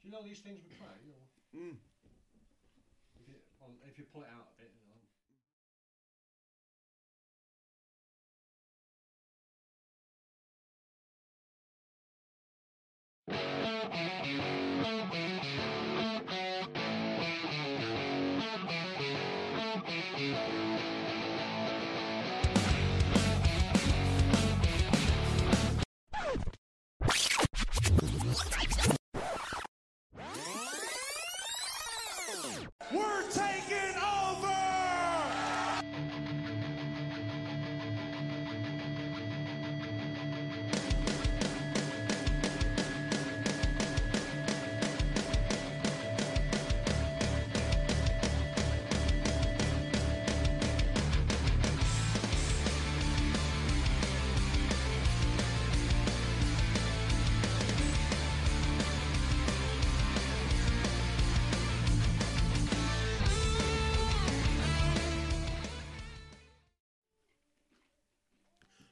Do you know these things would play? Or if, you, on, if you pull it out a bit. you know. We're taking over!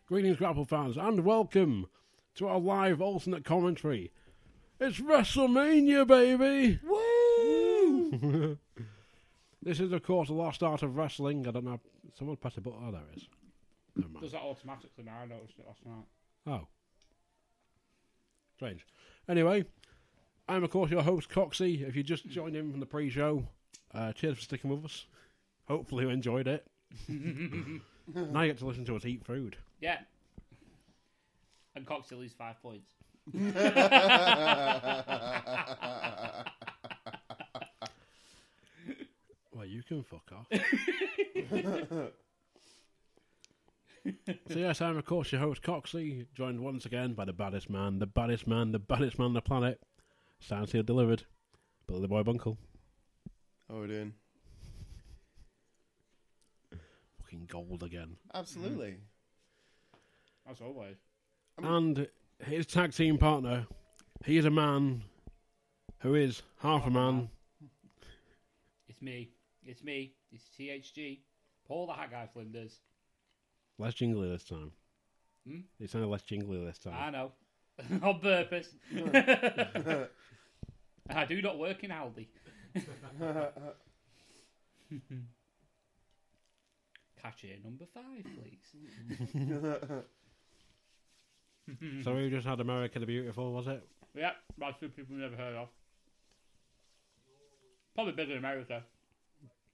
Greetings, Grapple fans, and welcome to our live alternate commentary. It's WrestleMania, baby! Woo! this is, of course, the last art of wrestling. I don't know. Someone pressed a button. Oh, there it is. Never mind. Does that automatically now? I noticed it last night. Oh. Strange. Anyway, I'm, of course, your host, Coxie. If you just joined in from the pre show, uh, cheers for sticking with us. Hopefully, you enjoyed it. now you get to listen to us eat food. Yeah. And Cox to lose five points. Well, you can fuck off. so yes, I'm of course your host Coxley, joined once again by the baddest man, the baddest man, the baddest man on the planet. Sounds here delivered. Billy the Boy Bunkle. How we doing? Fucking gold again. Absolutely. As always. And his tag team partner, he is a man who is half a man. It's me. It's me. It's THG. Paul the Hat Guy Flinders. Less jingly this time. Hmm? It sounded less jingly this I Ah. time. know. On purpose. and I do not work in Aldi. Cashier number five, please. So we just had America the Beautiful, was it? Yeah, like two people never heard of. Probably bigger in America.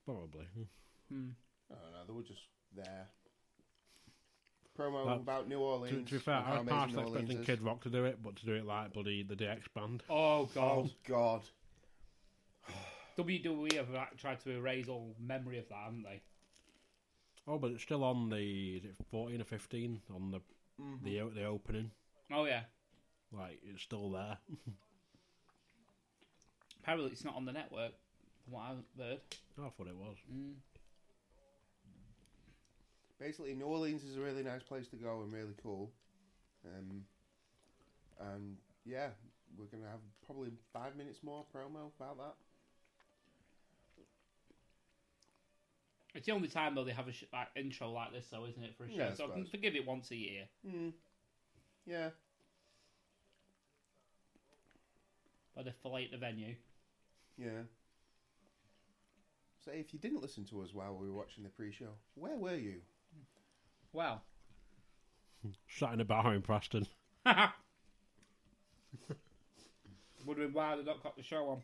Probably. I don't know. They were just there. Promo That- about New To, Orleans. to be fair, and how I was amazing partially New Orleans expecting is. Kid Rock to do it, but to do it like bloody the DX band. Oh, Oh God. God. WWE E have like, tried to erase all memory of that, haven't they? Oh, but it's still on the is it fourteen or fifteen on the Mm-hmm. the o- the opening. Oh yeah. Like it's still there. Apparently, it's not on the network. From what I've heard. I thought it was. Mm. Basically, New Orleans is a really nice place to go and really cool. Um, and yeah, we're gonna have probably five minutes more promo about that. It's the only time though they have a sh- like intro like this, though, isn't it? For a show, Yeah, I so I can suppose. forgive it once a year. Yeah. But if they at the venue, Yeah. So if you didn't listen to us while we were watching the pre-show, where were you? well, Sat in a bar in Preston. wondering why they not got the show on,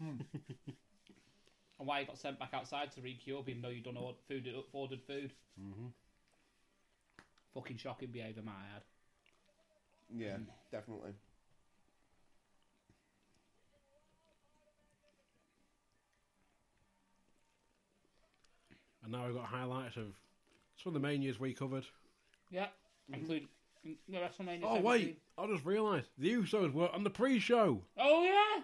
and why you got sent back outside to re-queue up, even though you done ordered food, uh, ordered food. Mm-hmm. Fucking shocking behaviour, my ad. Yeah, definitely. And now we've got highlights of some of the main years we covered. Yeah, including in the WrestleMania. Oh 17. wait, I just realised the Usos were on the pre-show. Oh yeah,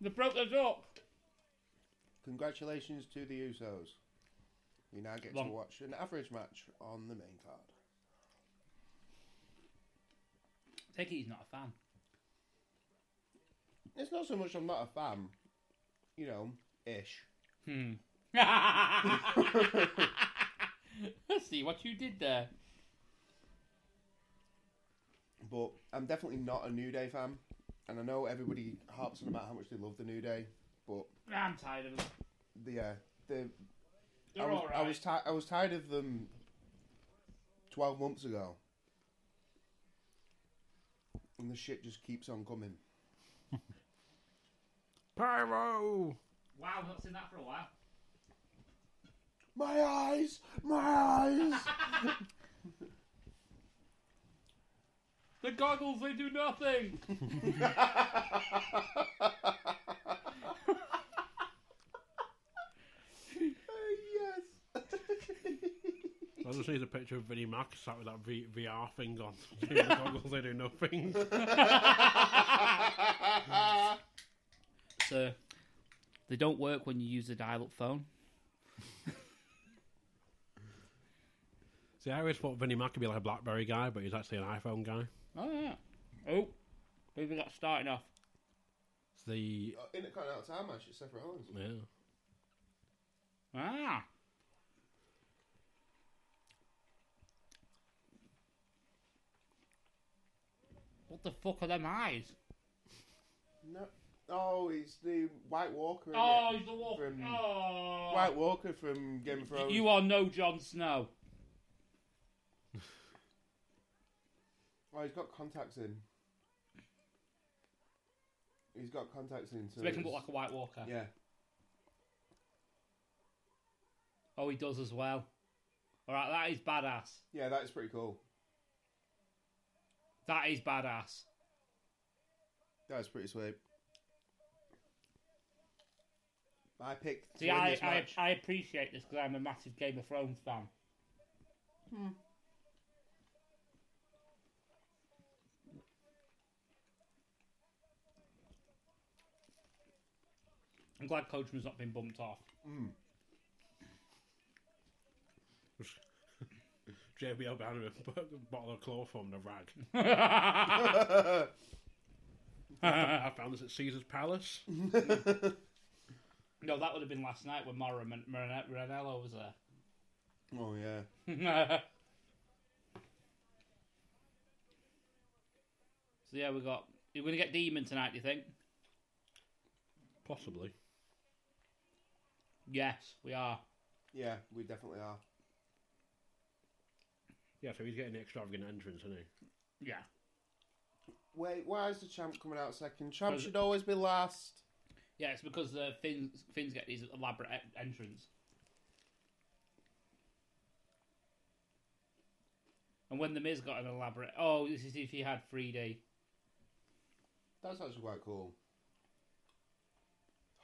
they broke us up. Congratulations to the Usos. You now get Long- to watch an average match on the main card. Take it, he's not a fan. It's not so much I'm not a fan, you know, ish. Let's see what you did there. But I'm definitely not a New Day fan. And I know everybody harps on about how much they love the New Day, but I'm tired of them. the uh, the I They're was, all right. I was, ti- I was tired of them twelve months ago, and the shit just keeps on coming. Pyro! wow, I've not seen that for a while. My eyes, my eyes. The goggles, they do nothing. yes. I just need a picture of Vinnie Mac sat with that v- VR thing on. the goggles, they do nothing. So, they don't work when you use a dial up phone. See, I always thought Vinnie Mac could be like a Blackberry guy, but he's actually an iPhone guy. Oh, yeah. Oh, who we got starting off? It's the. In it kind of out of time, I should Seth Rollins. Yeah. Ah. What the fuck are them eyes? No. Oh, it's the White Walker. isn't Oh, it? he's the wolf. From- oh. White Walker from Game of Thrones. You are no Jon Snow. Oh, he's got contacts in. He's got contacts in. So To make him look it's- like a White Walker. yeah. Oh, he does as well. All right, that is badass. Yeah, that is pretty cool. That is badass. That is pretty sweet. My pick. to See, win I, this I, match. I appreciate this because I'm a massive Game of Thrones fan. I'm glad Coachman's not been bumped off. JBL behind him with a bottle of chloroform and a rag. I found this at Caesar's Palace. No, that would have been last night when Mara Man- Maran- Ranello was oh yeah. there. so yeah, we got. You're going to get Demon tonight, do you think? Possibly. Yes, we are. Yeah, we definitely are. Yeah, so he's getting an extravagant entrance, isn't he? Yeah. Wait, why is the champ coming out second? Champ should always be last. Yeah, it's because uh, Finn's, Finn's get these elaborate e- entrance. And when the Miz got an elaborate, oh, this is if he had 3D. That's actually quite cool.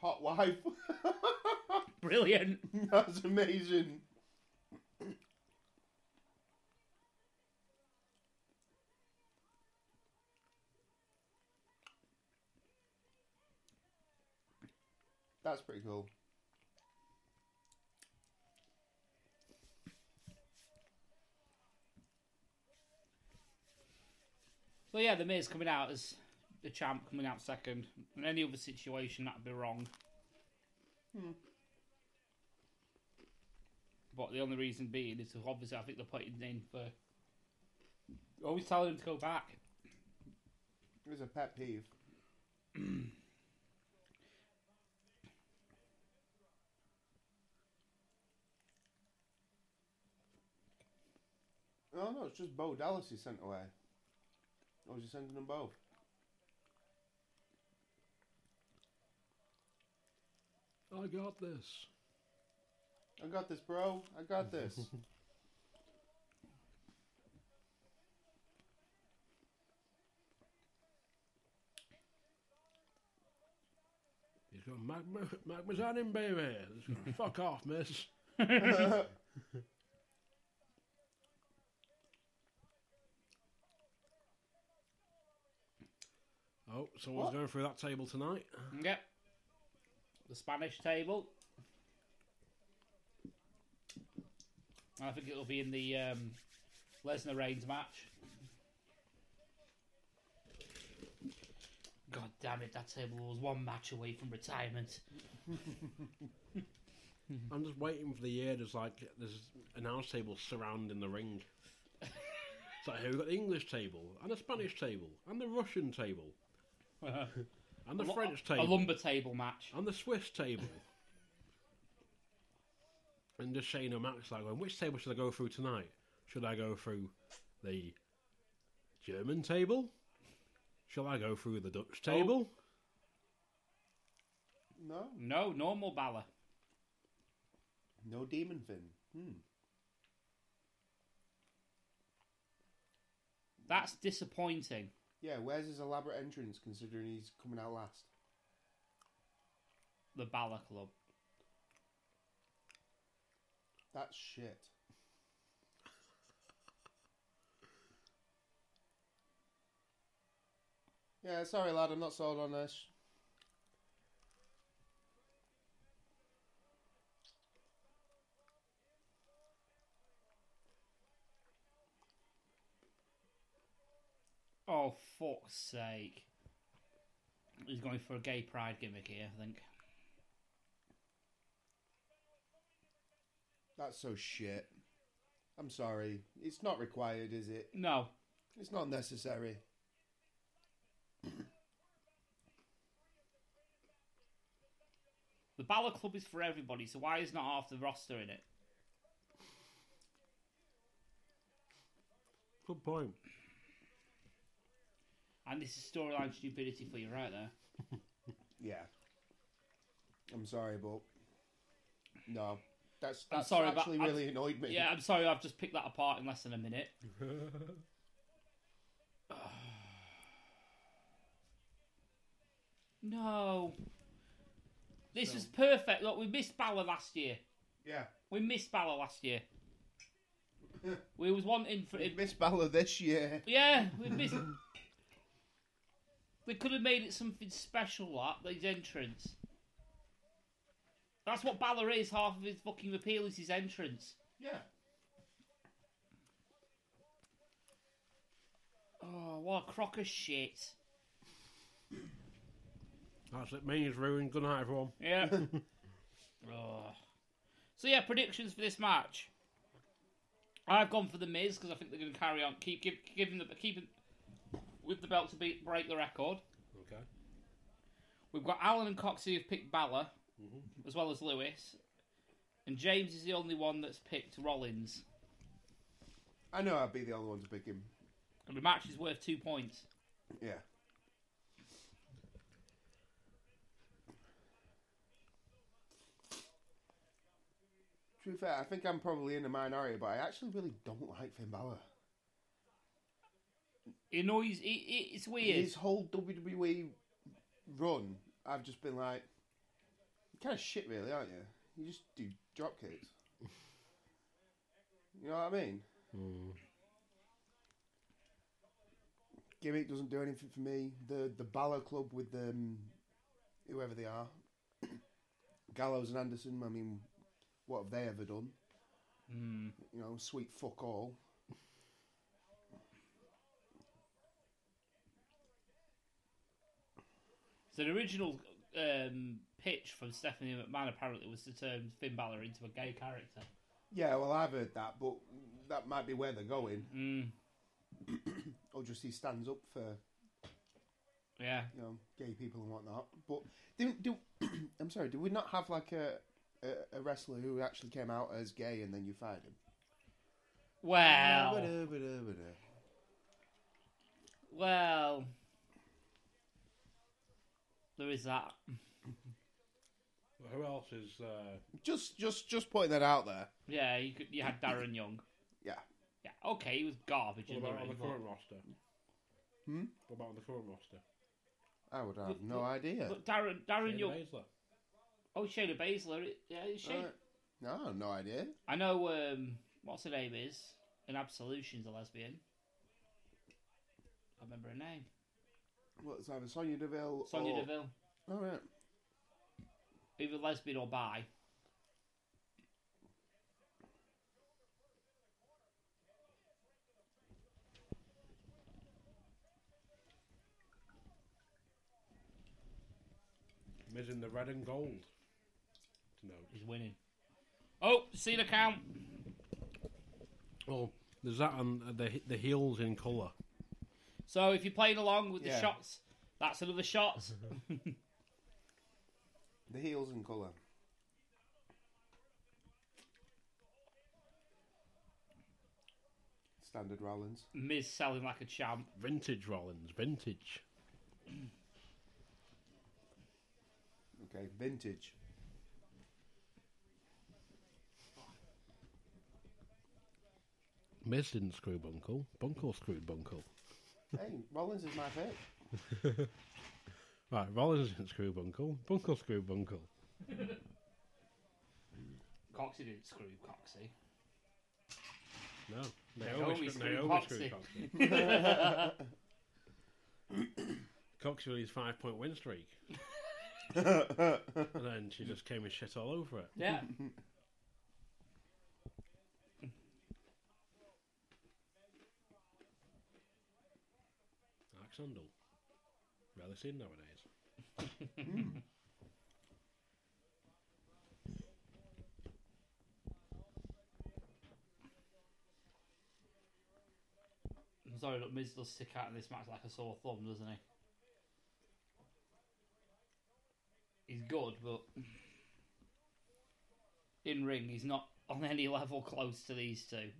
Hot wife. Brilliant. That's amazing. That's pretty cool. So yeah, the Miz coming out as the champ, coming out second. In any other situation, that'd be wrong. But the only reason being is obviously I think they're putting in for. Always telling him to go back. It was a pet peeve. oh no, it's just Bo Dallas he sent away. Or was he sending them both? I got this. I got this, bro. I got this. He's got magma, magma's on him, baby. It's gonna Fuck off, miss. Oh, someone's What? going through that table tonight. Yep. The Spanish table. I think it'll be in the um, Lesnar Reigns match. God damn it, that table was one match away from retirement. I'm just waiting for the year. There's like there's announce tables surrounding the ring. it's like here we've got the English table and the Spanish table and the Russian table. And the A lu- French A table. lumber table match. and the Swiss table. and just Shane and Max like going, which table should I go through tonight? Should I go through the German table? Shall I go through the Dutch table? No, No, normal Bala. no demon fin. Hmm. That's disappointing. Yeah, where's his elaborate entrance considering he's coming out last? The Bala Club. That's shit. yeah, sorry, lad, I'm not sold on this. Oh, fuck's sake. He's going for a gay pride gimmick here, I think. That's so shit. I'm sorry. It's not required, is it? No. It's not necessary. The Bala Club is for everybody, so why is not half the roster in it? Good point. And this is storyline stupidity for you right there. Yeah. I'm sorry, but no. That's I'm that's sorry, but actually I- really annoyed me. Yeah, I'm sorry, I've just picked that apart in less than a minute. no. This is perfect. Look, we missed Bala last year. Yeah. We missed Bala last year. we was wanting for Miss Balor this year. Yeah, we missed. they could have made it something special, that his entrance. That's what Balor is. Half of his fucking appeal is his entrance. Yeah. Oh, what a crock of shit. That's it. Mania's ruined. Good night, everyone. Yeah. oh. So yeah, predictions for this match. I've gone for the Miz because I think they're going to carry on, keep give, giving the keep it- with the belt to beat, break the record. Okay. We've got Alan and Coxey who've picked Balor, as well as Lewis, and James is the only one that's picked Rollins. I know I'd be the only one to pick him. And the match is worth two points. Yeah. To be fair, I think I'm probably in the minority, but I actually really don't like Finn Balor. It annoys. It, it, it's weird. His whole WWE run, I've just been like, you kind of shit, really, aren't you? You just do drop kicks. you know what I mean? Gimmick doesn't do anything for me. The the Balor Club with um, whoever they are, Gallows and Anderson. I mean, what have they ever done? Hmm. You know, sweet fuck all. So the original um, pitch from Stephanie McMahon apparently was to turn Finn Balor into a gay character. Yeah, well, I've heard that, but that might be where they're going. Mm, or just he stands up for yeah. you know gay people and whatnot. But do do I'm sorry, do we not have like a, a a wrestler who actually came out as gay and then you fired him? uh, Well, Ba-da-ba-da-ba-da. well. There is that. Well, who else is? Uh, Just just just putting that out there. Yeah, you, could, you had Darren Young. Yeah. Yeah. Okay, he was garbage. what in about on ring, the but- current roster? Hmm? What about on the current roster? I would have Look, no look, idea. Uh, But Darren, Darren Shayna Young. Baszler. Oh, Shayna Baszler. it- Yeah, is she? Alright. No, no idea. I know. Um, what's her name is? In Absolution's a lesbian. I remember her name. What's either Sonya Deville Sonya or... Deville. All right. Either lesbian or bi. Miz in the red and gold. No. He's winning. Oh, see the count. Oh, there's that and the the heels in colour. So if you're playing along with the Yeah. shots, That's another shot. The heels in colour. Standard Rollins. Miz selling like a champ. Vintage Rollins, vintage. Okay, vintage. Miz didn't screw Bunkle. Bunkle screwed Bunkle. hey, Rollins is my pick. Right, Rollins didn't screw Bunkle. Bunkle screwed Bunkle. Coxie didn't screw Coxie. No. Naomi screwed- screwed Coxey. Coxey. Coxey with his five point win streak. and then she just came and shit all over it. Yeah. Axe handle. Rarely seen nowadays. I'm sorry, look, Miz does stick out in this match like a sore thumb, doesn't he? He's good, but in ring, he's not on any level close to these two.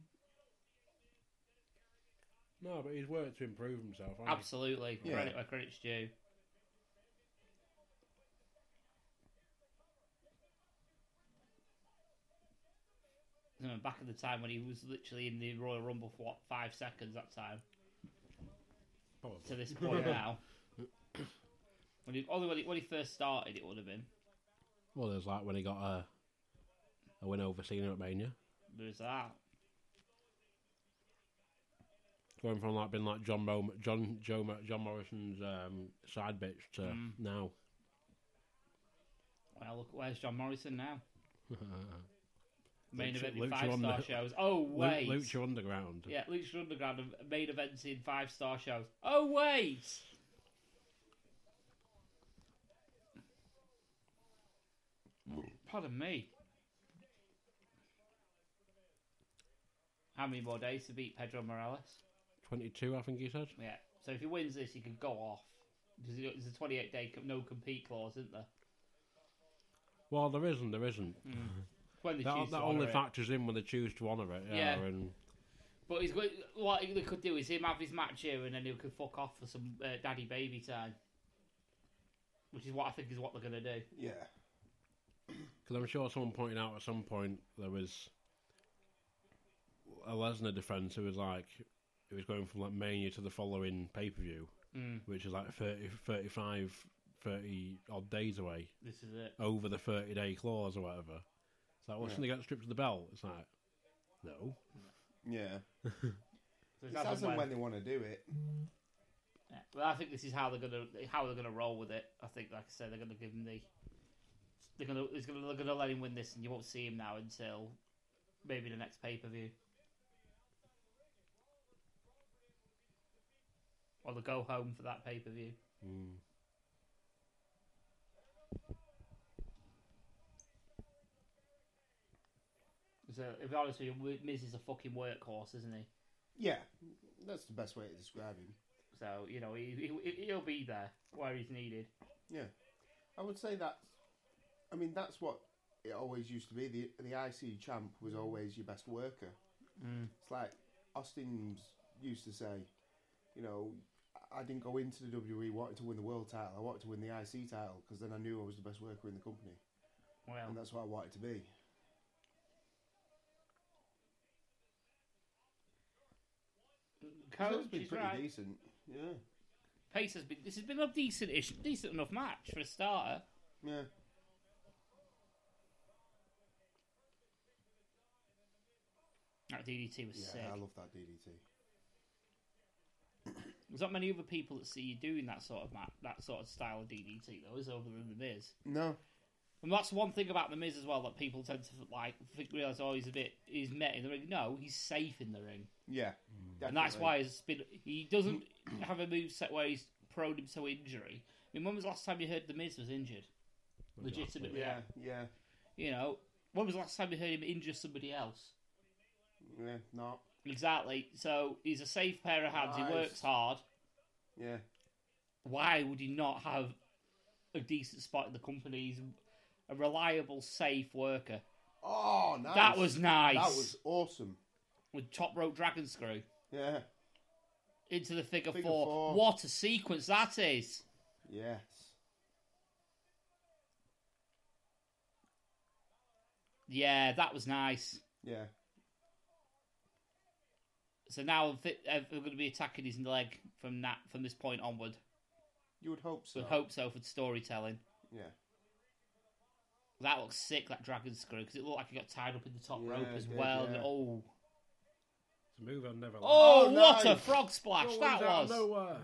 No, but he's worked to improve himself. hasn't he? Absolutely, Yeah. credit where credit's due. You know, back at the time when he was literally in the Royal Rumble for what five seconds that time to Probably. this point now. When he, only when he, when he first started, it would have been. Well, there's like when he got a a win over Cena at Mania, There's that. going from like being like John Mo- John Joe Mo- John Morrison's um, side bitch to Mm. now. Well, look, where's John Morrison now? Main Lucha- event Lucha in five star Under- shows. Oh Lu- wait, Lucha Underground. yeah, Lucha Underground have main events in five star shows. Oh wait, pardon me. How many more days to beat Pedro Morales? 22, I think he said. Yeah. So if he wins this, he could go off because there's a 28 day co- no compete clause, isn't there? Well, there isn't, there isn't. When they choose That, to that only honour it. factors in when they choose to honour it. Yeah, Yeah. and But he's going, what they could do is him have his match here, and then he could fuck off for some uh, daddy baby time, which is what I think is what they're gonna do. Yeah. because I'm sure someone pointed out at some point there was a Lesnar defence who was like, it was going from like Mania to the following pay per view, Mm. which is like 30, 35, 30 odd days away This is it. over the 30 day clause or whatever. It's like, well, shouldn't they get stripped of the belt? It's like, no. Yeah. So It's as and when they want to do it. Yeah. Well, I think this is how they're gonna how they're gonna roll with it. I think, like I said, they're gonna give him the they're gonna he's gonna they're gonna let him win this, and you won't see him now until maybe the next pay per view. Or the go home for that pay per view. Mm. So, if I'm honest with you, Miz is a fucking workhorse, isn't he? Yeah. That's the best way to describe him. So you know he, he he'll be there where he's needed. I would say that. I mean, that's what it always used to be. The the IC champ was always your best worker. Mm. It's like Austin used to say, you know, I I didn't go into the WWE wanting to win the world title. I wanted to win the IC title because then I knew I was the best worker in the company, Well, and that's what I wanted to be. coach it's been is pretty right. decent. Yeah, Pace has been. This has been a decent-ish, decent enough match for a starter. yeah. That DDT was Yeah, sick. I love that DDT. There's not many other people that see you doing that sort of match, that sort of style of DDT though, is other than the Miz. No, And that's one thing about the Miz as well that people tend to like think, realize. Oh, he's a bit. He's met in the ring. No, he's safe in the ring. yeah, and that's definitely. why he's been, he doesn't have a move set where he's prone him to injury. I mean, when was the last time you heard the Miz was injured? Legitimately, Yeah, yeah, You know, when was the last time you heard him injure somebody else? yeah. Not. Exactly. So he's a safe pair of hands. He Nice. works hard. Yeah, why would he not have a decent spot in the company? He's a reliable, safe worker. Oh, nice. That was nice. That was awesome. with top rope dragon screw Yeah. into the figure, Figure four. four. What a sequence that is! Yes. Yeah, that was nice. Yeah. So now th- uh, we're going to be attacking his leg from that from this point onward. You would hope So so. I hope so for storytelling. Yeah. That looks sick, that dragon screw, because it looked like it got tied up in the top Yeah, rope it as did, well. yeah. Oh, It's a move I've never liked. oh, Oh, what a nice. frog splash Always that out was! of nowhere.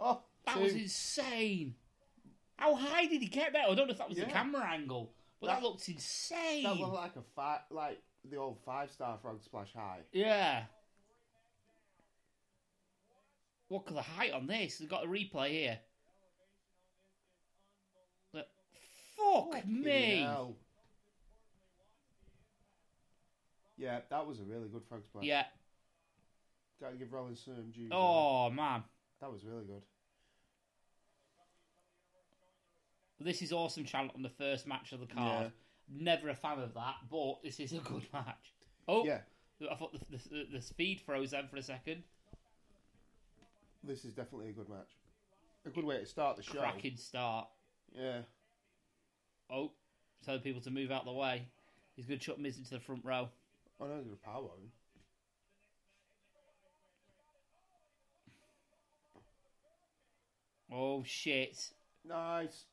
Oh, That two. was insane. How high did he get there? I don't know if that was the Yeah. camera angle, but that, That- looked insane. That looked like a five, like the old five star frog splash high. Yeah. What could the height on this? They've got a replay here. Look, fuck Fucking me. hell. Yeah, that was a really good frog splash. Yeah. Gotta give Rollins some due. there. Oh man. That was really good. This is awesome channel on the first match of the card. Never a fan of that, but this is a good match. Oh, Yeah, I thought the, the, the speed froze then for a second. this is definitely a good match. A good way to start the show. Cracking start. Yeah. Oh, tell people to move out the way. He's going to chuck Miz into the front row. Oh no, he's gonna power him. Oh, shit. Nice.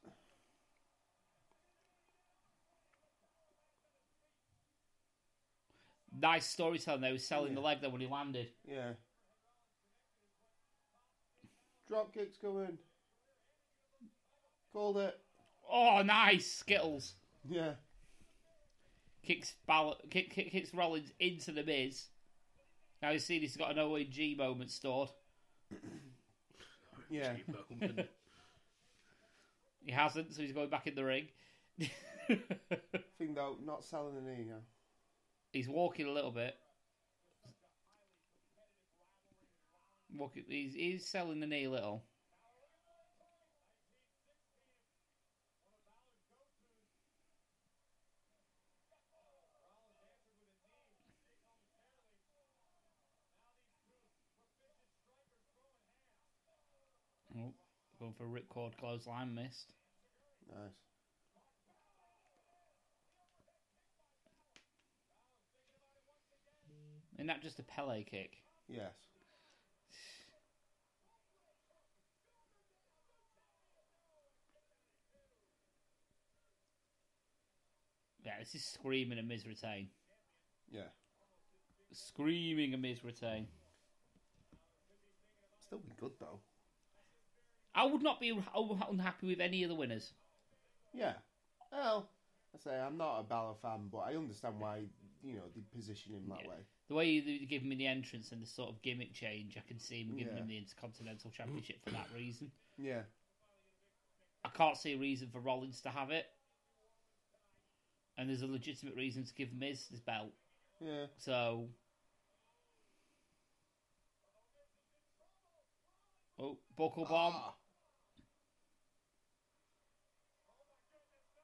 Nice storytelling there. He was selling the Yeah. leg there when he landed. Yeah. Drop kicks going. Called it. Oh, nice Skittles Yeah. kicks Ball- kick, kick, kicks Rollins into the Miz. Now you see he's got an ONG moment stored. Yeah. He hasn't, so he's going back in the ring. Thing though, not selling E, the knee now. he's walking a little bit. Walking, he's, he's selling the knee a little. Oh, going for a ripcord clothesline, missed. Nice. Isn't that just a Pele kick? Yes. Yeah, this is screaming a Miz retain. Yeah. Screaming a Miz retain. Still been good though. I would not be un- unhappy with any of the winners. Yeah. Well, I say I'm not a Balor fan, but I understand why you know they position him that Yeah. way. The way you give me the entrance and the sort of gimmick change, I can see him giving Yeah. him the Intercontinental Championship for that reason. Yeah. I can't see a reason for Rollins to have it. And there's a legitimate reason to give Miz his belt. Yeah. So. Oh, buckle bomb. Ah.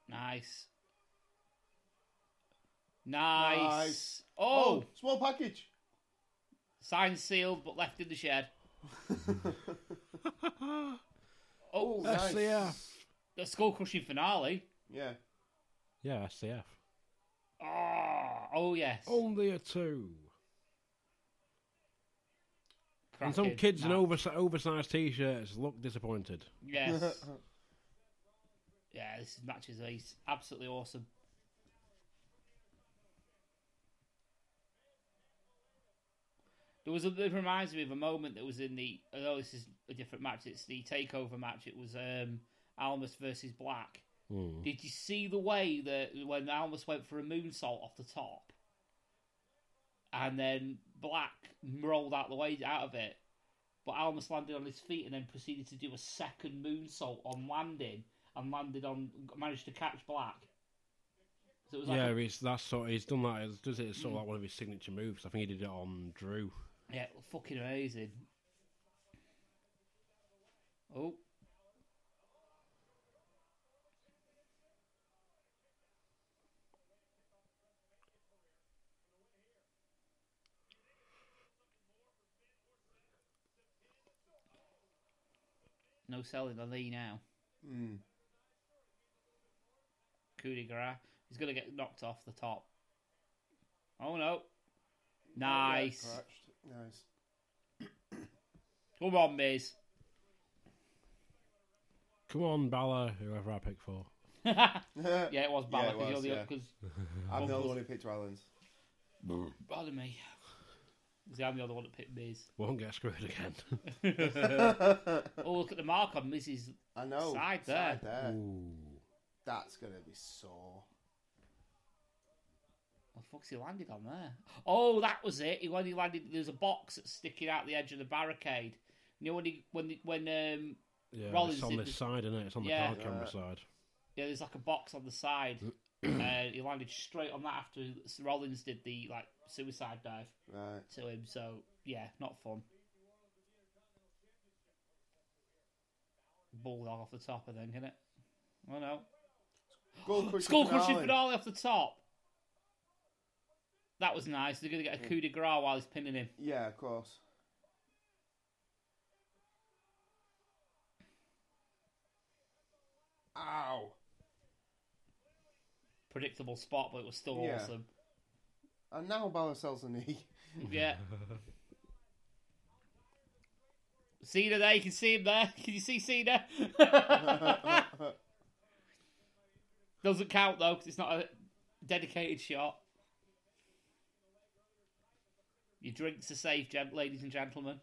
Nice. Nice. Nice. Oh, small package. signed, sealed, but left in the shed. Oh, nice. SCF. The skull crushing finale. Yeah. yeah, SCF. Oh, oh yes. Only a two. And some Cracking. kids in Nah. overs- oversized t-shirts look disappointed. Yes. yeah, this match is ace. Absolutely awesome. There was a, it reminds me of a moment that was in the although this is a different match, it's the takeover match. It was um Almas versus Black. Hmm. Did you see the way that when Almas went for a moonsault off the top, and then Black rolled out the way out of it, but Almas landed on his feet and then proceeded to do a second moonsault on landing and landed on managed to catch Black. So it was like yeah, a- it's that's sort. He's done that. It's, does it? It's sort of like one of his signature moves. I think he did it on Drew. yeah, fucking amazing. Oh. No selling on Lee now. Mm. Coup de grace. He's going to get knocked off the top. Oh no. Nice. Yeah, crotched. Nice. Come on, Miz. Come on, Balor, whoever I pick for. yeah, it was Yeah, Balor it because was, you're the yeah. because I'm the only one who picked Rollins. Pardon me. 'Cause I'm the other one that picked Miz. Won't get screwed again. Oh, look at the mark on Miz's. I know. Side Side there. Ooh. That's gonna be sore. What the fuck's he landed on there? Oh, that was it. He when he landed, there's a box that's sticking out the edge of the barricade. You know when he when the- when um Yeah, Rollins it's on did this this- side, isn't it? It's on the Yeah. card camera Yeah. side. yeah, there's like a box on the side. uh, he landed straight on that after Rollins did the like suicide dive Right. to him. So yeah, not fun. Bulldog off the top, I think, innit? Oh no. Goal crushing Skull crushing finale. finale off the top. That was nice. They're going to get a coup de grace while he's pinning him. Yeah, of course. Ow! Predictable spot, but it was still Yeah. awesome. And now Balor sells a knee. Yeah. Cena there, you can see him there. Can you see Cena? Doesn't count though, because it's not a dedicated shot. Your drinks are safe, gen- ladies and gentlemen.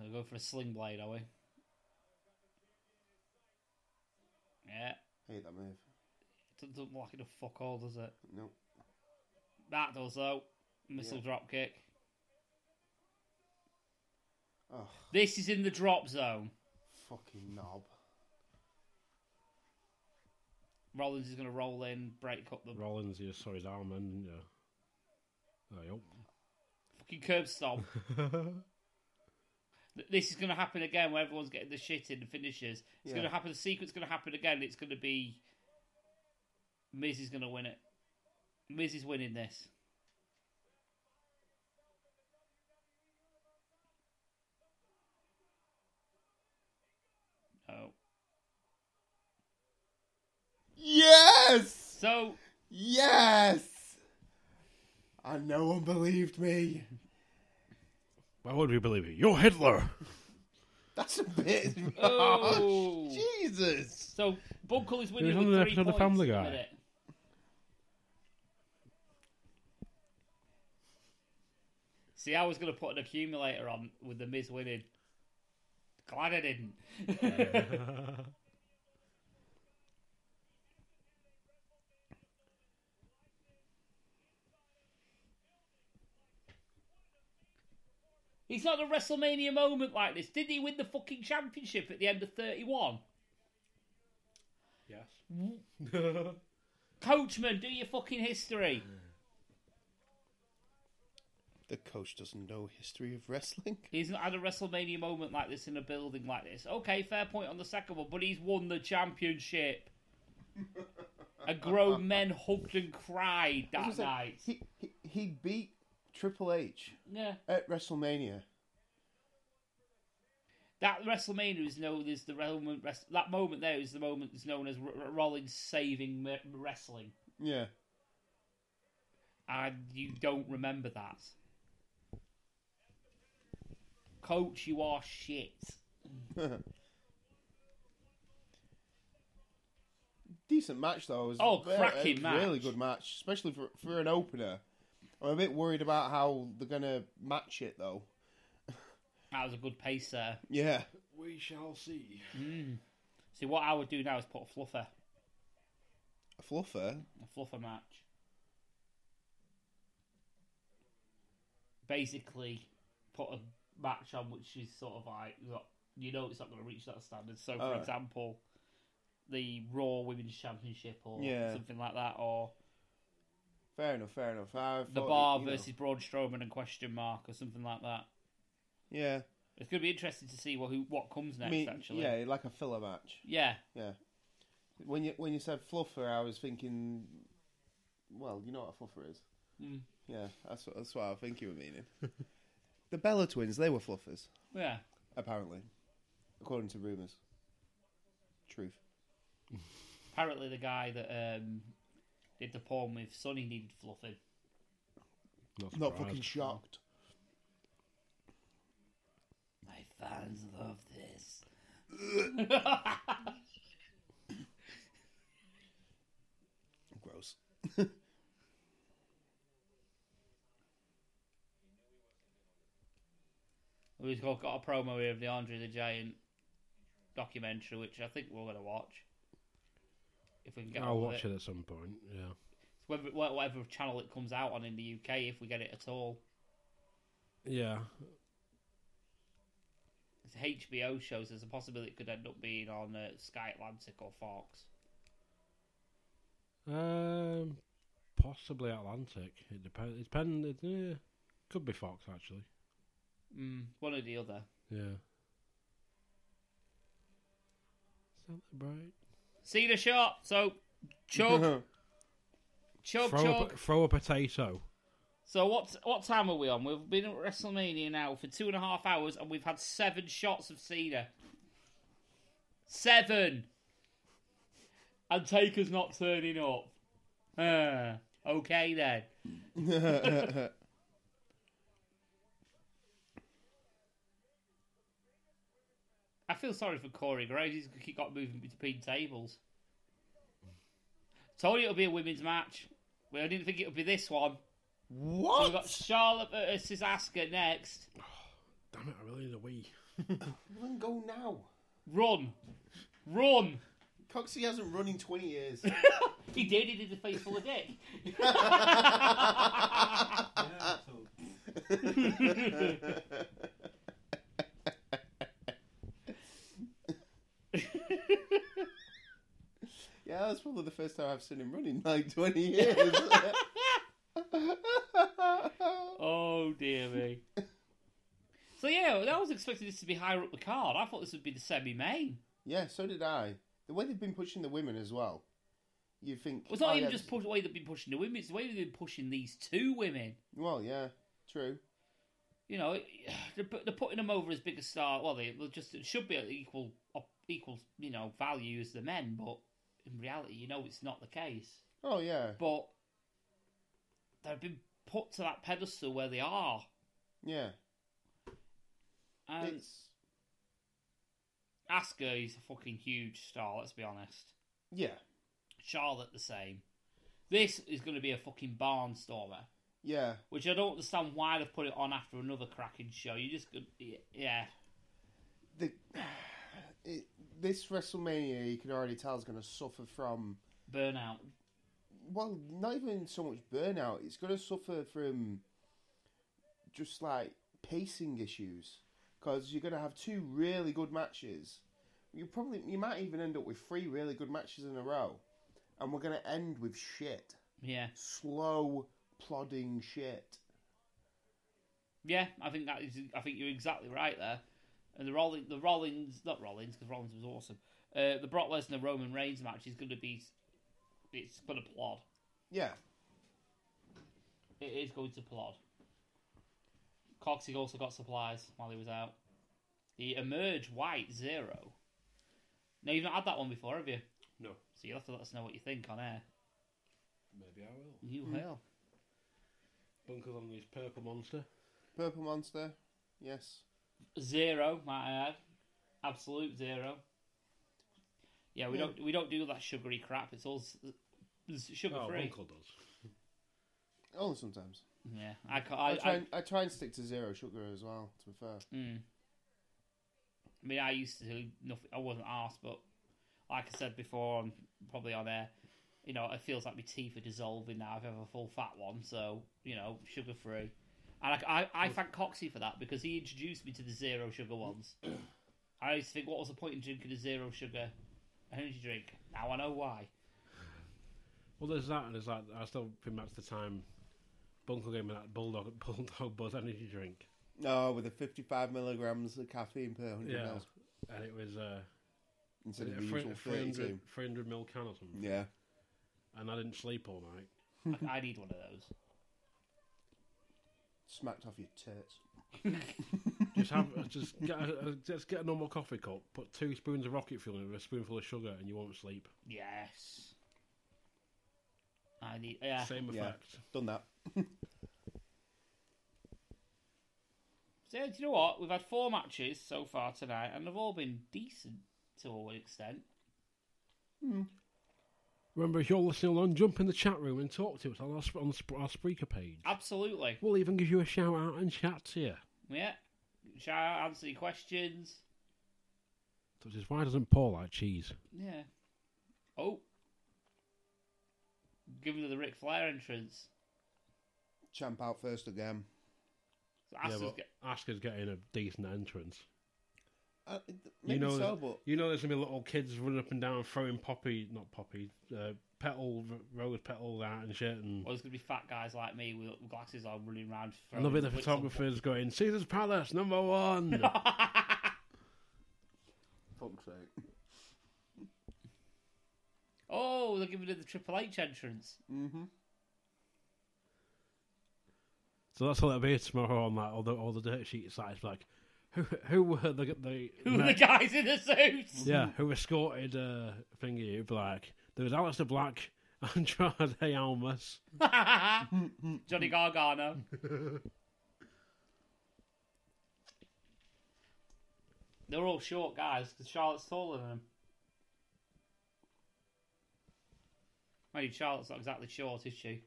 I'll go for a sling blade, are we? Yeah. Hate that move. Doesn't, doesn't look like it'll fuck all, does it? No. That does though. Missile Yeah. drop kick. Oh, This is in the drop zone. fucking knob. Rollins is going to roll in, break up the Rollins, you saw his arm, in, didn't Oh, you? There you fucking curb stomp. go. Th- this is going to happen again where everyone's getting the shit in and finishes. It's Yeah. going to happen. The sequence going to happen again. It's going to be Miz is going to win it. Miz is winning this. Oh, Yes! so Yes! And no one believed me. Why would we believe you? You're Hitler! That's a bit. Oh. Jesus! so Bunkle is winning He was with on an three episode points. of Family at the Guy. minute. See, I was going to put an accumulator on with the Miz winning. Glad I didn't. He's not a WrestleMania moment like this. Did he win the fucking championship at the end of 31? Yes. Coachman, do your fucking history. The coach doesn't know history of wrestling. He's not had a WrestleMania moment like this in a building like this. Okay, fair point on the second one, but he's won the championship. and grown men hugged and I cried that was gonna night. say, He, he, he beat Triple H Yeah. at WrestleMania. That WrestleMania is known as the moment. Rest, that moment there is the moment that's known as R- R- Rollins saving m- wrestling, Yeah. and you don't remember that. Coach, you are shit. Decent match though. It was Oh, a very- cracking a match. Really good match, especially for for an opener. I'm a bit worried about how they're gonna match it though. That was a good pace there. Yeah. We shall see. Hmm. See, what I would do now is put a fluffer, A fluffer. a fluffer match. Basically, put a match on which is sort of like look, you know it's not going to reach that standard. So, for Alright. example, the Raw Women's Championship or Yeah. something like that, or Fair enough, fair enough. I The thought, Bar you know, versus Braun Strowman and question mark or something like that. Yeah, It's going to be interesting to see what who, what comes next. I mean, actually, yeah, like a filler match. yeah, Yeah. When you when you said fluffer, I was thinking, well, you know what a fluffer is. Mm. Yeah, that's what, that's what I think you were meaning. the Bella twins, they were fluffers, yeah. apparently, according to rumours. Truth. Apparently, the guy that um, did the porn with Sonny needed fluffing. Not surprised. fucking shocked. My fans love this. Gross. We've got got a promo here of the Andre the Giant documentary, which I think we're going to watch. If we can get I'll on with watch it. at some point. Yeah. Whether, wh- whatever channel it comes out on in the UK, if we get it at all. Yeah. It's HBO shows, there's a possibility it could end up being on uh, Sky Atlantic or Fox. Um, possibly Atlantic. It depends. It depends. It, yeah. Could be Fox actually. Mm, one or the other. Yeah. Celebrate. See the shot. So, chug, chug, throw, chug. A, throw a potato. So what what time are we on? We've been at WrestleMania now for two and a half hours, and we've had seven shots of Cena. Seven. And Taker's not turning up. Uh, okay then. I feel sorry for Corey Graves. He's he got moving between tables. Told you it'll be a women's match. Well, I didn't think it would be this one. So we've got what? Charlotte versus Asuka next. Damn it! I really need a wee. Then go now. Run. Run. Coxie hasn't run in 20 years. He did. He did the face full of dick. Yeah, so yeah, that's probably the first time I've seen him run in like 20 years. Oh dear me. So yeah, I was expecting this to be higher up the card. I thought this would be the semi-main. yeah, so did I. The way they've been pushing the women as well. You think. Well, it's not oh, even yeah, just push, the way they've been pushing the women; it's the way they've been pushing these two women. Well, yeah, true. You know, they're, put- they're putting them over as big a star. Well, they they're just it should be at equal op- equal you know value as the men, but in reality, you know, it's not the case. Oh, yeah. But they've been put to that pedestal where they are, Yeah. and it's. Asuka is a fucking huge star. Let's be honest. Yeah. Charlotte the same. This is going to be a fucking barnstormer, Yeah. which I don't understand why they've put it on after another cracking show. You just could, yeah, the it, this WrestleMania, you can already tell is going to suffer from burnout. well, not even so much burnout. It's going to suffer from just like pacing issues because you're going to have two really good matches. You probably you might even end up with three really good matches in a row, and we're going to end with shit, Yeah, slow plodding shit. yeah. I think that is. I think you're exactly right there. And the Rollins, the Rollins, not Rollins, because Rollins was awesome. Uh, the Brock Lesnar Roman Reigns match is going to be, it's going to plod. Yeah, It is going to plod. Coxie also got supplies while he was out. The Emerge White Zero. Now, you've not had that one before, have you? No. So you'll have to let us know what you think on air. Hmm. Maybe I will. You will. Bunkers on this purple monster. Purple Monster. Yes. Zero, might I add. Absolute zero. Yeah, we Yeah. don't we don't do that sugary crap. It's all sugar Oh, free. Uncle does. Only Oh, sometimes. yeah, I can't. I, I, try I, and, I try and stick to zero sugar as well. To be fair. mm. I mean, I used to do nothing. I wasn't asked, but like I said before, on probably on air, you know, it feels like my teeth are dissolving now. I've had a full fat one, so you know, sugar free. And I, I, I thank Coxie for that because he introduced me to the zero sugar ones. I used to think, what was the point in drinking a zero sugar energy drink? Now I know why. Well, there's that, and there's like I still think back to the time Bunker gave me that bulldog bulldog buzz energy drink. No, with the 55 milligrams of caffeine per 100 Yeah, mils and it was uh, instead of the usual 300, 32. 300, 300 mil can or something, Yeah. and I didn't sleep all night. Like, I need one of those. Smacked off your tits. Just have just get a, a- just get a normal coffee cup, put two spoons of rocket fuel in it with a spoonful of sugar, and you won't sleep. Yes. I need. Yeah. Same Yeah. effect. Done that. So, do you know what? We've had four matches so far tonight, and they've all been decent to an extent. Remember, if you're listening along, jump in the chat room and talk to us on our, sp- on sp- our speaker page. Absolutely. We'll even give you a shout out and chat to you. Yeah. Shout out, answer your questions. Which is why doesn't Paul like cheese? Yeah. Oh. Give them the Ric Flair entrance. Champ out first again. So Asuka's yeah, but get- Asuka's getting a decent entrance. Uh, maybe you know, so, there's- but you know, there's gonna be little kids running up and down, throwing poppy, not poppy, uh, petal, r- rose petal out and shit, and, Well, there's going to be fat guys like me with glasses on running around. and there'll be the throwing whips photographers going, Caesar's Palace number one. up- fuck's sake. oh, they're giving her the Triple H entrance. Mm-hmm. so that's all it'll be tomorrow on that. All the all the dirt sheet sites like, who who were the the, Who are the guys in the suits? yeah who escorted uh, thingy? It'd be like there was Alistair Black, Andrade Almas. Johnny Gargano. They're all short guys because Charlotte's taller than them. Maybe Charlotte's not exactly short, is she?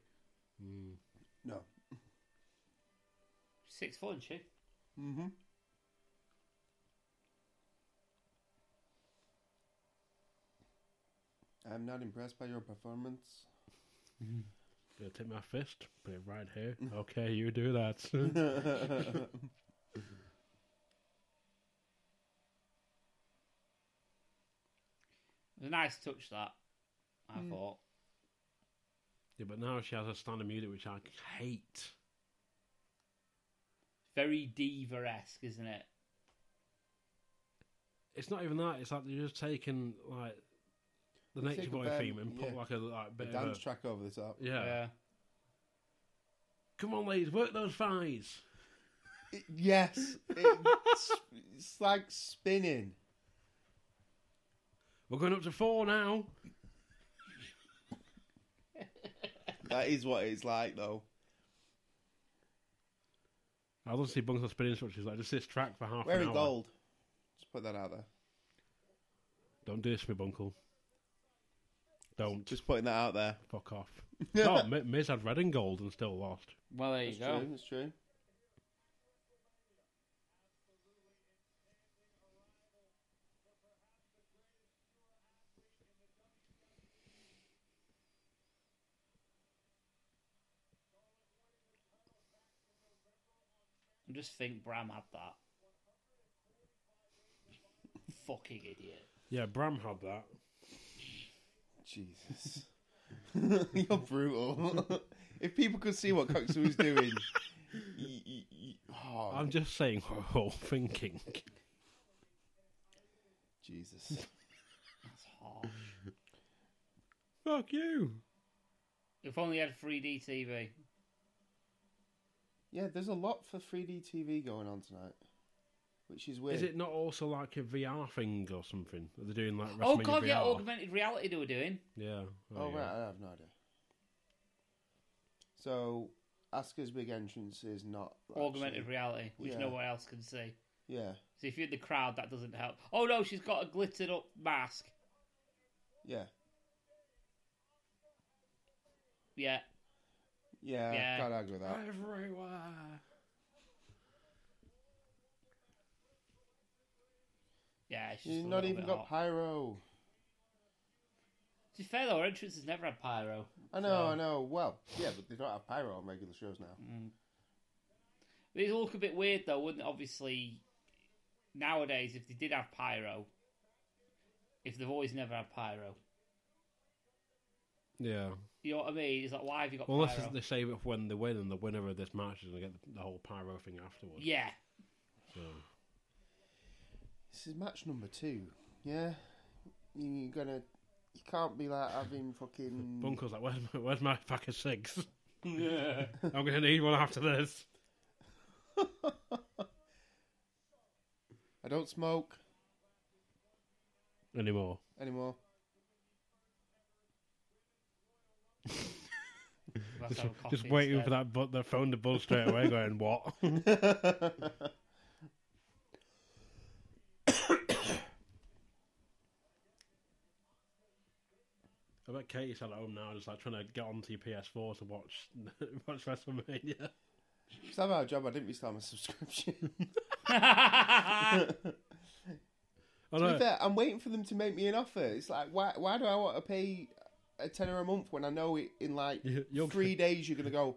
No. She's six foot, isn't she? Mm-hmm. I'm not impressed by your performance. Gonna take my fist, put it right here. Okay, you do that. It was a nice touch that. I thought. yeah, but now she has a standard music which I hate. Very diva esque, isn't it? It's not even that. It's like they're just taking like the They Nature take a Boy band, theme and put yeah. like a like bit of Dance a, track over the top. yeah. Come on, ladies, work those thighs. It- yes, it's, it's like spinning. We're going up to four now. That is what it's like, though. I love to see Bunker spin instructions like just this track for half Wear an it hour. gold. Just put that out there. Don't do this to me, Bunkle. Don't Just putting that out there. fuck off. no, Mi- Miz had red and gold and still lost. Well, there you It's go. true. It's true. I just think Bram had that. Fucking idiot. Yeah, Bram had that. Jesus. You're brutal. if people could see what Coxon was doing. y- y- y- oh, I'm just saying what we're all thinking. Jesus. That's harsh. fuck you. if only he had 3D TV. Yeah, there's a lot for 3D TV going on tonight, which is weird. Is it not also like a VR thing or something? Are they doing like Oh WrestleMania god, yeah, VR? augmented reality they were doing. yeah. Oh, there you right, go. I have no idea. So, Asuka's big entrance is not. Augmented actually- reality, which Yeah. no one else can see. Yeah, So if you're in the crowd, that doesn't help. Oh no, she's got a glittered up mask. yeah, Yeah, yeah. Yeah. Can't argue with that. Everywhere. yeah. She's She's just a not little even bit got hot. pyro. to be fair though, her entrance has never had pyro. I know, So- I know. Well, yeah, but they don't have pyro on regular shows now. Mm. It'd look a bit weird though, wouldn't it? Obviously, nowadays, if they did have pyro, if they've always never had pyro, Yeah. You know what I mean? He's like, why have you got Well, unless pyro? they save it for when they win, and the winner of this match is going to get the, the whole pyro thing afterwards. Yeah. So, This is match number two. Yeah, you're gonna. You can't be like having fucking. Bunko's like, where's my, where's my pack of six? I'm going to need one after this. I don't smoke Anymore. anymore. That's how coffee Just waiting instead. for that but the phone to buzz straight away, going, what? I bet Katie's at home now, just like trying to get onto your PS4 to watch watch WrestleMania. It's not my job. I didn't restart my subscription. Ah. Oh, to no, be fair, I'm waiting for them to make me an offer. It's like, why? Why do I want to pay a tenner a month when I know it in like You- you'll- three days you're gonna go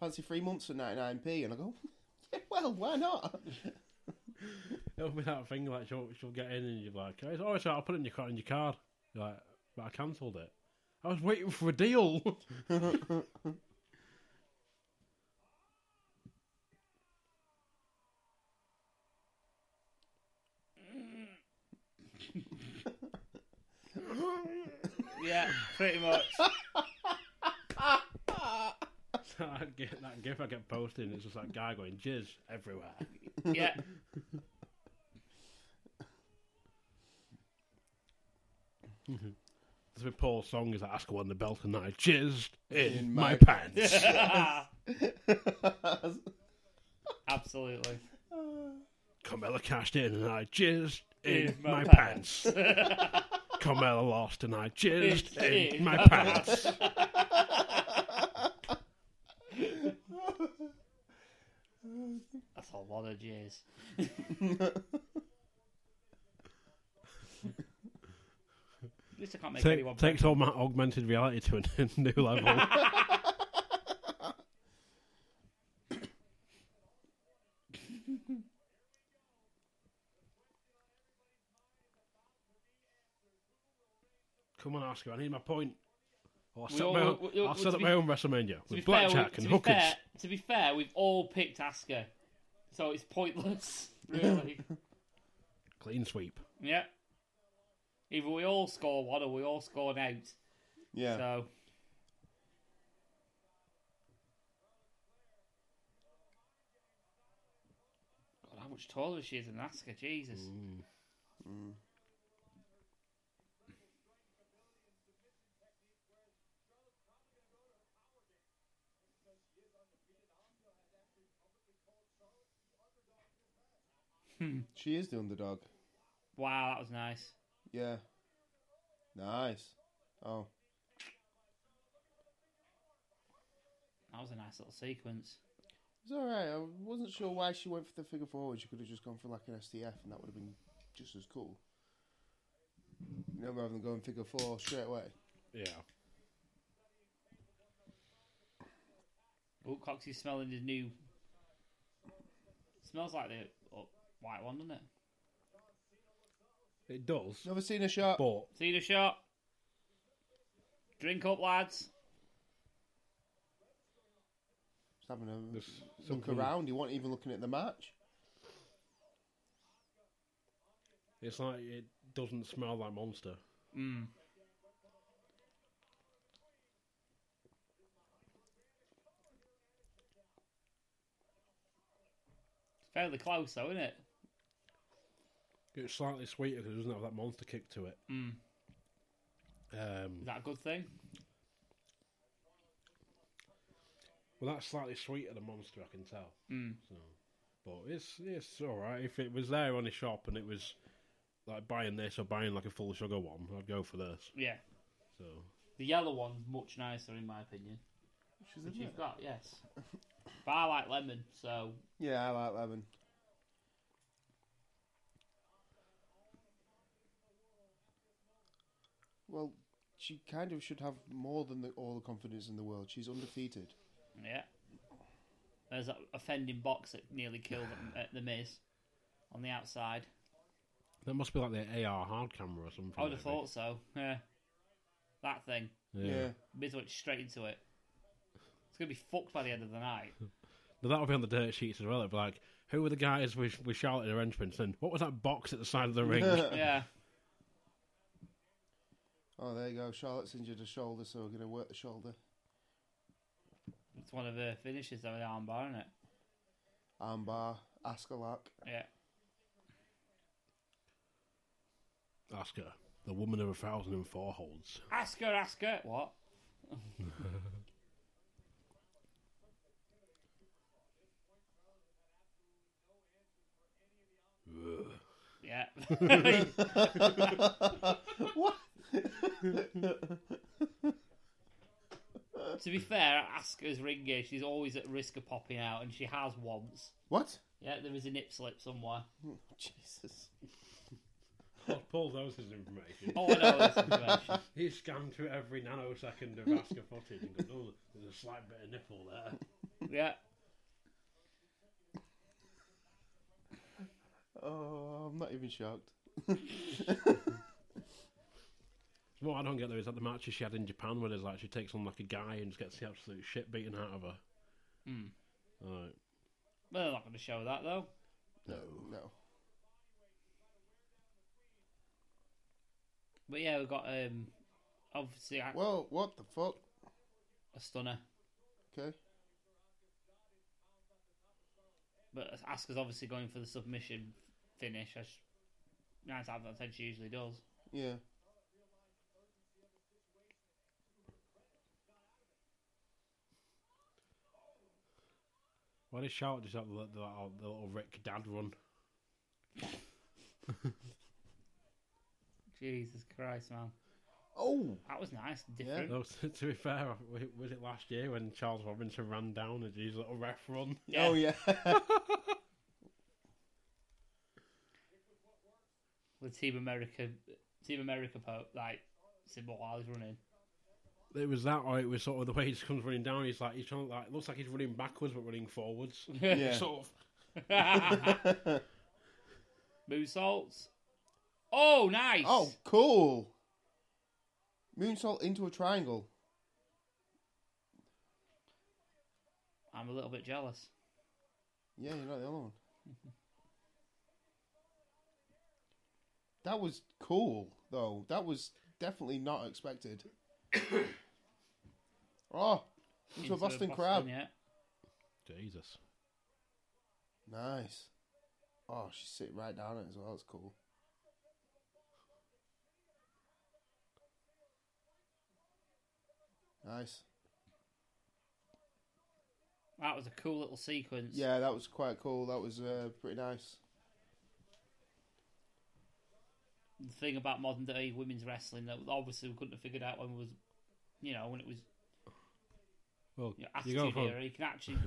fancy three months for 99p, and I go, yeah, well, why not? it'll be that thing like she'll, she'll get in and you're like, oh, it's alright, I'll put it in your, card- in your card. You're like, but I cancelled it. I was waiting for a deal. yeah, pretty much. that, gif, that gif I get posted, and it's just that guy going, jizz everywhere. Yeah. There's a Paul song is like, ask one the belt and I jizzed in, In my, my pants. Absolutely. Carmella cashed in and I jizzed in, In my, my pants. Carmella lost and I jizzed In- in, in my my pants. That's a lot of J's. At least I can't make anyone. Take, takes all my augmented reality to a new level. Come on, Oscar, I need my point. Or I'll We set, all- my, own, we- we- I'll we- set to up be- my own WrestleMania to be with fair, blackjack we- and to be hookers. fair, to be fair, we've all picked Asker, so it's pointless, really. Clean sweep. yeah. Either we all score one or we all score out. Yeah. So God, how much taller she is than Asuka, Jesus. She is the underdog. Wow, that was nice. Yeah. Nice. Oh. That was a nice little sequence. It's all right. I wasn't sure why she went for the figure forward. She could have just gone for like an STF, and that would have been just as cool. You know, rather than going figure four straight away. Yeah. Oh, Coxie's smelling his new. Smells like the oh, white one, doesn't it? It does. Never seen a shot. But See the shot. Drink up, lads. Just having a there's look something- around. He wasn't even looking at the match. It's like it doesn't smell like monster. Mm. It's fairly close, though, isn't it? It's slightly sweeter because it doesn't have that monster kick to it. Mm. Um, Is that a good thing? well, that's slightly sweeter than monster, I can tell. Mm. So, but it's it's all right. If it was there on the shop and it was like buying this or buying like a full sugar one, I'd go for this. Yeah. So The yellow one's much nicer, in my opinion. She's Which in you've there. got, yes. But I like lemon, so Yeah, I like lemon. Well, she kind of should have more than the, all the confidence in the world. She's undefeated. yeah. There's that offending box that nearly killed the, uh, the Miz on the outside. that must be like the AR hard camera or something. I would have maybe. thought so. Yeah. That thing. Yeah. Miz went straight into it. It's gonna be fucked by the end of the night. But that'll be on the dirt sheets as well. It'll be like, who were the guys with, with Charlotte in her entrance? And what was that box at the side of the ring? Yeah. Oh, there you go. Charlotte's injured her shoulder, so we're going to work the shoulder. It's one of her finishes though, the armbar, isn't it? Armbar, Ascalak. Yeah. Asuka, the woman of a thousand and four holds. Ask her, ask her. What? Yeah. What? to be fair, Asuka's ring gear, she's always at risk of popping out, and she has once. What? Yeah, there is a nip slip somewhere. Jesus. Paul knows his information. Oh, I know this information. He's scanned through every nanosecond of Asuka footage and goes, oh, there's a slight bit of nipple there. Yeah. Oh, I'm not even shocked. What I don't get though is that the matches she had in Japan where there's like she takes on like a guy and just gets the absolute shit beaten out of her. Hmm. Alright. Well, they're not going to show that, though. No. No. But yeah, we've got, um, obviously, a, Well, what the fuck? a stunner. Okay. But Asuka's obviously going for the submission finish. As nine times out of ten, she usually does. Yeah. Why did Charlotte just have the, the, little- the little Rick dad run? Jesus Christ, man. Oh! That was nice and different. Though, to to be fair, wa- was it last year when Charles Robinson ran down and did his little ref run? Yeah. Oh, yeah. The Team America, Team America, po- like, symbol while he's running. It was that, or it was sort of the way he just comes running down. He's like, he's trying to, like, looks like he's running backwards but running forwards. yeah. Sort of. uh-huh. Moonsaults. Oh, nice. Oh, cool. Moonsault into a triangle. I'm a little bit jealous. Yeah, you're not the other one. that was cool, though. That was definitely not expected. oh, into, a Boston, crab. Yeah. Jesus. Nice. Oh, she's sitting right down it as well. That's cool. Nice. That was a cool little sequence. Yeah, that was quite cool. That was uh, pretty nice. The thing about modern day women's wrestling that obviously we couldn't have figured out when it was, you know, when it was Well, you know, you go attitude from, eh? era. You can actually,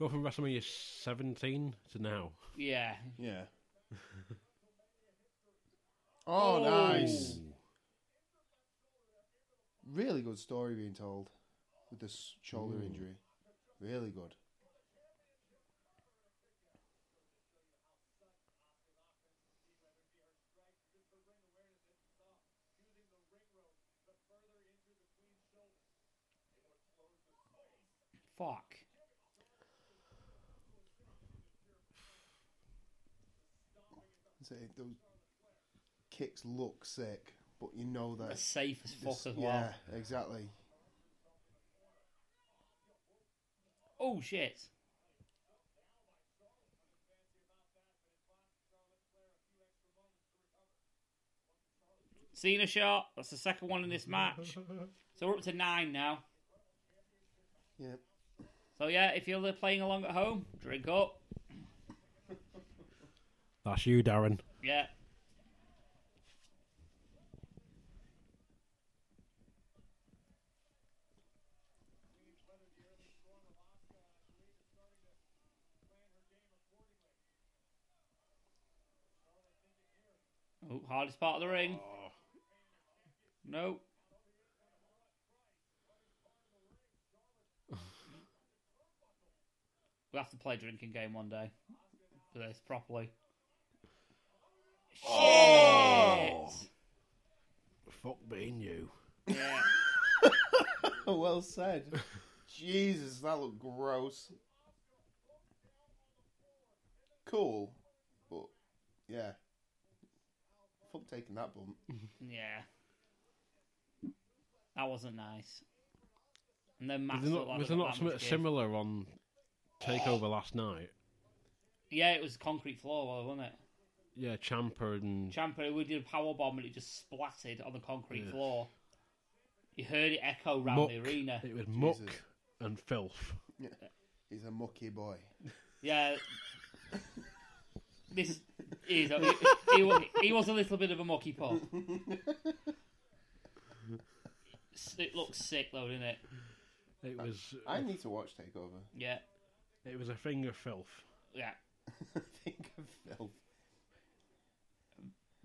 go from WrestleMania 17 to now. yeah. Yeah. oh, nice. Really good story being told with this shoulder injury. Really good. Fuck. Say, those kicks look sick, but you know that. That's safe as fuck this- as well. yeah, exactly. Oh shit. Cena shot. That's the second one in this match. So we're up to nine now. Yeah. So yeah, if you're playing along at home, drink up. That's you, Darren. Yeah. Oh, hardest part of the ring. No. we have to play drinking game one day for this properly. Shit. Fuck being you. Yeah. well said. Jesus, that looked gross. Cool, but yeah, fuck taking that bump. yeah. That wasn't nice. And then Max Was there looked not, like was I there don't not know how something much he gave. similar on Takeover last night? Yeah, it was concrete floor, wasn't it? Yeah, Champer and Champa, we did a power bomb and it just splattered on the concrete Yeah. floor. You heard it echo round Muck. the arena. It was Muck Jesus. and Filth. He's a mucky boy. Yeah. this is a, he, wa- he was a little bit of a mucky pop. It looks sick though, didn't it? It was I need to watch Takeover. Yeah, it was a thing of filth. yeah. I think of filth.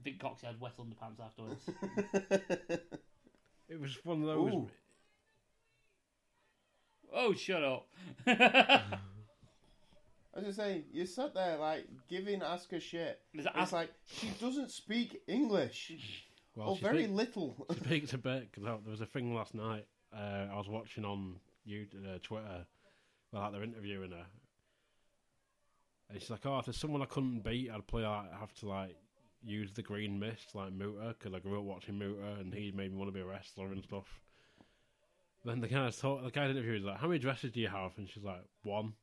Big Cox had wet underpants afterwards. It was one of those. Ooh. oh, shut up. I was just saying, you sat there like giving Asuka shit. Is it It's As- like she doesn't speak English Well, or she Oh, very speak- little. she speaks a bit because there was a thing last night uh, I was watching on you uh, Twitter. where, Like they're interviewing her, and she's like, "Oh, if there's someone I couldn't beat, I'd play. Like, have to like use the green mist like Muta because I grew up watching Muta and he made me want to be a wrestler and stuff." Then the guy thought the guy interviewed like, "How many dresses do you have?" And she's like, "One."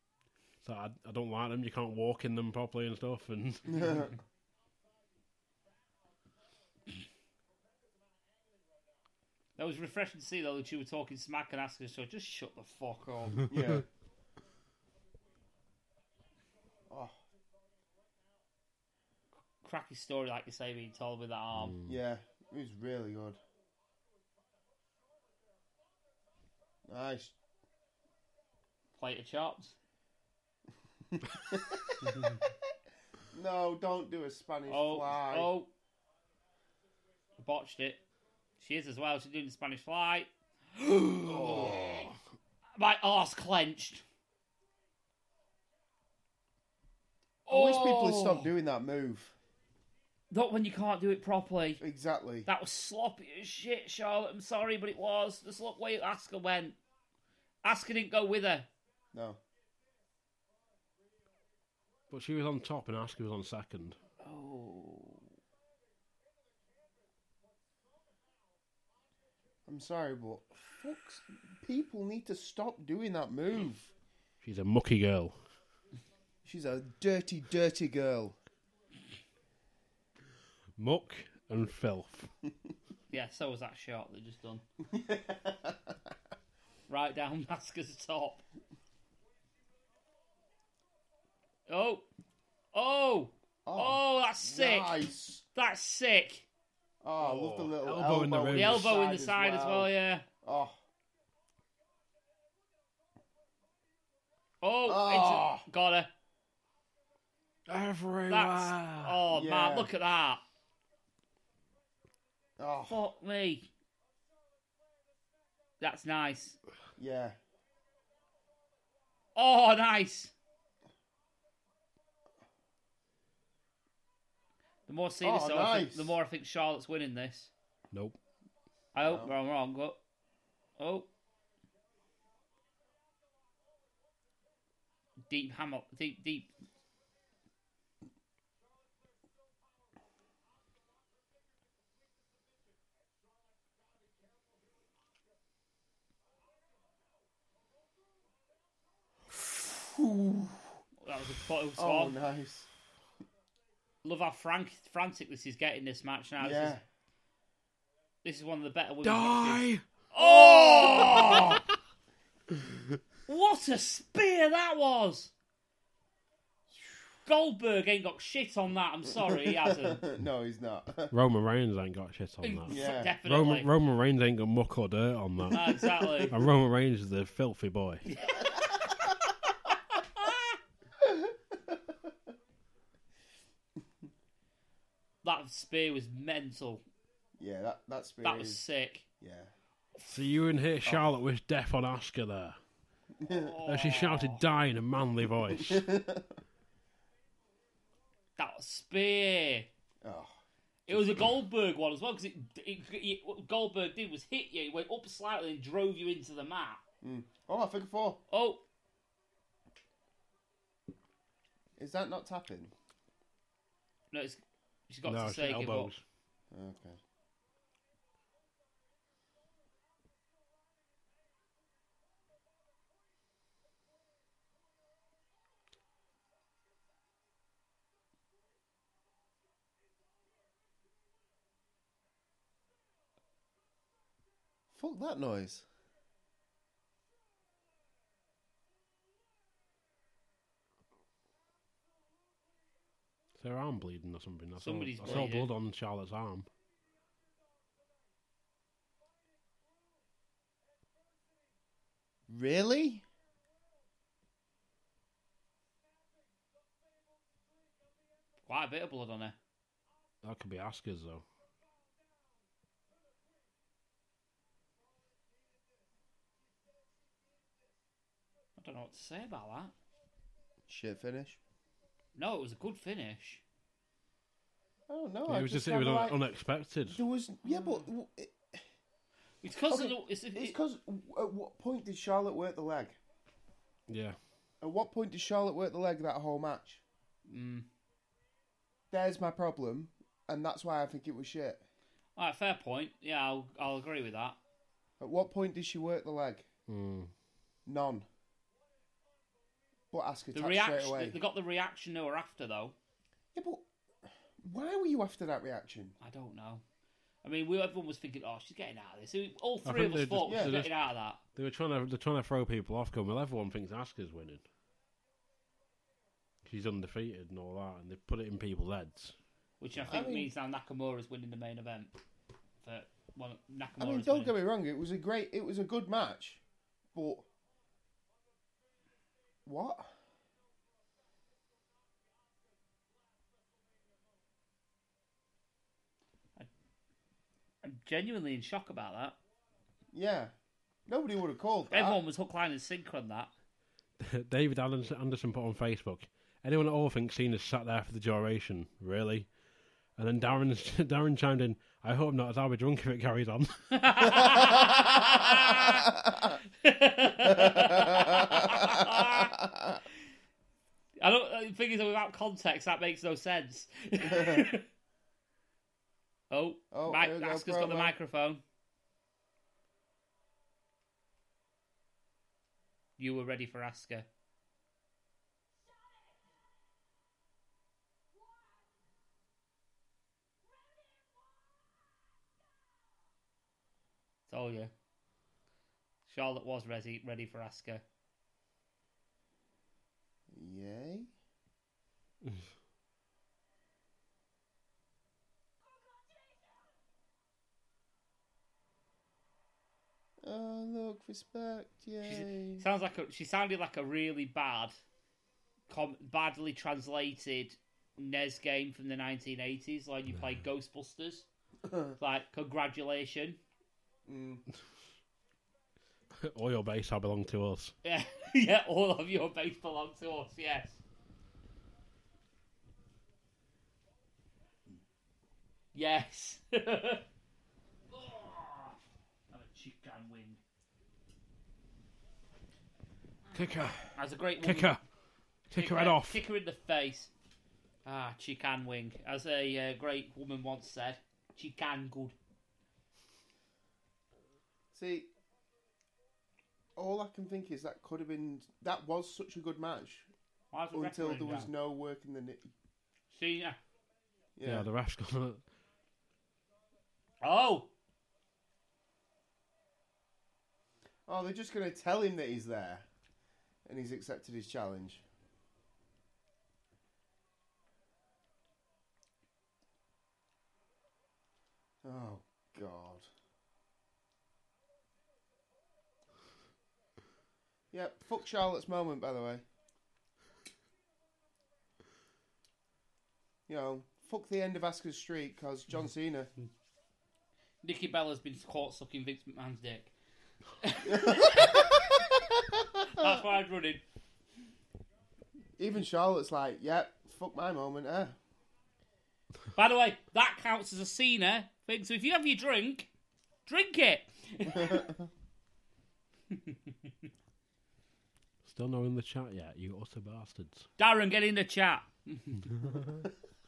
So I, I don't like them. You can't walk in them properly and stuff. And that was refreshing to see though that you were talking smack and asking, so just shut the fuck up. yeah. Oh Cracky story, like you say, being told with that arm. yeah, it was really good. Nice. Plate of chops. No, don't do a Spanish Oh, fly. oh. I botched it. She is as well. She's doing the Spanish fly. My arse clenched. I wish people had Oh. stopped doing that move. Not when you can't do it properly. Exactly. That was sloppy as shit, Charlotte. I'm sorry, but it was. Just look where Asuka went. Asuka didn't go with her. No. but she was on top and Asuka was on second. Oh. I'm sorry, but fucks, people need to stop doing that move. She's a mucky girl. She's a dirty, dirty girl. Muck and filth. Yeah, so was that shot they just done. right down Asuka's top. Oh. Oh. Oh, that's sick. Nice. That's sick. Oh, I love the little elbow elbow in the ring. The On elbow in the side as well, yeah. Oh, Oh, Oh. into- got her. Everywhere. That's oh Yeah. man, look at that. oh, Fuck me. That's nice. yeah. Oh, nice. The more I see this, Oh, though, I think- nice. the more I think Charlotte's winning this. Nope. I hope I'm wrong, but oh, deep hammer, deep, deep. That was a photo Oh, swan. nice. Love how frank, frantic this is getting this match now. This, Yeah. is, this is one of the better women's matches. Die! Oh! what a spear that was! Goldberg ain't got shit on that. I'm sorry, he hasn't. no, he's not. Roman Reigns ain't got shit on that. Yeah. Definitely. Roman, Roman Reigns ain't got muck or dirt on that. Ah, exactly. and Roman Reigns is the filthy boy. that spear was mental. yeah, that that spirit. That was is- sick. Yeah. So you in here, Charlotte, with death on Asuka there. As Oh, she shouted, die in a manly voice. That spear. Oh, It It was a Goldberg one as well because it, it, it- what Goldberg did was hit you, it went up slightly and drove you into the mat. Oh, figure four. Oh, Is that not tapping? no, it's, she's got no, to it's say it. elbows. Okay. Fuck that noise. Is her arm bleeding or something? I saw- Somebody's I saw bleeding. blood on Charlotte's arm. Really? Quite a bit of blood on her. That could be Asker's though. I don't know what to say about that. Shit finish. No, it was a good finish. I don't know. Yeah, Oh, I it was just, it was kinda un- like, Hmm. unexpected. there was yeah, but w- it, It's because Okay, of the, it's, It's it, because at what point did Charlotte work the leg? Yeah, At what point did Charlotte work the leg that whole match? Mm. There's my problem, and that's why I think it was shit. All right, fair point. Yeah, I'll, I'll agree with that. At what point did she work the leg? mm. None. But ask her The tapped straight reaction, away. they got the reaction they were after though. Yeah, but why were you after that reaction? I don't know. I mean, we everyone was thinking, oh, she's getting out of this. All I three think of us they thought just- she's they getting out of that. they were trying to they're trying to throw people off. Going well, everyone thinks Asker's winning. She's undefeated and all that, and they put it in people's heads. Which I I think mean- means now Nakamura's winning the main event. For well, Nakamura's I mean, don't winning. get me wrong. It was a great. It was a good match, but what? I'm genuinely in shock about that. Yeah, nobody would have called that. Everyone was hook, line, and sinker on that. David Allen- Anderson put on Facebook. Anyone at all thinks Cena's sat there for the duration? Really? And then Darren Darren chimed in. I hope not, as I'll be drunk if it carries on. I don't. The thing is, without context, that makes no sense. oh, Oh, Mike, here we go, Asuka's got the promo. microphone. You were ready for Asuka. Told you. Charlotte was ready, ready for Asuka. Yay. Oh look, respect, yay! She's, sounds like a, she sounded like a really bad, com, badly translated NES game from the 1980s. Like you played Ghostbusters. like congratulations. Mm. Oil base, I belong to us. Yeah, yeah. All of your base belong to us. Yes. Yes. oh, I'm a chicken wing. Kicker, That's a great woman- kicker, kick her head her- off. Kick her in the face. Ah, she can wing. As a uh, great woman once said, she can good. See, all I can think is that could have been that was such a good match Why is the until referee there was down? no work in the knee. Cena. Yeah. the ref's gone. Oh, Oh, they're just going to tell him that he's there, and he's accepted his challenge. Oh God. Yep, fuck Charlotte's moment, by the way. You know, fuck the end of Asuka's streak, cause John Cena. Nikki Bella's been caught sucking Vince McMahon's dick. That's why I'm running. Even Charlotte's like, yep, fuck my moment, eh? By the way, that counts as a Cena thing. So if you have your drink, drink it. Still not in the chat yet, you utter bastards. Darren, get in the chat.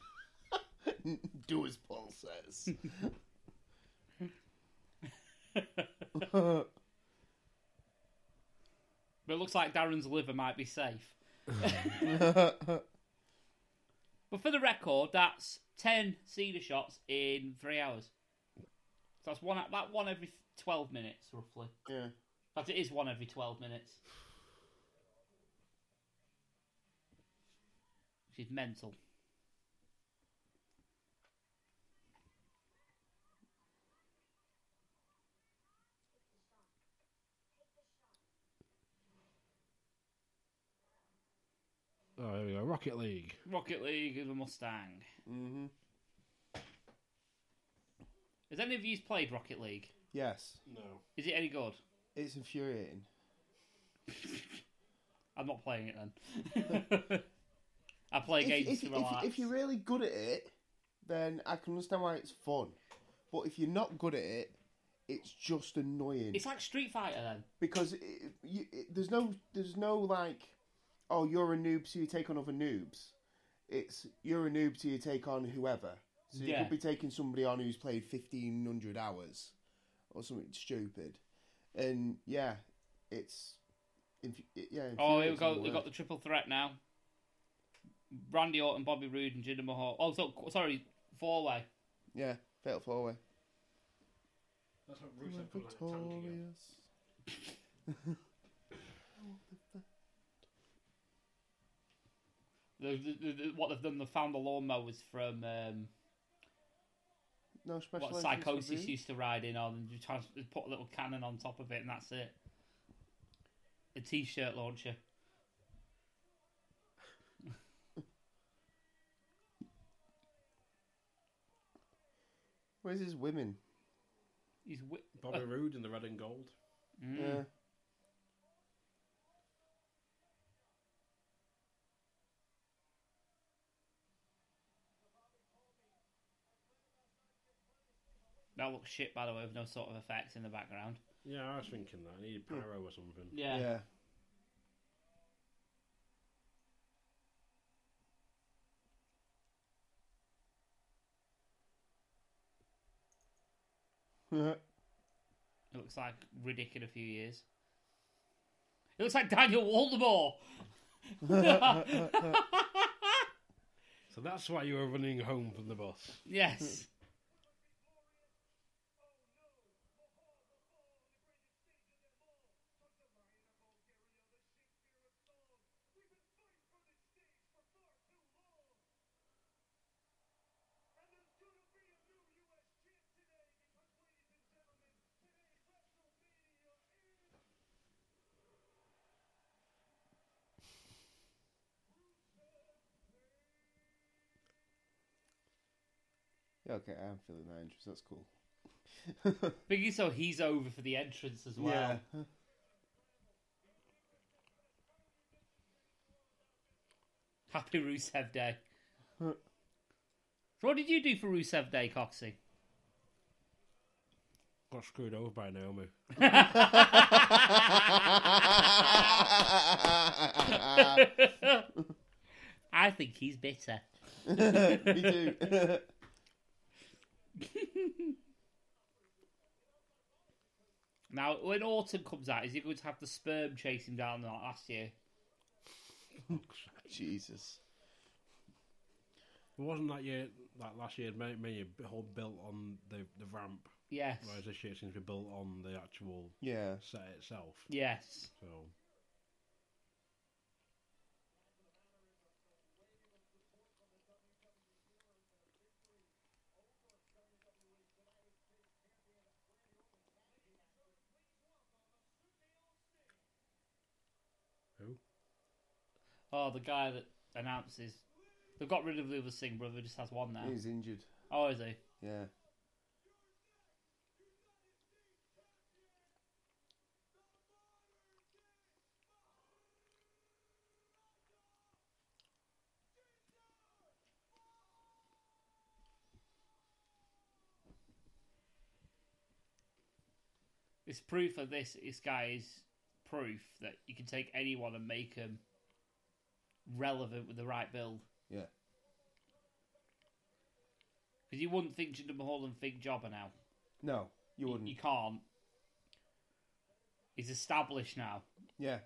Do as Paul says. But it looks like Darren's liver might be safe. but for the record, that's ten Cena shots in three hours. So that's one. That one every twelve minutes, roughly. yeah. But it is one every twelve minutes. Which is mental. Oh, there we go. Rocket League. Rocket League is a Mustang. hmm Has any of you played Rocket League? Yes. No. Is it any good? It's infuriating. I'm not playing it then. I play games if, to if, relax. if you're really good at it, then I can understand why it's fun. But if you're not good at it, it's just annoying. It's like Street Fighter then. because it, you, it, there's no there's no like oh you're a noob so you take on other noobs it's you're a noob so you take on whoever so you Yeah. could be taking somebody on who's played 1500 hours or something stupid and yeah it's inf- it- yeah Oh, here we infuriating got we word. got the triple threat now. Randy Orton, Bobby Roode, and Jinder Mahal. Oh, so, sorry, four way. yeah fatal four way That's what Rusev put like a tank again. The, the, the, the- what they've done, they found the lawnmowers from um, no special what entrance Psychosis review? used to ride in on, and you try to put a little cannon on top of it, and that's it. A t-shirt launcher. where's his women He's wi- Bobby Roode in the red and gold. Mm. yeah That looks shit, by the way, with no sort of effects in the background. Yeah, I was thinking that. He needed pyro or something. Yeah. yeah, It looks like Riddick in a few years. It looks like Daniel Waldemar. So that's why you were running home from the bus. Hmm. Yes. Yeah, okay i'm feeling that interest that's cool Biggie, so he's over for the entrance as well. Yeah. Happy Rusev Day. so, what did you do for Rusev Day, Coxie? Got screwed over by Naomi. I think he's bitter. Me too. Now, when Autumn comes out, is he going to have the sperm chase him down like last year? Jesus. It wasn't that year, that last year, many, many whole built on the, the ramp, Yes. whereas this year it seems to be built on the actual Yeah. set itself. Yes. So, who? Oh, the guy that announces. They've got rid of the other Singh brother, just has one now. He's injured. Oh, is he? Yeah. It's proof of this. This guy is proof that you can take anyone and make them relevant with the right build. Yeah. Because you wouldn't think Jinder Mahal and think Jobber now. No, you You, wouldn't. you can't. He's established now. Yeah.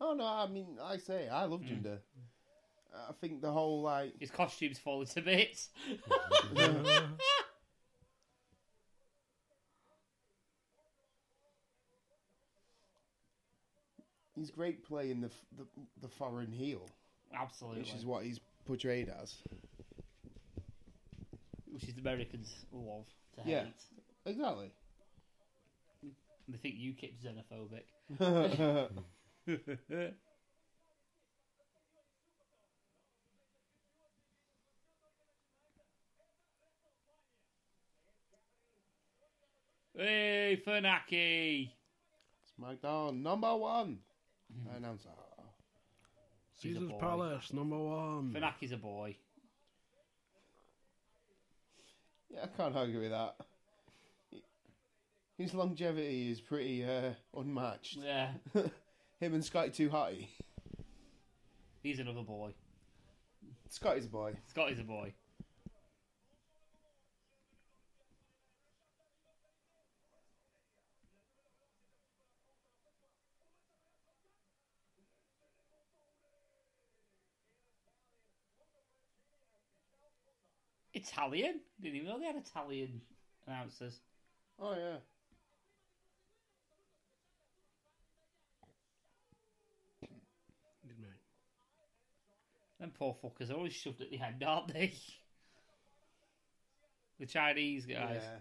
Oh no, I mean, I say I love Mm. Jinder. I think the whole like His costume's falling to bits. he's great playing the f- the, the foreign heel, Absolutely. which is what he's portrayed as. which is the Americans love to hate. Yeah. Exactly. And they think UKIP's xenophobic. Hey, Funaki! SmackDown number one. I announce that. He's a Caesar's boy. Palace, number one. Funaki's a boy. Yeah, I can't argue with that. His longevity is pretty uh, unmatched. Yeah, Him and Scotty Too Hotty. he's another boy. Scotty's a boy. Scotty's a boy. Italian? Didn't even know they had Italian announcers. Oh yeah. Excuse me. Them poor fuckers are always shoved at the end, aren't they? The Chinese guys. Yeah.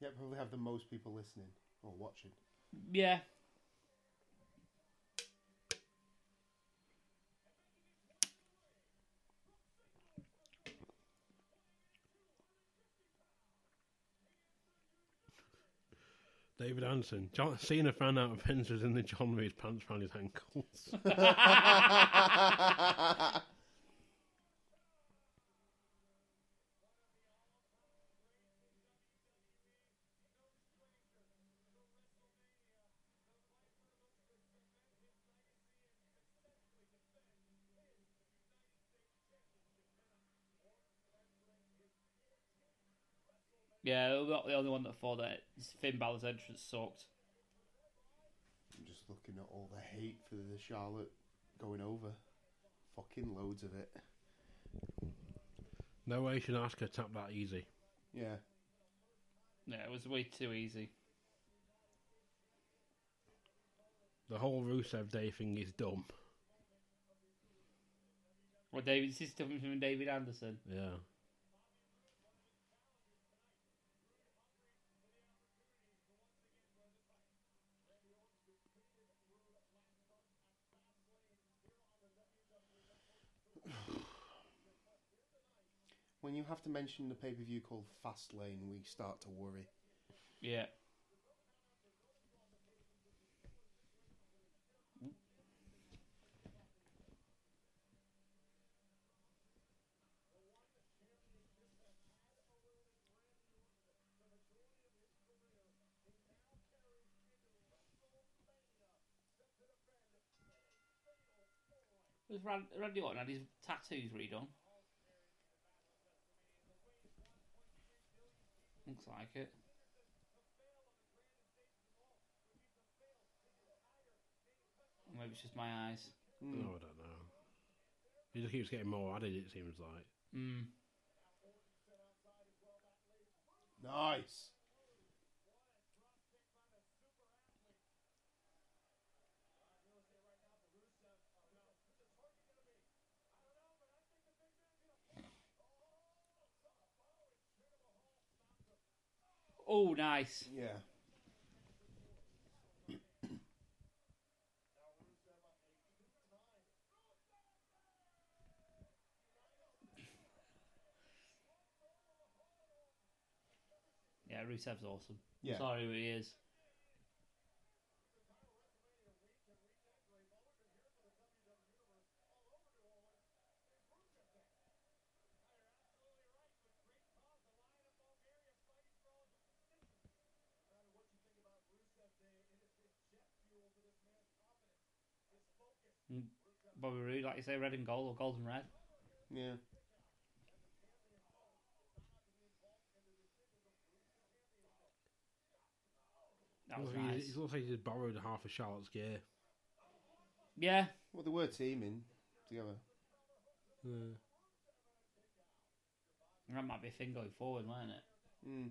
Yeah, probably have the most people listening or watching. Yeah. David Anderson. John Cena found out Vince was in the John with his pants around his ankles. Yeah, I'm not the only one that thought that Finn Balor's entrance sucked. I'm just looking at all the hate for the Charlotte going over. Fucking loads of it. no way should Asuka tap that easy. Yeah. Yeah, it was way too easy. The whole Rusev Day thing is dumb. Well, David, this is coming from David Anderson. Yeah. When you have to mention the pay per view called Fast Lane, we start to worry. Yeah. Was Rand- Randy Orton had his tattoos redone? Looks like it. Or Maybe it's just my eyes. Mm. No, Oh, I don't know. He just keeps getting more added, it seems like. Mm. Nice. Oh, nice. Yeah. Yeah, Rusev's awesome. Yeah. Sorry, he is. Mm. Bobby Roode, like you say, red and gold or gold and red. Yeah. That was Looks like he- nice. It looks like he just borrowed half of Charlotte's gear. Yeah, Well, they were teaming together. Yeah. that might be a thing going forward, won't it? Mm.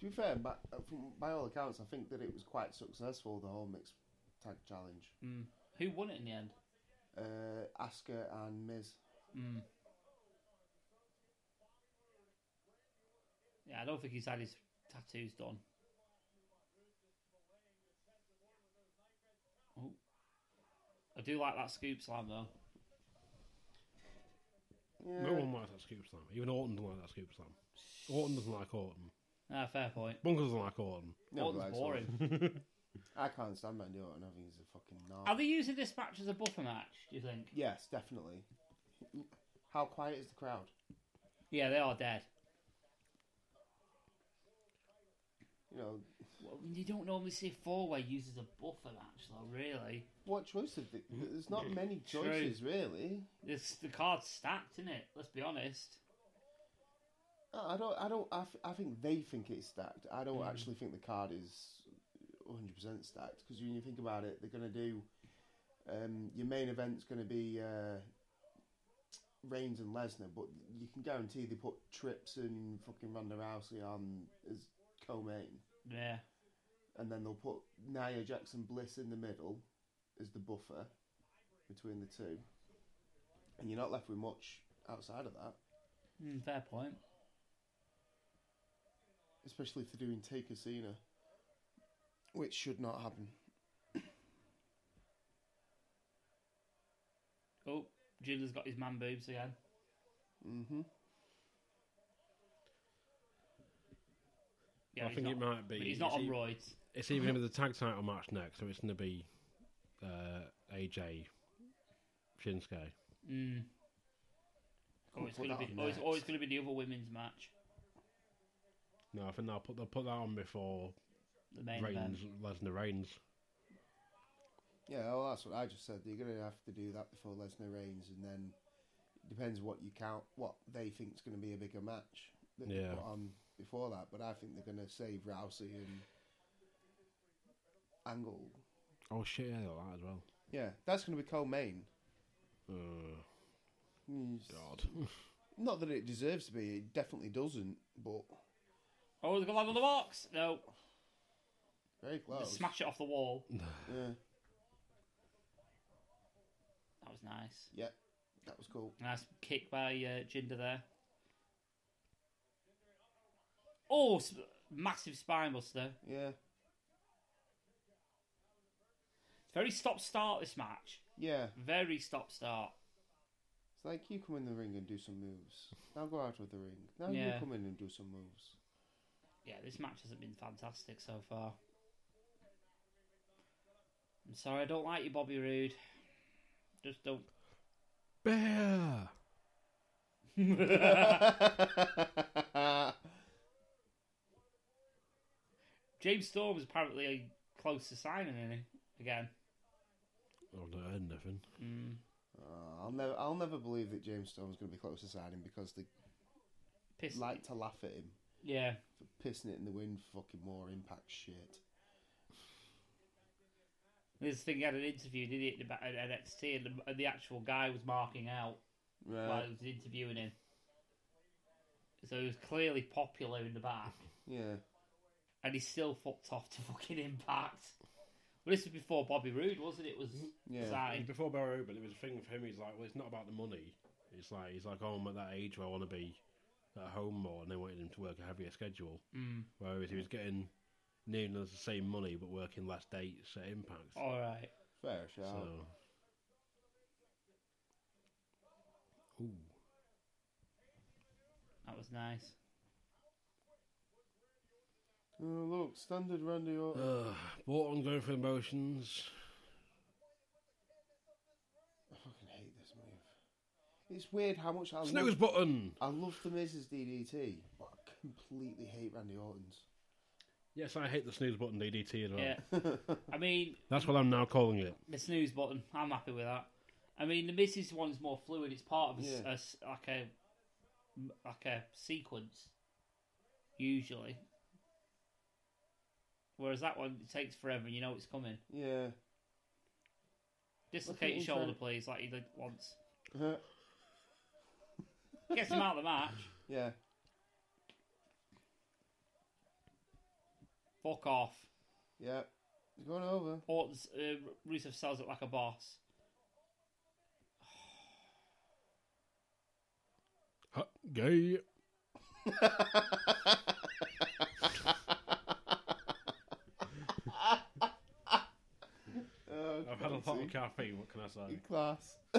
To be fair, by, uh, from, by all accounts, I think that it was quite successful, the whole mixed tag challenge. Mm. Who won it in the end? Uh, Asuka and Miz. Mm. Yeah, I don't think he's had his tattoos done. Oh. I do like that scoop slam though. Yeah. No one likes that scoop slam. Even Orton doesn't like that scoop slam. Orton doesn't like Orton. Ah, fair point. Bunker doesn't like Orton. Never Orton's likes boring. Orton. I can't stand Randy Orton. I think he's a fucking knob. Are they using this match as a buffer match, do you think? Yes, definitely. How quiet is the crowd? Yeah, they are dead. You know, Well, you don't normally see four way used as a buffer match, though, really. what choice have they... There's not many choices, really. This, the card's stacked, isn't it? Let's be honest. I I don't. I don't. I, th- I think they think it's stacked. I don't actually think the card is 100 percent stacked because when you think about it, they're going to do um, your main event's going to be uh, Reigns and Lesnar, but you can guarantee they put Trips and fucking Ronda Rousey on as co-main, Yeah. and then they'll put Nia Jackson Bliss in the middle as the buffer between the two, and you're not left with much outside of that. Mm, fair point. especially if they're doing Taker Cena, which should not happen. Oh, Jiggler's got his man boobs again. Mm-hmm. Yeah, I he's think it not- might be. But he's not it's on e- roids. It's even going to be the tag title match next, so it's going to be uh, AJ Shinsuke. Mm. Oh, it's put gonna that on be. Oh, it's next. always gonna be the other women's match. No, I think they'll put they'll put that on before The main event. Reigns Lesnar Reigns. Yeah, well, that's what I just said. You're going to have to do that before Lesnar Reigns, and then depends what you count, what they think's going to be a bigger match that they Yeah. put on before that. But I think they're going to save Rousey and Angle. Oh shit, yeah, they'll like that as well. Yeah, that's going to be co-main. Uh, Mm, God, Not that it deserves to be. It definitely doesn't. But Oh, they've got that on the box. No, very just close. smash it off the wall. Yeah, That was nice. yeah, that was cool. Nice kick by uh, Jinder there. Oh, sp- massive spine buster. Yeah, Very stop start this match. yeah. Very stop start. It's like you come in the ring and do some moves. Now go out of the ring. Now you Yeah. come in and do some moves. Yeah, this match hasn't been fantastic so far. I'm sorry, I don't like you, Bobby Roode. Just don't. bear. Ah, James Storm was apparently close to signing in again. I've not heard nothing. Mm. Oh, I'll never, I'll never believe that James Storm's going to be close to signing because they Piss. like to laugh at him Yeah, for pissing it in the wind. for Fucking more impact shit. this thing had an interview, did it, about at NXT, and the, and the actual guy was marking out while Right? he was interviewing him. So he was clearly popular in the back, Yeah. and he still fucked off to fucking Impact. Well, this was before Bobby Roode, wasn't it? It was Yeah. signed. Before Barry Rubin, it was a thing with him. He's like, well, it's not about the money. It's like he's like, oh, I'm at that age where I want to be at home more, and they wanted him to work a heavier schedule. Mm. Whereas he was getting nearly the same money but working less dates at Impact. All right. Fair shout. So. Ooh. That was nice. Oh, look, standard Randy Orton. Ugh, bought on going for emotions. I fucking hate this move. It's weird how much I Snooze love, button. I love the Miz's DDT, but I completely hate Randy Orton's. Yes, I hate the snooze button DDT as well. Yeah. I mean, That's what I'm now calling it. the snooze button. I'm happy with that. I mean, the misses one's more fluid. It's part of a s Yeah. a s like a like a sequence, usually. Whereas that one it takes forever, and you know it's coming. Yeah. Dislocate your Looking shoulder, for- please, like you did once. Uh-huh. Gets him out of the match. yeah. Fuck off. Yeah. It's going over. Orton's uh, Rusev sells it like a boss. Huh, Gay. Oh, I've had a lot fancy. of caffeine. What can I say? Class.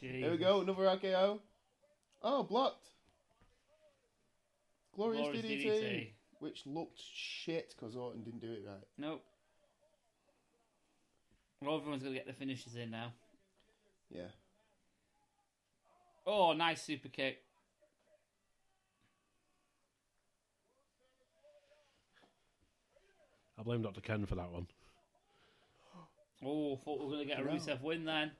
Jeez. Here we go, another RKO. Oh, blocked. Glorious, Glorious DDT, DDT. Which looked shit because Orton didn't do it right. Nope. Well, everyone's gonna get the finishes in now. Yeah. Oh, nice super kick. I blame Dr. Ken for that one. Oh, thought we were gonna get a Wow. Rusev win then.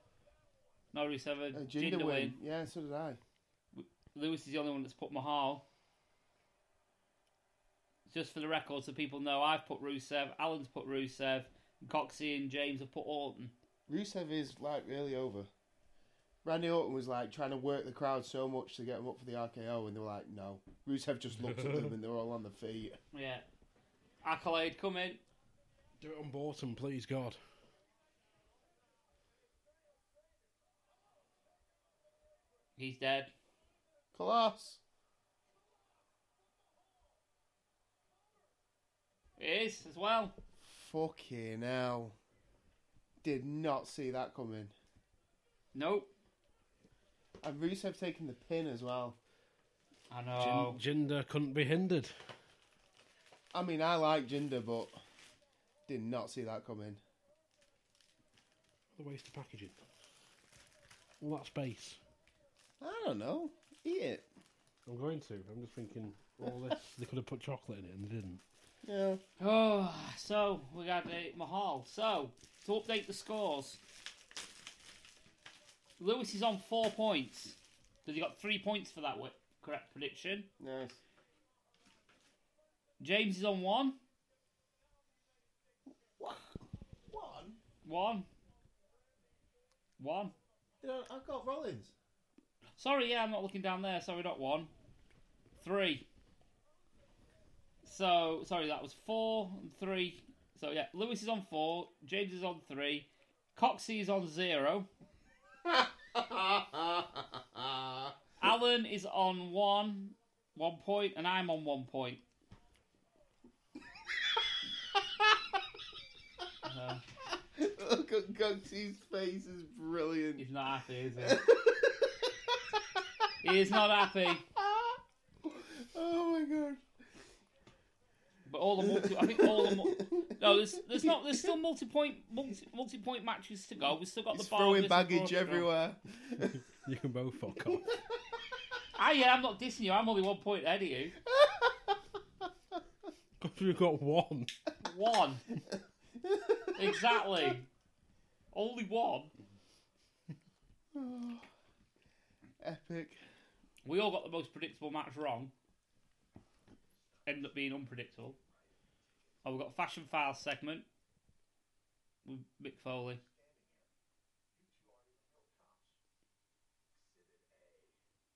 No Rusev, a A Jinder, Jinder win. win. Yeah, so did I. Lewis is the only one that's put Mahal. Just for the record, so people know, I've put Rusev, Alan's put Rusev, Coxie and James have put Orton. Rusev is like really over. Randy Orton was like trying to work the crowd so much to get them up for the RKO, and they were like, no. Rusev just looked at them and they were all on the feet. Yeah. Accolade coming. Do it on Borton, please, God. He's dead. Class. He is as well. Fucking hell. Did not see that coming. Nope. And Rusev taking the pin as well. I Jin- know. Jinder couldn't be hindered. I mean, I like Jinder, but did not see that coming. The waste of packaging. All that space. I don't know. Eat it. I'm going to. I'm just thinking, all this. They could have put chocolate in it and they didn't. Yeah. Oh, so we got uh, Mahal. So to update the scores, Lewis is on four points because he got three points for that wi- correct prediction. Nice. James is on one, One? one, one. You know, I got Rollins. Sorry, yeah, I'm not looking down there. Sorry, not one, three. So sorry, that was four and three. So yeah, Lewis is on four, James is on three, Coxey is on zero. Alan is on one, one point, and I'm on one point. No, Look at Gunksy's face is brilliant. he's not happy, is he? he is not happy. Ah. Oh my god. But all the multi, I think all the mul- no, there's there's not there's still multi point multi multi point matches to go. We've still got He's the bar throwing list, of baggage course, to go. everywhere. You can both fuck off. Ah, yeah, I'm not dissing you. I'm only one point ahead of you. Because we've got one. One. exactly. Only one. Oh. Epic. We all got the most predictable match wrong. Ended up being unpredictable. Oh, we've got Fashion File segment with Mick Foley.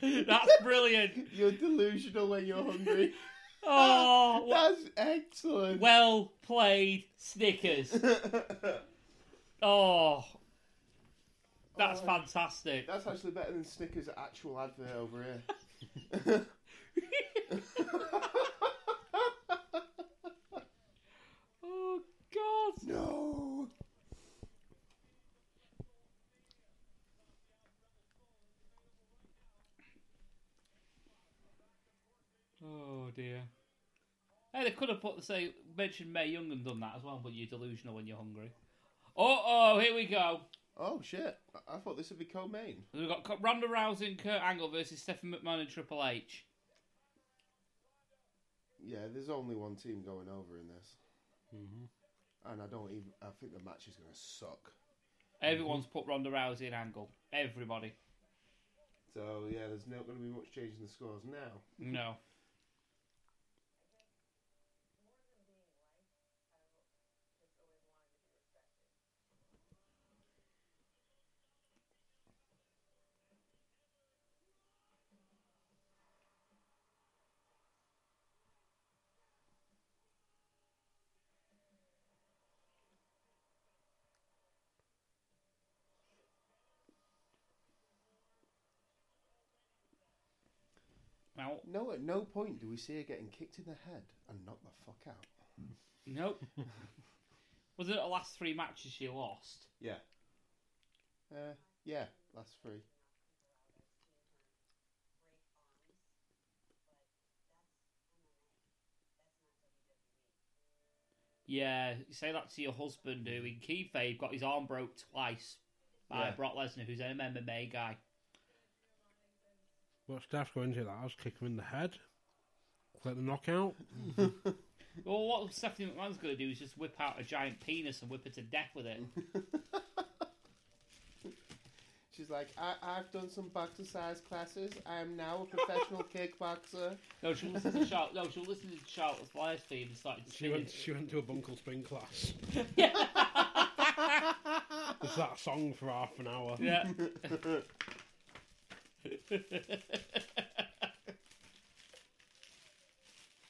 That's brilliant. You're delusional when you're hungry. Oh, wha- That's excellent. well played, Snickers. Oh, That's Oh. fantastic. That's actually better than Snickers' actual advert over here. Oh God. No. Oh dear. Hey, they could have put say mentioned May Young and done that as well, but you're delusional when you're hungry. Oh oh, here we go. Oh shit! I- I thought this would be co-main. We've got Co- Ronda Rousey and Kurt Angle versus Stephen McMahon and Triple H. Yeah, there's only one team going over in this, hmm and I don't even. I think the match is going to suck. Everyone's put Ronda Rousey and Angle. Everybody. So yeah, there's not going to be much change in the scores now. No. No. No, at no point do we see her getting kicked in the head and knocked the fuck out. Nope. Was it the last three matches she lost? Yeah. Uh, yeah, last three. Yeah, you say that to your husband who in kayfabe got his arm broke twice by Yeah. Brock Lesnar, who's an MMA guy. What staff's going to that? I was kick him in the head. Click the knockout. Well, what Stephanie McMahon's going to do is just whip out a giant penis and whip her to death with it. She's like, I- I've done some boxer size classes. I am now a professional kickboxer. No, she'll listen to Charlotte. No, she'll listen to Charlotte Flyers theme and start. She went. She went to a bunkle spring class. There's that song for half an hour. Yeah.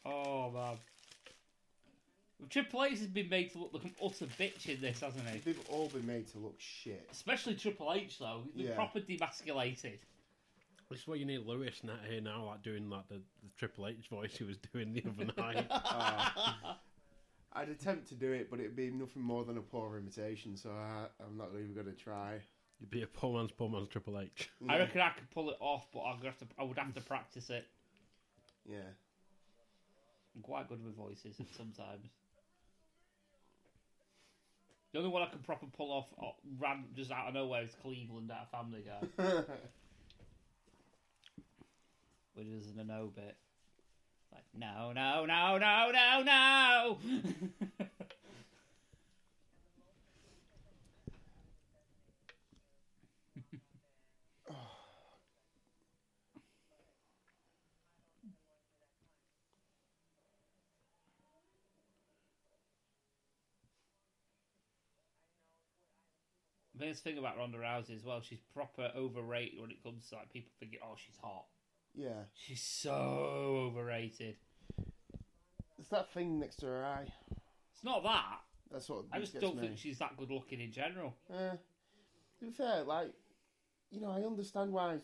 oh man. Triple H has been made to look like an utter bitch in this, hasn't he? They've all been made to look shit. Especially Triple H though. He's Yeah. proper demasculated. This is why you need Lewis not here now, like doing like the, the Triple H voice he was doing the other night. I'd attempt to do it, but it'd be nothing more than a poor imitation, so I, I'm not even going to try. You'd be a poor man's poor man's Triple H. I reckon I could pull it off, but I'd have to, I would have to practice it. Yeah. I'm quite good with voices sometimes. The only one I can proper pull off, uh, ran just out of nowhere, is Cleveland out of Family Guy. Which isn't a no bit. Like, no, no, no, no, no, no! Biggest thing about Ronda Rousey as well, she's proper overrated when it comes to like people thinking, oh, she's hot. Yeah. She's so overrated. It's that thing next to her eye. It's not that. That's what I just gets don't me. think she's that good looking in general. Uh, to be fair, like, you know, I understand why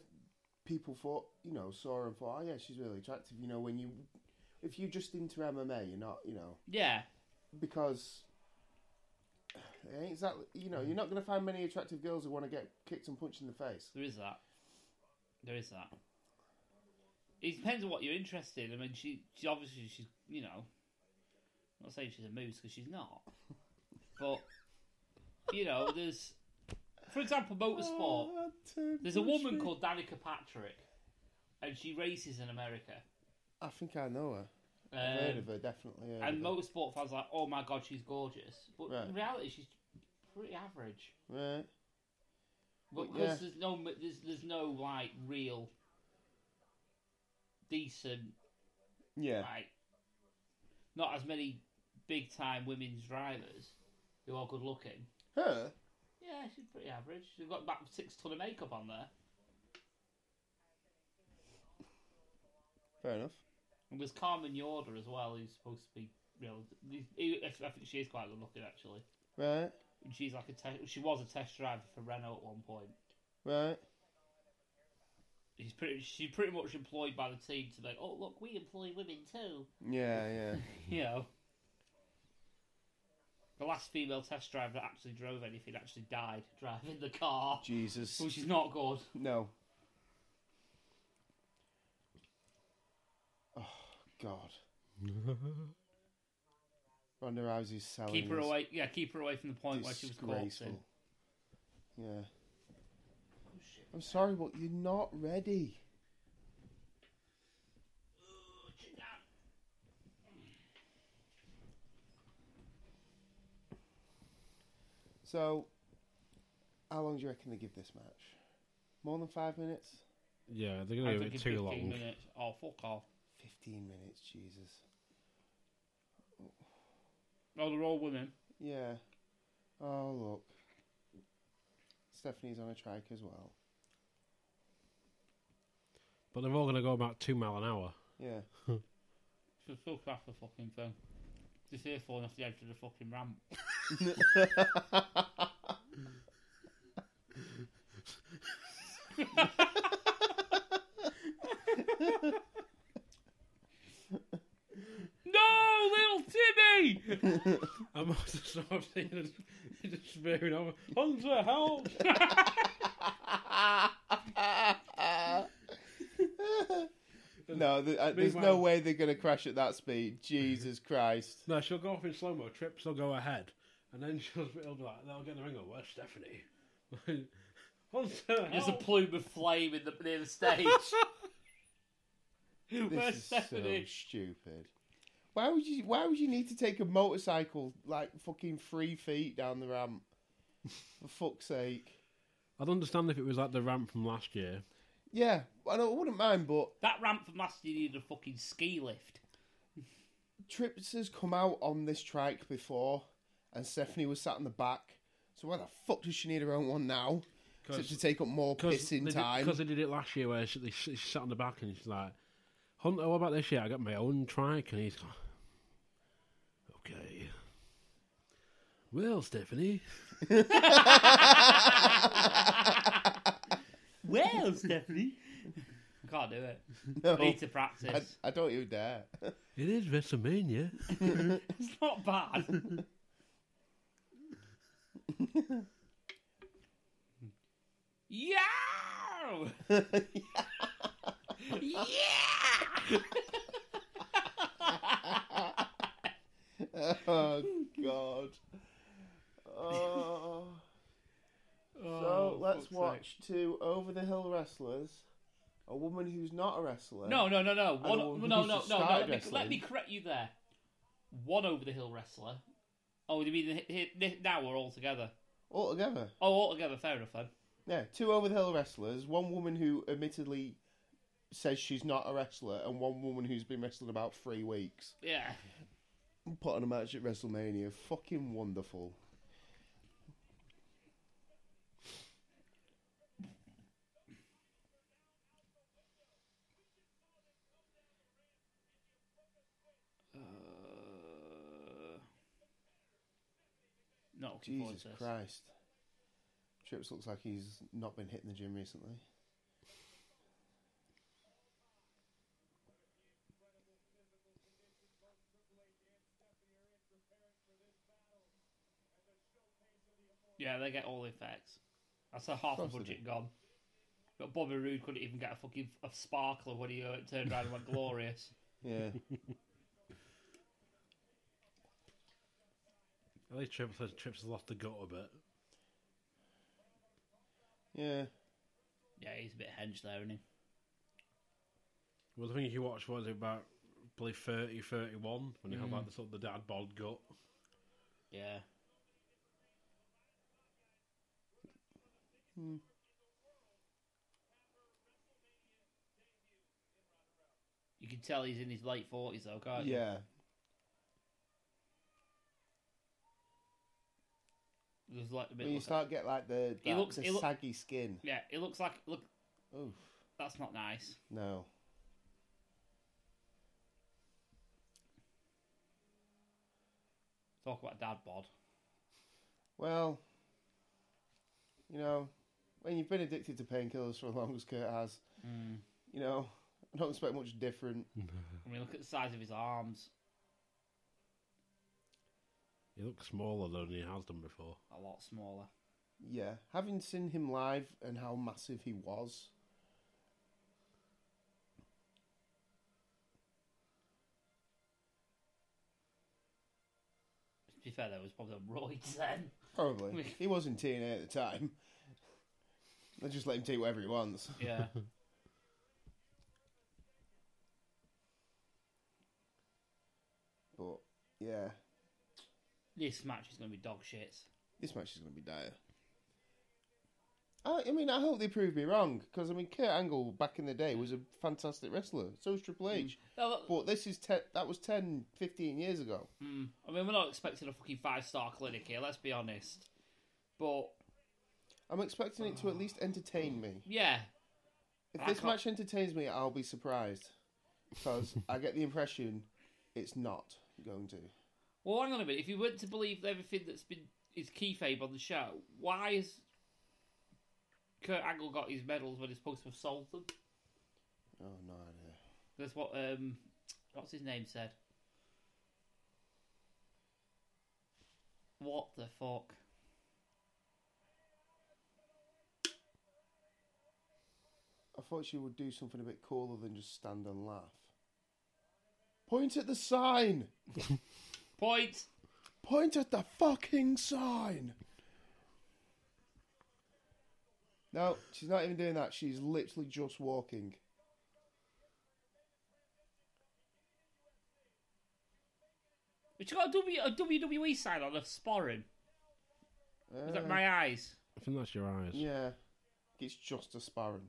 people thought, you know, saw her and thought, oh yeah, she's really attractive. You know, when you, if you're just into MMA, you're not, you know, Yeah, because it ain't exactly, you know, you're not going to find many attractive girls who want to get kicked and punched in the face. There is that. There is that. It depends on what you're interested in. I mean, she, she obviously, she's, you know, I'm not saying she's a moose because she's not. But, you know, there's, for example, motorsport. Oh, There's Oh, a woman called Danica Patrick, and she races in America. I think I know her. I've heard Um, of her, definitely. heard and of her. motorsport fans are like, oh my god, she's gorgeous. But in Right. reality, she's pretty average. Right. But Well, yeah. because there's no, there's, there's no like real decent Yeah. like not as many big time women's drivers who are good looking. Her? Yeah, she's pretty average. She's got about six ton of makeup on there. Fair enough. And there's Carmen Yorda as well, who's supposed to be real. I think she is quite good looking actually. Right. And she's like a te- she was a test driver for Renault at one point. right? He's pretty. She's pretty much employed by the team to make. Oh look, we employ women too. Yeah, yeah. You know. The last female test driver that actually drove anything actually died driving the car, Jesus. which is not good. No. Oh God. Ronda Rousey's selling. Keep her is away. Yeah, keep her away from the point where she was caught. disgraceful. in. Yeah. I'm sorry, but you're not ready. Oh, So, how long do you reckon they give this match? More than five minutes? Yeah, they're gonna I'm do it thinking too 15 long. Minutes. Oh fuck off! Fifteen minutes, Jesus. Oh, they're all women. Yeah. Oh look. Stephanie's on a trike as well. But they're all gonna go about two mile an hour. Yeah. Should fuck off the fucking thing. Just here falling off the edge of the fucking ramp. no, little Timmy! I must have stopped seeing it just spearing over. Hunter, help! no, th- uh, there's no Meanwhile- way they're gonna crash at that speed. Jesus Christ. no, she'll go off in slow mo. Trips will go ahead, and then she'll it'll be like, they'll get the ring. Over. Where's Stephanie? Hunter, There's a help! plume of flame in the, near the stage. This Where's is Stephanie? so stupid. Why would you? Why would you need to take a motorcycle like fucking three feet down the ramp? For fuck's sake. I'd understand if it was like the ramp from last year. Yeah, I, know, I wouldn't mind, but That ramp from last year needed a fucking ski lift. Trips has come out on this trike before, and Stephanie was sat in the back. So why the fuck does she need her own one now? Except to take up more they pissing did- time. 'cause they did it last year where she, they, she sat on the back and she's like, Hunter, what about this year? I got my own trike. And he's like, okay. Well, Stephanie, Well, Stephanie. I can't do it. No, I need to I, practice. I don't even dare. it is WrestleMania. It's not bad. yeah! yeah! oh God. Oh. Oh, so let's watch two over the hill wrestlers, a woman who's not a wrestler. No, no, no, no. One, I don't no, want no, to no, no. start Let me, wrestling. let me correct you there. One over the hill wrestler. Oh, you mean the, hi- hi- now we're all together? altogether. Oh, all together. Fair enough then. Yeah, two over the hill wrestlers. One woman who admittedly says she's not a wrestler, and one woman who's been wrestling about three weeks. Yeah. Put on a match at WrestleMania. Fucking wonderful. Uh, no. Jesus Christ. Christ. Trips looks like he's not been hitting the gym recently. Yeah, they get all the effects. That's a half a course they budget do. gone. But Bobby Roode couldn't even get a fucking a sparkler when he uh, turned around and went glorious. Yeah. At least Trips has, Trips has lost the gut a bit. yeah. Yeah, he's a bit hench there, isn't he? Well, the thing he watched was about probably 30, 31 when he had like the sort of the dad bod gut. Yeah. Hmm. You can tell he's in his late forties though, can't you? Yeah. There's like a bit. When you look- start get like the, He that- looks- the he look- saggy skin. yeah, it looks like look. Oof. That's not nice. No. Talk about dad bod. Well, you know, when you've been addicted to painkillers for as long as Kurt has, you know, I don't expect much different. Mm-hmm. I mean, look at the size of his arms. He looks smaller than he has done before. A lot smaller. Yeah, having seen him live and how massive he was, To be fair, though, it was probably on roids then. probably he was in TNA at the time. They just let him take whatever he wants. Yeah. But yeah, this match is going to be dog shit. this match is going to be dire. I, I mean, I hope they prove me wrong because I mean, Kurt Angle back in the day was a fantastic wrestler. So was Triple H. No, look, But this is te- that was 10, 15 years ago. mm, I mean, we're not expecting a fucking five star clinic here, let's be honest. But, I'm expecting it to at least entertain me. yeah. If Mm. I this can't- match entertains me, I'll be surprised because I get the impression it's not going to. Well, hang on a minute. If you weren't to believe everything that's been is kayfabe on the show, why has Kurt Angle got his medals when he's supposed to have sold them? Oh no idea. That's what um, what's his name said. What the fuck? I thought she would do something a bit cooler than just stand and laugh. Point at the sign. Point. Point at the fucking sign. No, she's not even doing that. She's literally just walking. But you got a, w, a WWE sign on a sporran. Is Uh, that my eyes? I think that's your eyes. Yeah, it's just a sparring.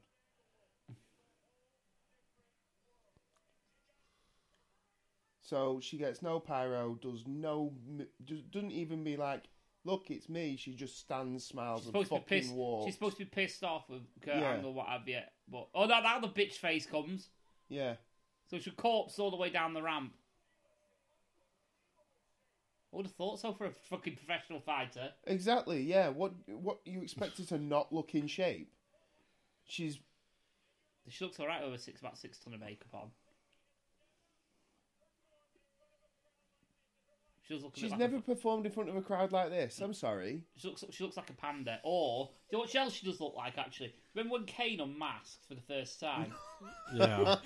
So she gets no pyro, does no, m- does, doesn't even be like, look, it's me. She just stands, smiles, She's and supposed to be fucking pissed. walks. She's supposed to be pissed off with Kurt Yeah. Angle, what have you. But oh, that that the bitch face comes. Yeah, So she corpse all the way down the ramp. I would have thought so for a fucking professional fighter. exactly. Yeah, what what you expect her to not look in shape? She's She looks alright with a six about six ton of makeup on. She does look. A she's bit never Like performed in front of a crowd like this. I'm sorry. a, she looks. She looks like a panda. Or do you know what else she does look like? Actually, remember when Kane unmasked for the first time? Yeah.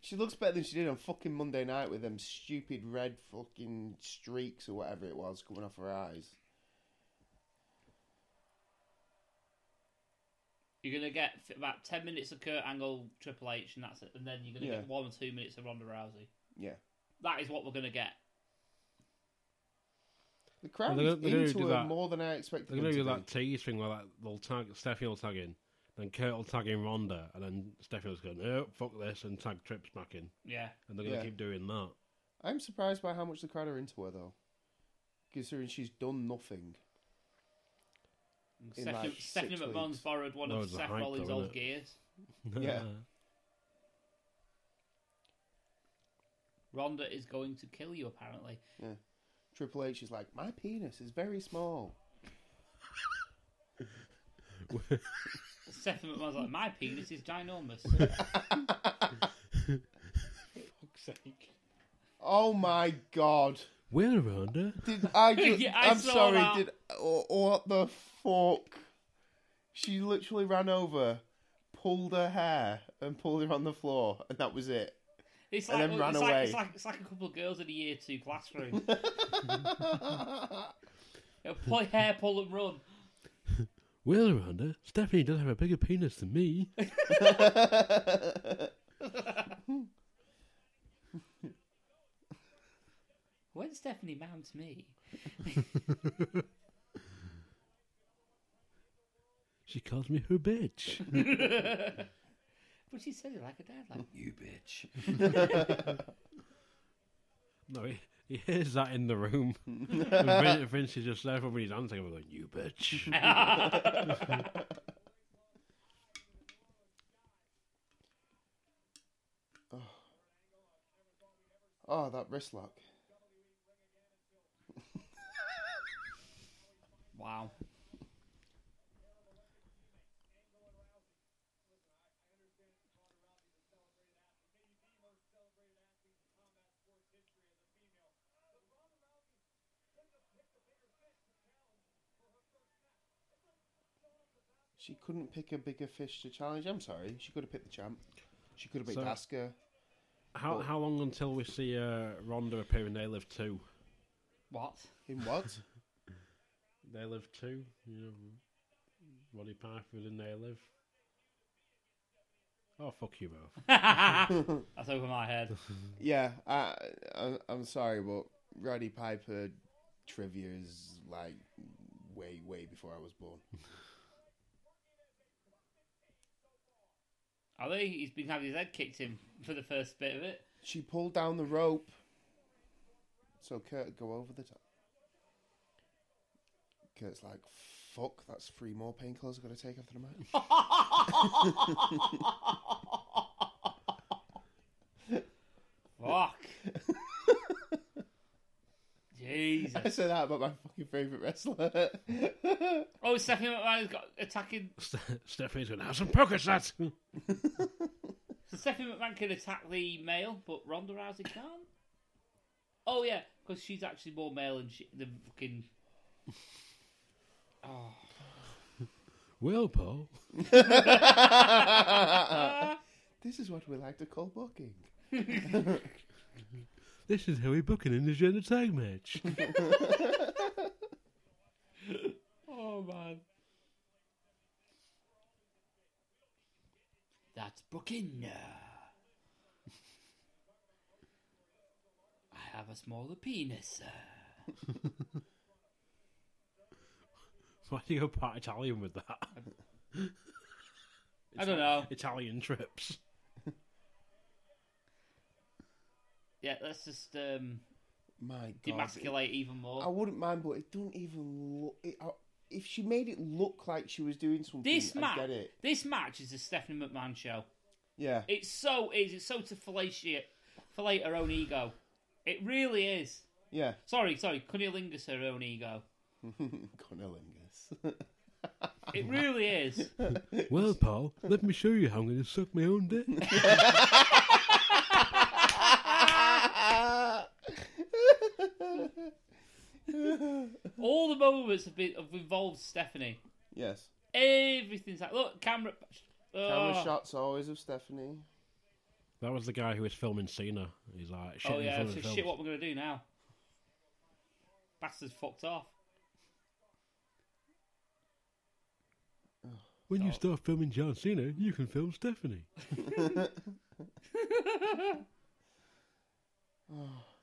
She looks better than she did on fucking Monday night with them stupid red fucking streaks or whatever it was coming off her eyes. you're gonna get f- about ten minutes of Kurt Angle, Triple H, and that's it. And then you're gonna Yeah. get one or two minutes of Ronda Rousey. Yeah. That is what we're gonna get. The Well, crowd they're is gonna- they're gonna into do her that. more than I expected. They're going them to do to that tease thing where like, they'll tag, Steffi will tag in, then Kurt will tag in Ronda, and then Steffi will go, no, fuck this, and tag Trips back in. Yeah. And they're going to Yeah. keep doing that. be. I'm surprised by how much the crowd are into her though, considering she's done nothing. In Stephanie, like six Stephanie McMahon's weeks. borrowed one Loads of of Seth hype, Rollins' though, old innit? gears. Yeah. Ronda is going to kill you, apparently. Triple H is like, my penis is very small. Stephanie McMahon's like, my penis is ginormous. Oh my god! We're Ronda. Did I? Just, Yeah, I I am saw sorry. that. Did oh, what the fuck? She literally ran over, pulled her hair, and pulled her on the floor, and that was it. It's like, And then ran it's, like, away. it's, like, it's like a couple of girls in a year two classroom. It'll Play hair, pull and run. We're Ronda. Stephanie does have a bigger penis than me. When Stephanie mounts me, She calls me her bitch. but she said it like a dad, like you bitch. no, he, he hears that in the room. and Vin- Vince is just there with his hands together, like, you bitch. Oh, that wrist lock. Wow. She couldn't pick a bigger fish to challenge. I'm sorry. She could have picked the champ. She could have picked So- Asuka. How Well- how long until we see uh, Ronda appear in They Live Two? What? In what? They Live Two, you know, Roddy Piper in They Live. Oh fuck you both! That's over my head. yeah, I, I, I'm sorry, but Roddy Piper trivia is like way, way before I was born. Are they? He's been having his head kicked in for the first bit of it. She pulled down the rope. So Kurt would go over the top. Kurt's like, fuck, that's three more painkillers I've got to take after the match. Fuck. Jesus. I said that about my fucking favourite wrestler. Oh, Stephanie McMahon's got attacking. Ste- Stephanie's gonna have some poker sets. So Stephanie McMahon can attack the male, but Ronda Rousey can't. Oh yeah, because she's actually more male than she, the fucking. Oh. Will Paul? this is what we like to call booking. This is how we booking in the gender tag match. Oh man. That's booking. I have a smaller penis. Why do you go part Italian with that? I don't know. Italian trips. Yeah, let's just um, My God. demasculate even more. I wouldn't mind, but it don't even look. It, I, if she made it look like she was doing something, this I match, get it. this match is a Stephanie McMahon show. Yeah, It so is. It's so to fillet, fillet her own ego. It really is. yeah. Sorry, sorry, cunnilingus her own ego. Cunnilingus. It really is. Well, Paul, let me show you how I'm going to suck my own dick. All the moments have been have involved Stephanie. yes. Everything's like look camera. Camera Oh. shots always of Stephanie. That was the guy who was filming Cena. He's like, shit, Oh yeah, he's so filming shit. What we're gonna do now? Bastard's fucked off. When Oh. you start filming John Cena, you can film Stephanie.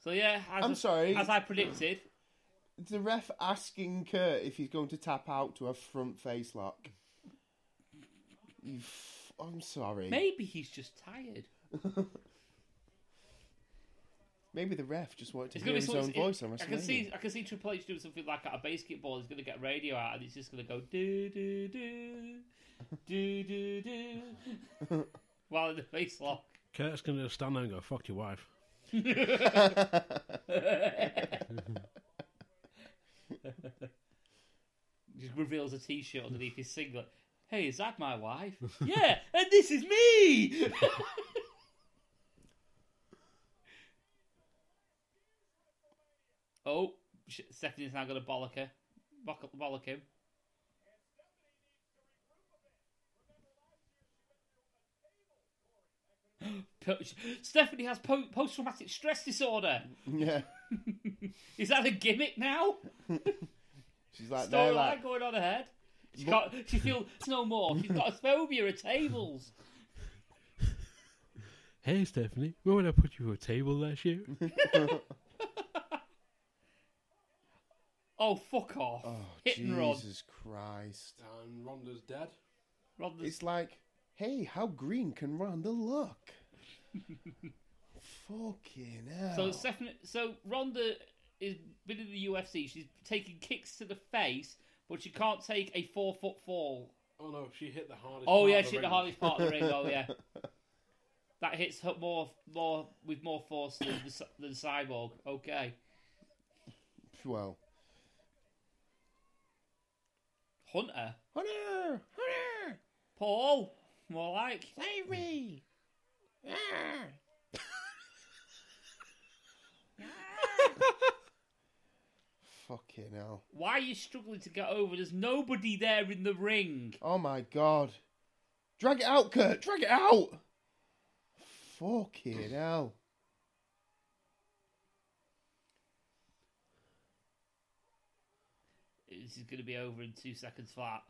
So yeah, as I'm I- sorry. As I predicted, The ref asking Kurt if he's going to tap out to a front face lock. You f- I'm sorry. maybe he's just tired. Maybe the ref just wanted to It's hear gonna be his own something. voice on I can WrestleMania. see. I can see Triple H doing something like at a basketball. He's gonna get radio out, and he's just gonna go do do do do do do while in the face lock. Kurt's going to stand there and go, fuck your wife. Just reveals a T-shirt underneath his singlet. Hey, is that my wife? yeah, and this is me. oh, sh- Stephanie's now gonna bollock her. Bock- Bollock him. Po- Stephanie has po- post-traumatic stress disorder. Yeah. Is that a gimmick now? She's like, Uh, they're Storyline like, going on ahead. She, can't, she feels no more. She's got a phobia of tables. Hey, Stephanie, remember when I put you at a table last year? Oh, fuck off. oh, Hit and run. Jesus Christ. and Ronda's dead. Rather than- It's like, hey, how green can Ronda look? Fucking so, hell. Stephanie, so Ronda has been in the UFC. She's taking kicks to the face, but she can't take a four foot fall. Oh no, she hit the hardest. Oh, part yeah, of she hit the ring. hardest part of the ring. Oh, yeah. That hits her more, more with more force than the, cy- than cyborg. Okay. well, Hunter. Hunter! Hunter! Paul. More like. Save me! Ah! Fucking hell. Why are you struggling to get over? There's nobody there in the ring. Oh my god. Drag it out, Kurt. Drag it out. Fucking hell. This is going to be over in two seconds flat.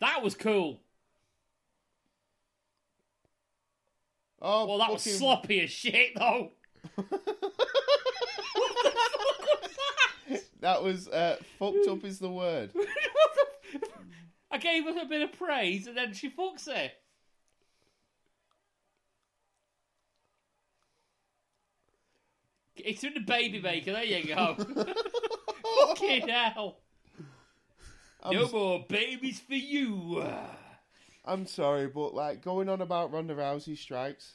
That was cool. Oh, Well, that was fucking- sloppy as shit, though. That was uh, fucked up is the word. I gave her a bit of praise and then she fucks it. It's in the baby maker, there you go. Fucking hell. I'm, No more babies for you. I'm sorry, but like going on about Ronda Rousey strikes,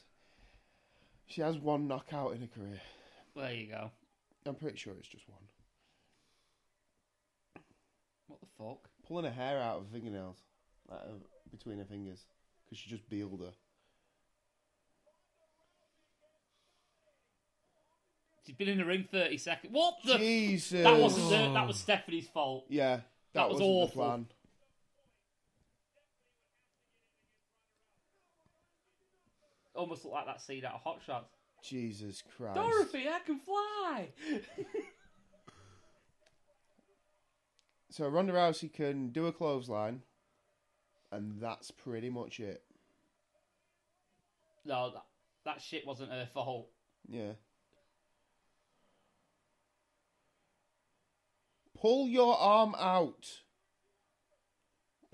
she has one knockout in her career. There you go. I'm pretty sure it's just one. What the fuck? Pulling her hair out of her fingernails, like uh, between her fingers, because she just bealed her. She's been in the ring 30 seconds. What the? Jesus. That wasn't her, that was Stephanie's fault. Yeah, that, That was wasn't the awful. plan. Almost looked like that scene out of Hot Shots. Jesus Christ. Dorothy, I can fly. So Ronda Rousey can do a clothesline, and that's pretty much it. No, that, that shit wasn't her fault. Yeah. Pull your arm out.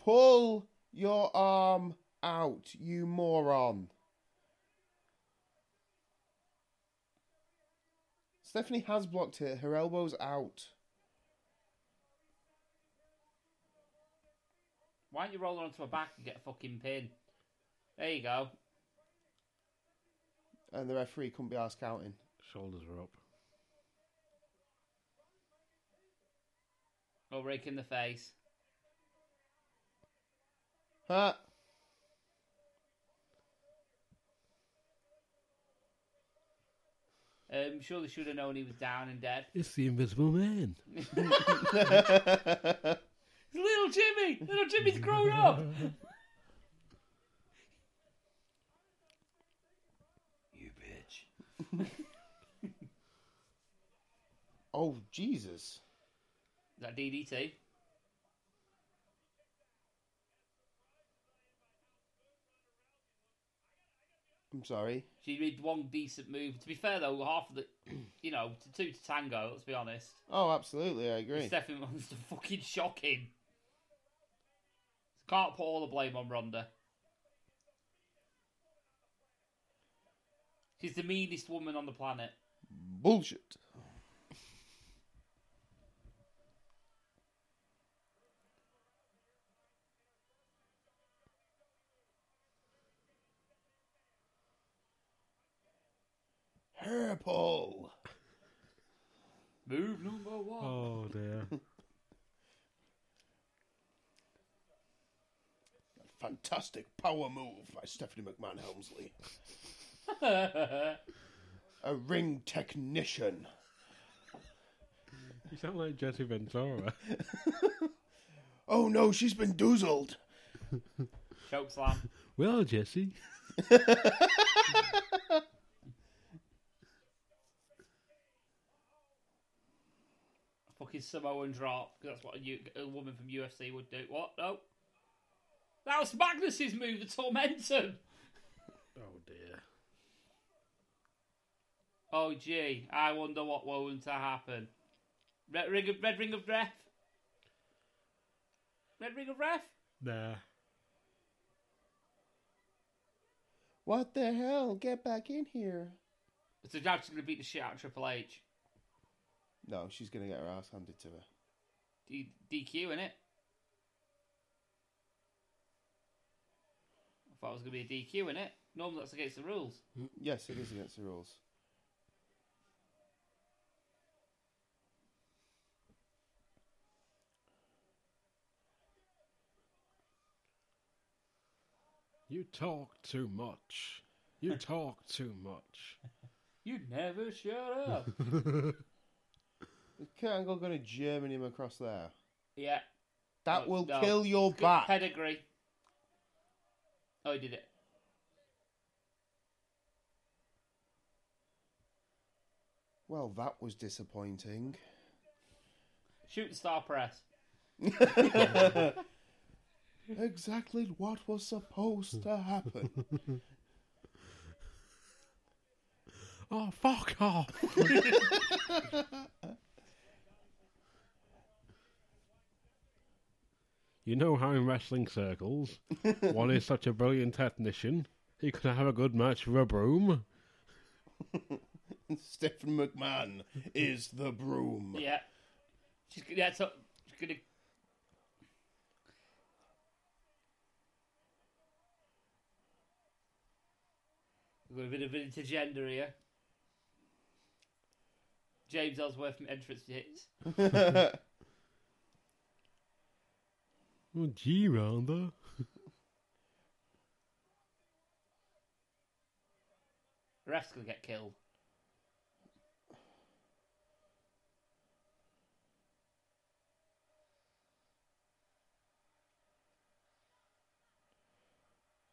Pull your arm out, you moron. Stephanie has blocked it. Her elbow's out. Why don't you roll her onto her back and get a fucking pin? There you go. And the referee couldn't be asked counting. Shoulders are up. Or rake in the face. Huh? Um, surely should have known he was down and dead. It's the Invisible Man. Little Jimmy! Little Jimmy's grown up! you bitch. Oh, Jesus. That DDT. I'm sorry. She made one decent move. To be fair though, half of the, you know, to two to tango. Let's be honest. Oh, absolutely. I agree. Stephanie was fucking shocking. Can't put all the blame on Ronda. She's the meanest woman on the planet. Bullshit. Purple. Move number one. Oh dear. Fantastic power move by Stephanie McMahon Helmsley. A ring technician. you sound like Jesse Ventura. Oh no, she's been doozled. Choke slam. well, Jesse. fucking Samoan drop. 'cause That's what a, U- a woman from UFC would do. What? No. That was Magnus's move, the Tormentum. Oh dear. Oh gee, I wonder what won't to happen. Red ring of red ring of ref. Red ring of ref. Nah. What the hell? Get back in here. So now she's gonna beat the shit out of Triple H. No, she's gonna get her ass handed to her. D- DQ in it. I thought it was gonna be a DQ in it. Normally that's against the rules. Yes, it is against the rules. You talk too much. You talk too much. You never shut up. Is Kurt Angle going to German him across there? Yeah. That No, will no. kill your Good back. pedigree. Oh, he did it. Well, that was disappointing. Shooting star press. exactly what was supposed to happen. Oh, fuck off. you know how in wrestling circles, one is such a brilliant technician, he could have a good match with a broom. Stephen McMahon is the broom. Yeah. She's gonna. That's what, she's gonna. We've got a bit of vintage gender here. James Ellsworth from entrance hits. Oh, gee, Ronda. The ref's gonna get killed.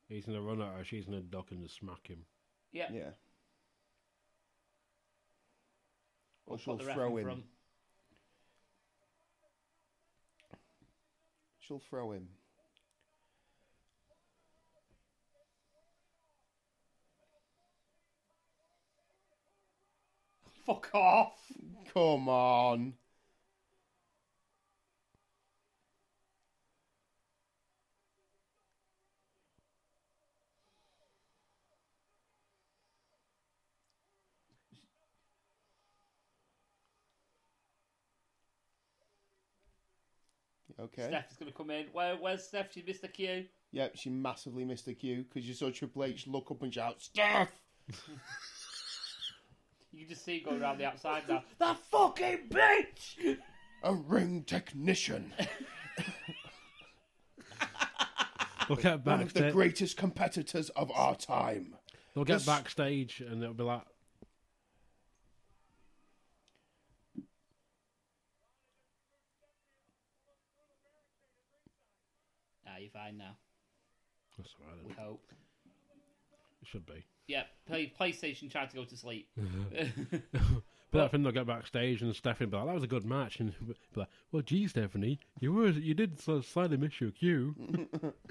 He's going to run at her, she's going to duck and just smack him. Yeah. Yeah. Or she'll Put the ref throw in him. front. She'll throw him. Fuck off. Come on. Okay. Steph is gonna come in. Where, where's Steph? She missed the cue. Yep, she massively missed the cue because you saw Triple H look up and shout, Steph! You can just see her going around the outside now. that fucking bitch. A ring technician! They'll get One of the backstage. greatest competitors of our time. They'll get This- backstage and it'll be like, Ah, you're fine now. that's all right. We It hope. should be. Yeah, play, PlayStation tried to go to sleep. But I think they'll get backstage and Stephanie will be like, that was a good match. And be like, well, gee, Stephanie, you were you did sort of slightly miss your cue.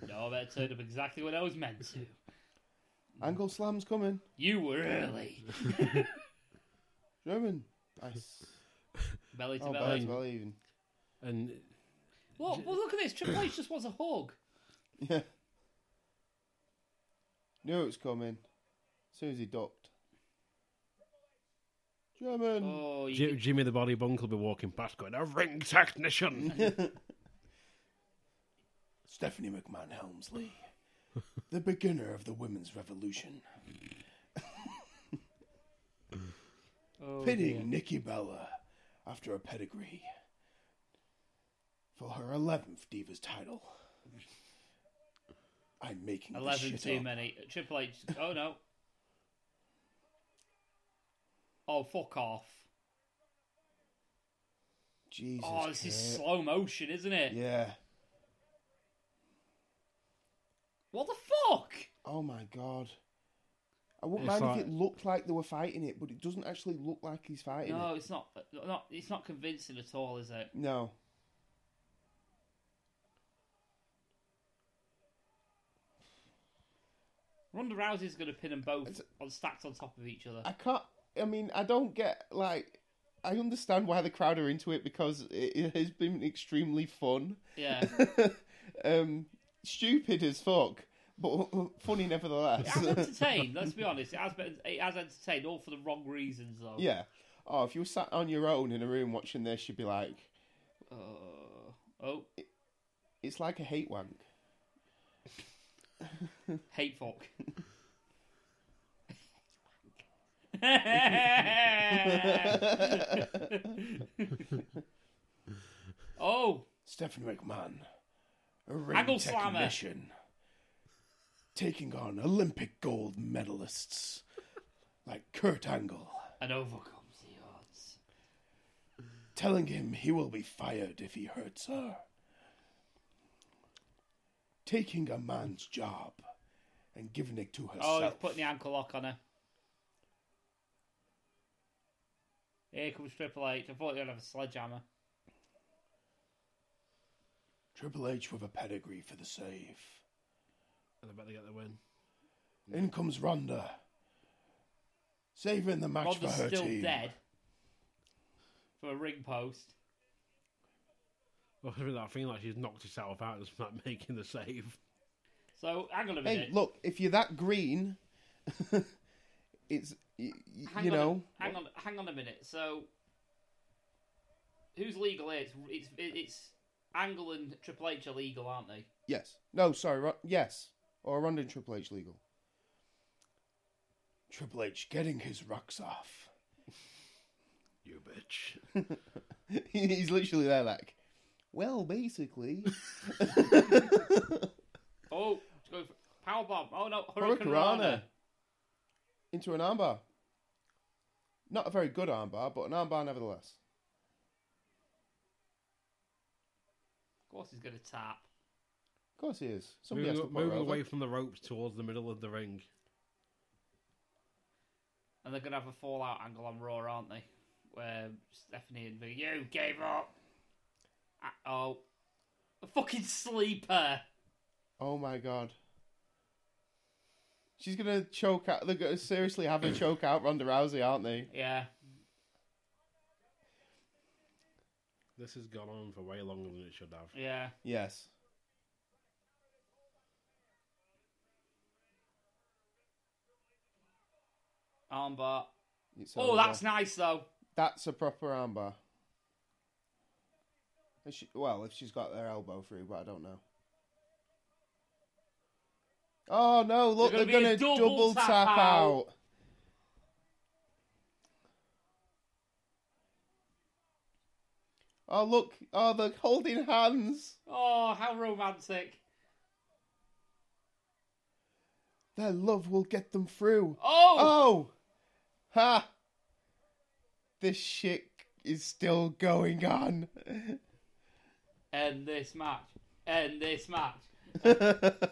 no, that turned up exactly what I was meant to. Angle Slam's coming. You were early. German. Nice. belly to Oh, belly, belly. belly even. And Well, well, look at this. Triple H just wants a hug. Yeah. Knew it was coming. As soon as he ducked. German. Oh, you Ji- could- Jimmy the Body Bunk will be walking past going, a ring technician! Stephanie McMahon Helmsley. the beginner of the women's revolution. oh, Pinning dear. Nikki Bella after a pedigree for her 11th Divas title. I'm making this Eleven shit too up. many. Triple H. Oh no. Oh fuck off! Jesus. oh, this is Kurt. slow motion, isn't it? Yeah. What the fuck? Oh my god. I wouldn't It's mind like- if it looked like they were fighting it, but it doesn't actually look like he's fighting No, it. it's not. Not it's not convincing at all, is it? No. Ronda Rousey's going to pin them both It's- on stacked on top of each other. I can't. I mean, I don't get like. I understand why the crowd are into it because it, it has been extremely fun, Yeah. um, stupid as fuck, but funny nevertheless. It has entertained. let's be honest. It has been. It has entertained, all for the wrong reasons, though. yeah. Oh, if you were sat on your own in a room watching this, you'd be like, Uh, oh, it's like a hate wank. hate fuck. oh, Stephanie McMahon, a Angle ring slammer. technician, taking on Olympic gold medalists like Kurt Angle. and overcomes the odds. telling him he will be fired if he hurts her. Taking a man's job and giving it to herself. Oh, he's putting the ankle lock on her. Here comes Triple H. I thought he'd have a sledgehammer. Triple H with a pedigree for the save. And I bet they get the win. In comes Ronda, saving the match Ronda's for her still team. dead from a ring post. Well, that thing like she's knocked herself out and like making the save. So hang on a Hey, minute. look, if you're that green, it's y- y- hang you on a- know. hang on, hang on a minute. So who's legal? Here? It's it's it's Angle and Triple H are legal, aren't they? Yes. No, sorry. Ro- yes. Or Ronda and Triple H legal. Triple H getting his rocks off. You bitch. He's literally there, like, well, basically, Oh, let's go for powerbomb. Oh no, Hurricanrana. Hurricanrana. into an armbar. Not a very good armbar, but an armbar nevertheless. Of course, he's gonna tap. Of course he is. Somebody Moving, has to put her moving over. away from the ropes towards the middle of the ring. And they're gonna have a fallout angle on Raw, aren't they? Where Stephanie and Vicky, you gave up. Ah, oh, a fucking sleeper. Oh my god. She's gonna choke out. They're gonna seriously have her choke out Ronda Rousey, aren't they? Yeah. This has gone on for way longer than it should have. Yeah. Yes. Armbar. It's Oh, over. that's nice though. that's a proper armbar. Is she- well, if she's got their elbow through, but I don't know. Oh no! Look, They're they're gonna gonna, be a double, double tap, tap out. Oh look! Oh, they're holding hands. Oh, how romantic. Their love will get them through. Oh, Oh! Ha! This shit is still going on. end this match. End this match.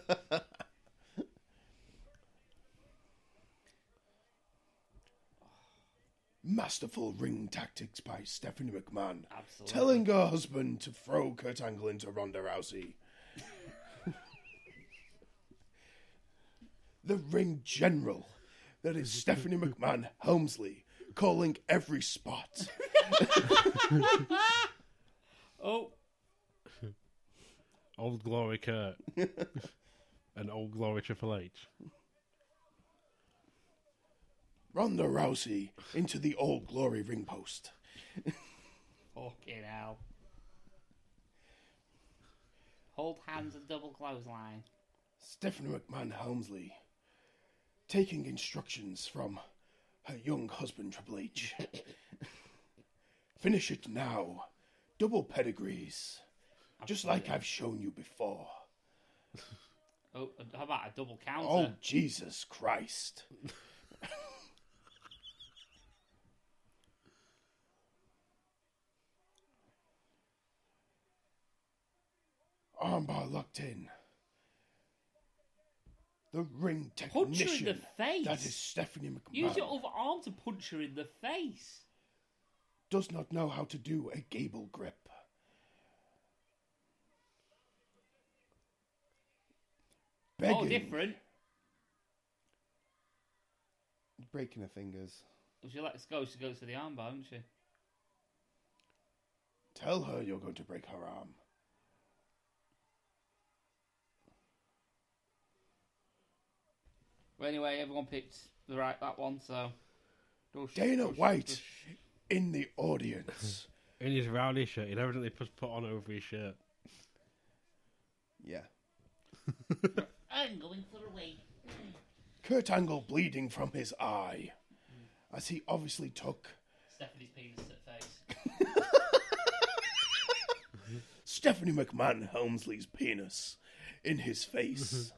Masterful ring tactics by Stephanie McMahon. Absolutely. Telling her husband to throw Kurt Angle into Ronda Rousey. the ring general, that is Stephanie McMahon Helmsley, calling every spot. Oh, Old Glory Kurt and Old Glory Triple H. Ronda Rousey into the old glory ring post. fucking hell. Hold hands and double clothesline. Stephanie McMahon Helmsley taking instructions from her young husband Triple H. Finish it now. Double pedigrees. Just like I've shown you before. Oh, and how about a double counter? Oh, Jesus Christ. Armbar locked in. The ring Punch her in technician. the face. Oh, That is Stephanie Use your McMahon. other arm to punch her in the face. Does not know how to do a gable grip. Begging. Oh, different. Breaking her fingers. She lets go. She goes for the armbar, doesn't she? Tell her you're going to break her arm. But anyway, everyone picked the right that one. So Go sh- Dana go sh- White go sh- in the audience. In his rowdy shirt, he'd evidently put, put on over his shirt. yeah. I'm going for a wee. Kurt Angle bleeding from his eye as he obviously took Stephanie's penis at face. Stephanie McMahon Helmsley's penis in his face.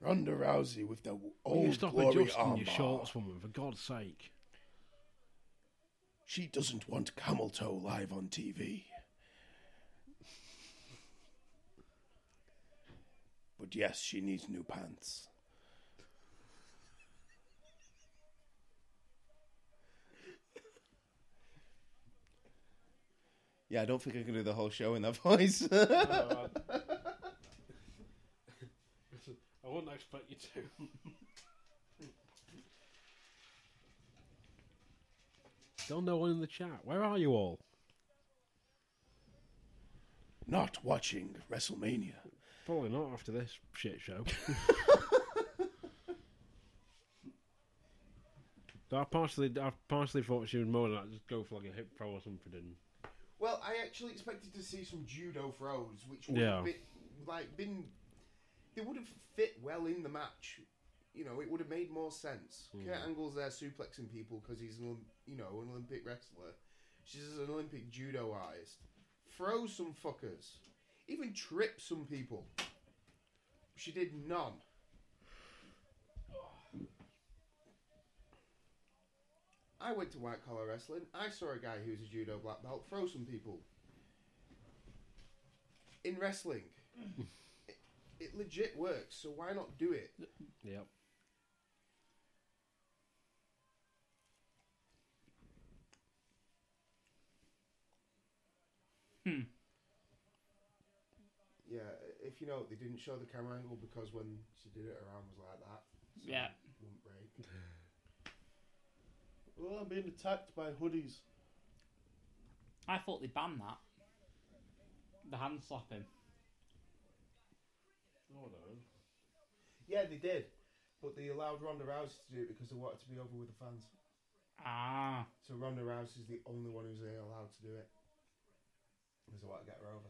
Ronda Rousey with the Will you old stop glory adjusting armbar. your shorts, woman, for God's sake? She doesn't want camel toe live on TV. But yes, she needs new pants. Yeah, I don't think I can do the whole show in that voice. I wouldn't expect you to. Still no one in the chat. Where are you all? Not watching WrestleMania. Probably not after this shit show. So I partially, I partially thought she was more like just go for like a hip throw or something. And Well, I actually expected to see some judo throws, which would Yeah. have been, like been they would have fit well in the match. You know, it would have made more sense. Kurt Angle's there suplexing people because he's an Olym- you know an Olympic wrestler. She's an Olympic judo artist. Throw some fuckers, even trip some people. She did none. I went to white collar wrestling. I saw a guy who was a judo black belt throw some people. In wrestling, it, it legit works, so why not do it? yep. Yeah, if you know, they didn't show the camera angle because when she did it, her arm was like that. So Yeah. It wouldn't break. Well, I'm being attacked by hoodies. I thought they banned that. The hand slapping. Yeah, they did. But they allowed Ronda Rousey to do it because they wanted to be over with the fans. Ah, So Ronda Rousey's the only one who's allowed to do it. Because they want to get her over.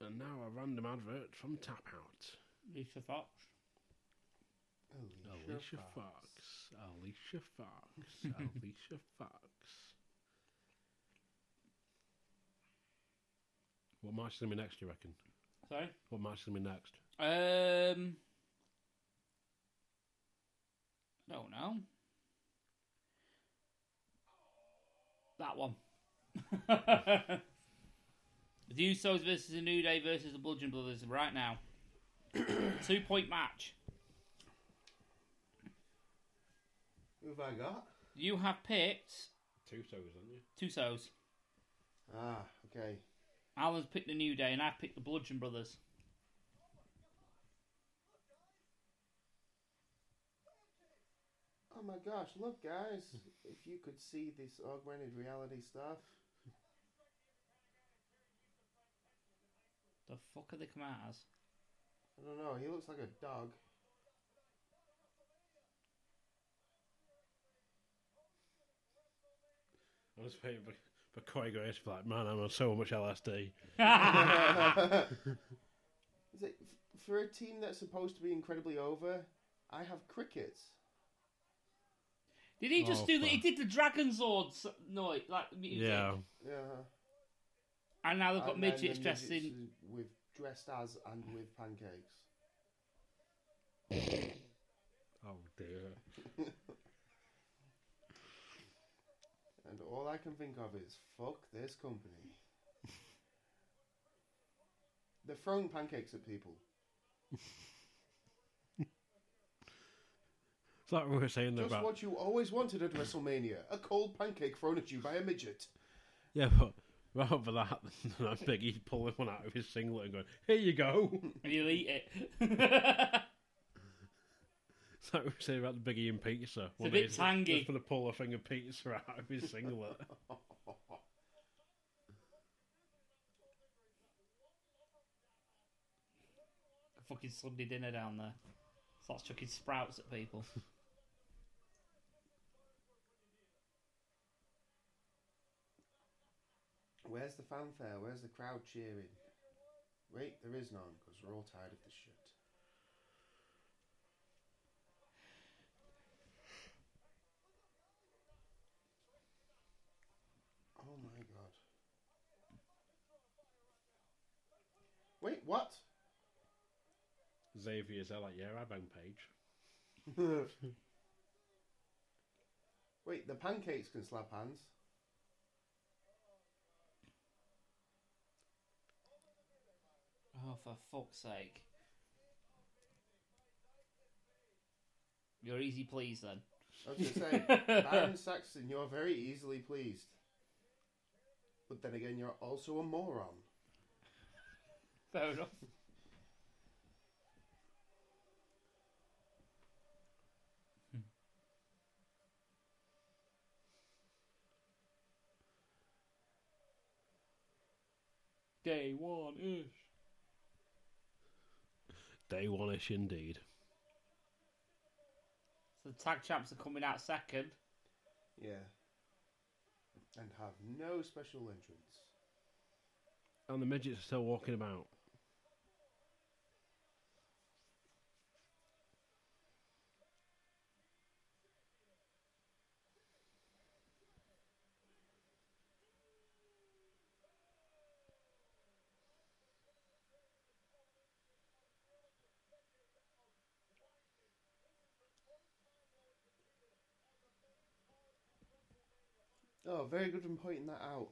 And now a random advert from Tap Out. Lisa Fox. Alicia Fox. Alicia Fox. Alicia Fox. What match is going to be next, do you reckon? Sorry. What match is going to be next? Um. Don't know. That one. the Usos versus the New Day versus the Bludgeon Brothers right now. Two point match. Who have I got? You have picked Two toes, aren't you? two sows. Ah, okay. Alan's picked the New Day and I've picked the Bludgeon Brothers. Oh my gosh, look, guys. If you could see this augmented reality stuff. The fuck are they come out as? I don't know, he looks like a dog. I was waiting for, for Corey Grace for like, man, I'm on so much LSD. Is it, for a team that's supposed to be incredibly over, I have crickets. Did he just Oh, do the? fuck. He did the Dragon Zords noise, like music. Yeah. Yeah. Uh, And now they've got And then Uh-huh. midgets the dressed in. midgets With, dressed as and with pancakes. Oh, dear. And all I can think of is, fuck this company. They're throwing pancakes at people. It's like we were saying there Just about. what you always wanted at WrestleMania a cold pancake thrown at you by a midget. Yeah, but rather than that, that Biggie's pulling one out of his singlet and going, here you go. And you'll eat it. It's like we were saying about the Biggie and pizza. It's a bit tangy. Just going to pull a finger pizza out of his singlet. fucking Sunday dinner down there. Starts chucking sprouts at people. Where's the fanfare? Where's the crowd cheering? Wait, there is none because we're all tired of this shit. Oh my god. Wait, what? Xavier's there like, yeah, I bang Paige. Wait, the pancakes can slap hands. Oh, for fuck's sake. You're easy pleased then. I was going to say, Aaron Saxon, you are very easily pleased. But then again, you're also a moron. Fair enough. Hmm. Day one ish. Day one ish indeed. So the tag champs are coming out second. Yeah. And have no special entrance. And the midgets are still walking about. Oh, very good in pointing that out.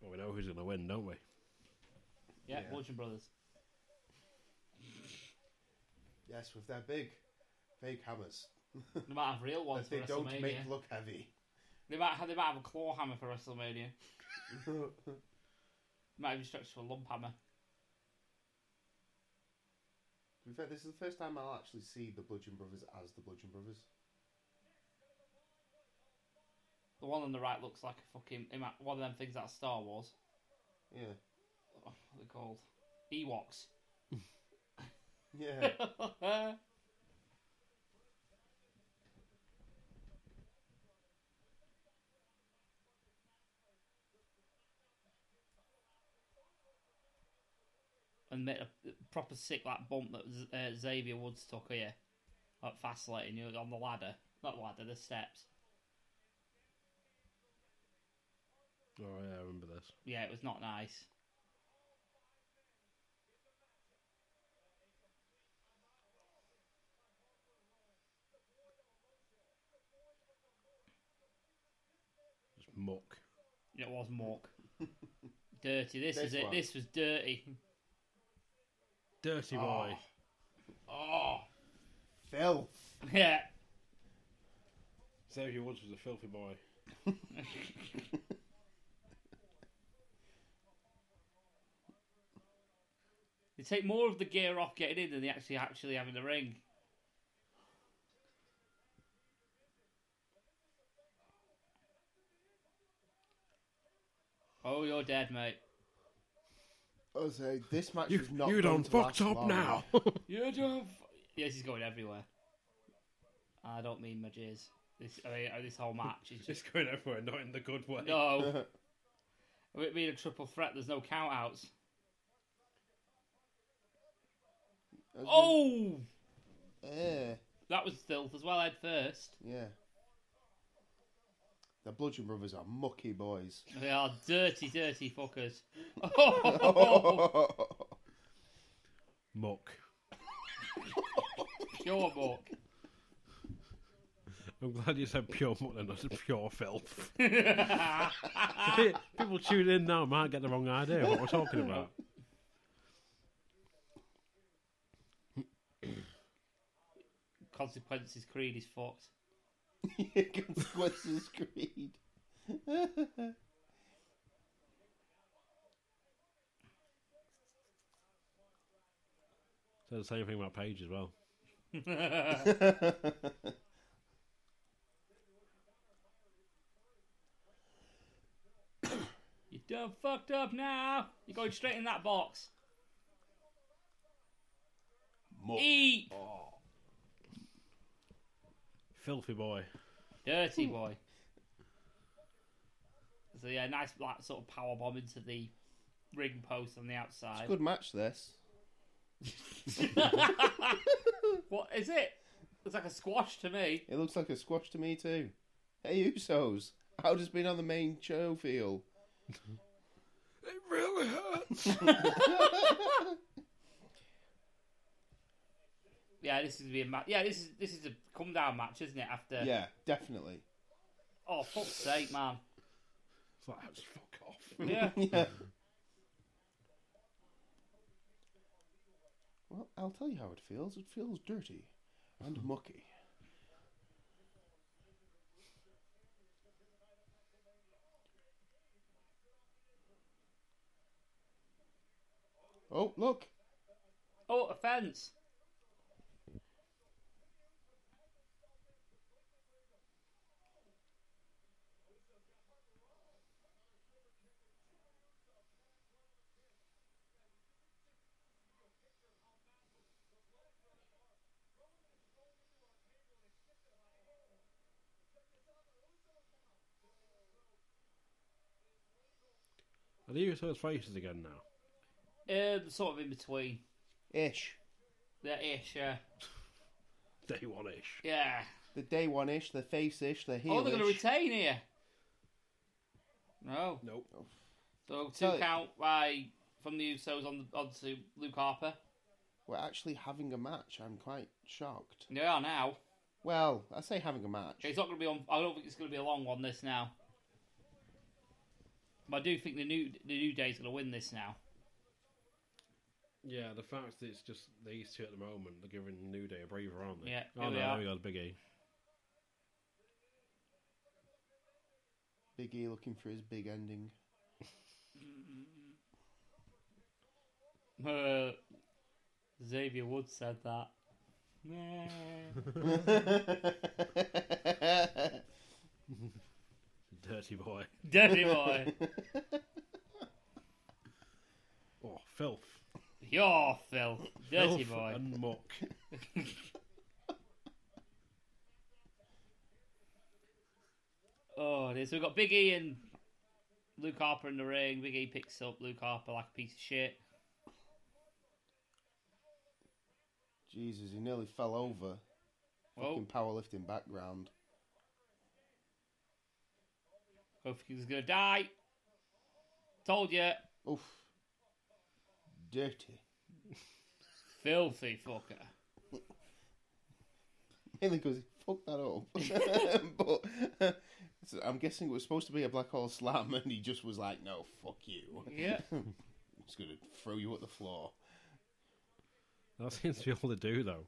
Well, we know who's going to win, don't we? Yeah. Yeah, Bludgeon Brothers. Yes, with their big, fake hammers. They might have real ones that for they don't WrestleMania. make look heavy. They might have they might have a claw hammer for WrestleMania. Might even stretch to a lump hammer. To be fair, this is the first time I'll actually see the Bludgeon Brothers as the Bludgeon Brothers. The one on the right looks like a fucking ima- one of them things out of Star Wars. Yeah. Oh, what are they called? Ewoks. Yeah. and made a proper sick like bump that Z- uh, Xavier Woods took here, like fascinating you know, on the ladder, not ladder, the steps. Oh, yeah, I remember this. Yeah, it was not nice. It's muck. It was muck. dirty. This, This is it. one. This was dirty. Dirty boy. Oh, Filth. yeah. Xavier Woods was a filthy boy. They take more of the gear off getting in than they actually actually have in the ring. Oh, you're dead, mate. I say, this match You, was not you going done to fucked last up long. now. You don't. Yes, he's going everywhere. I don't mean my jizz. This, I mean, uh, this whole match is just it's going everywhere, not in the good way. no. I mean a triple threat. There's no count outs. Husband- Oh, Yeah. that was filth as well. Head first. Yeah. The Bludgeon Brothers are mucky boys. They are dirty, dirty fuckers. Muck. Pure muck. I'm glad you said pure muck and not pure filth. People tune in now might get the wrong idea of what we're talking about. Consequences Creed is fucked. Consequences Creed. Said the same thing about Paige as well. You done fucked up now. You're going straight in that box. Eat, Filthy boy. dirty boy. So yeah, nice like, sort of power bomb into the ring post on the outside. Good match, this. what is it? It's like a squash to me. It looks like a squash to me, too. Hey, Usos, how does being on the main show feel? It really hurts. Yeah, this is be a match. Yeah, this is this is a come down match, isn't it? After Yeah, definitely. oh fuck's sake, man. It's like, that's fuck off. Yeah, Yeah. Well, I'll tell you how it feels. It feels dirty and Hmm. mucky. Oh, look! Oh, offence. Are the Usos faces again now? Um, sort of in between. Ish. Yeah, ish. Yeah. Day one ish. Yeah. The day one ish, the face ish, the Oh, heel they're going to ish. retain here. No. Nope. So two So- count by from the Usos on the onto Luke Harper. We're actually having a match. I'm quite shocked. And they are now. Well, I say having a match. It's not going to be on. I don't think it's going to be a long one. This now. But I do think the new the new day's going to win this now. Yeah, the fact that it's just these two at the moment, they're giving New Day a breather, aren't they? Yeah, Oh here we no, there are. we go, the Big E. Big E looking for his big ending. Uh, Xavier Woods said that. Nah. Dirty boy. Dirty boy, Oh, filth. you're filth. Dirty filth boy. And muck. Oh, dear. so we've got Big E and Luke Harper in the ring. Big E picks up Luke Harper like a piece of shit. Jesus, he nearly fell over. Oh, Fucking powerlifting background. hope he's gonna die. Told you, Oof. Dirty. filthy fucker. Mainly because he fucked that up. but so I'm guessing it was supposed to be a black hole slam, and he just was like, no, fuck you. I'm Yeah. just going to throw you at the floor. That seems to be all they do, though.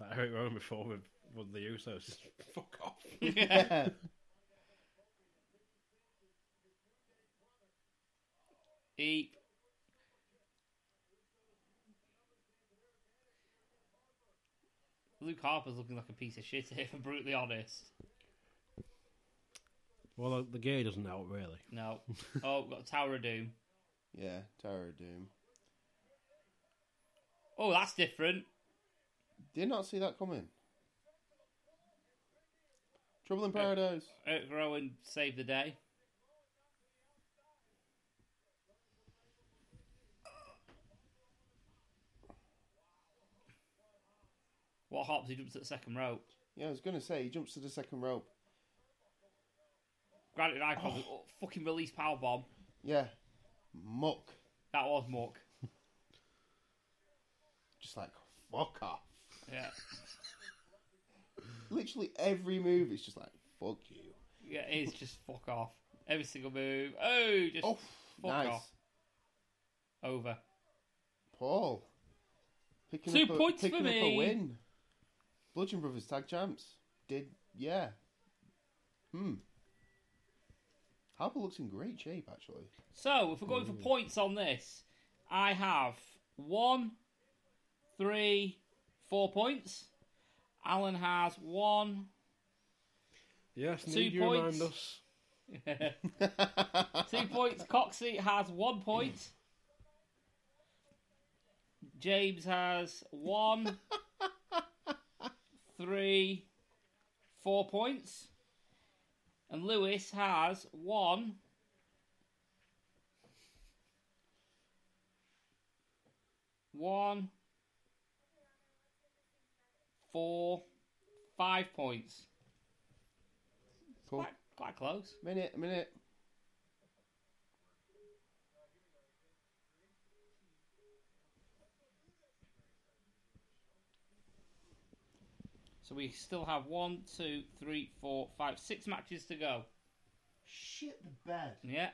Like Eric Rowan before with, with the Usos. Just fuck off. Yeah. Eep. Luke Harper's looking like a piece of shit here, if I'm brutally honest. Well, the, the gear doesn't help, really. No. Oh, we've got Tower of Doom. yeah, Tower of Doom. Oh, that's different. Did not see that coming. Trouble in Paradise. Eric Rowan saved the day. What hops? He jumps at the second rope. Yeah, I was going to say, he jumps to the second rope. Granted, I probably oh, fucking release power bomb. Yeah. Muck. That was muck. Just like, fuck off. Yeah, Literally every move is just like, fuck you. yeah, it's just fuck off. Every single move. Oh, just Oh, fuck nice. off. over. Paul. Picking Two up a, points for picking up me. a win. Bludgeon Brothers tag champs. Did, yeah. Hmm. Harper looks in great shape, actually. So, if we're going for points on this, I have one, three, four points. Alan has one, Yes, Two need you points. remind us. two points. Coxey has one point. James has one, three, four points. And Lewis has one, one, four, five points. Cool. Quite, quite close. Minute, minute. So we still have one, two, three, four, five, six matches to go. Shit the bed. Yeah.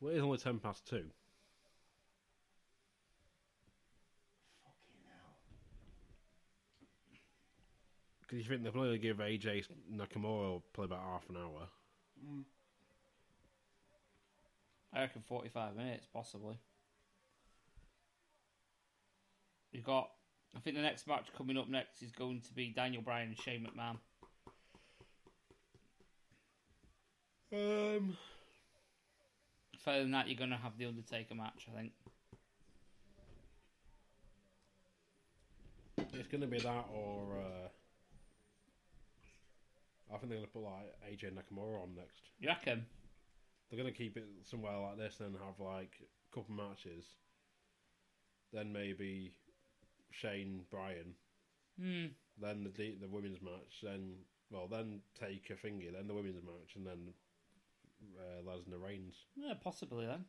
Well, it is only ten past two. Fucking hell. Because you think they'll probably give AJ Nakamura play about half an hour. I reckon 45 minutes, possibly. You've got, I think the next match coming up next is going to be Daniel Bryan and Shane McMahon. Um, Further than that, you're going to have the Undertaker match, I think. it's going to be that or uh, I think they're going to put like AJ Nakamura on next. You reckon? They're going to keep it somewhere like this, then have like a couple matches, then maybe Shane Bryan, Hmm. then the the, the women's match, then well then take a thingy, then the women's match, and then uh, Lesnar Reigns. Yeah, possibly then.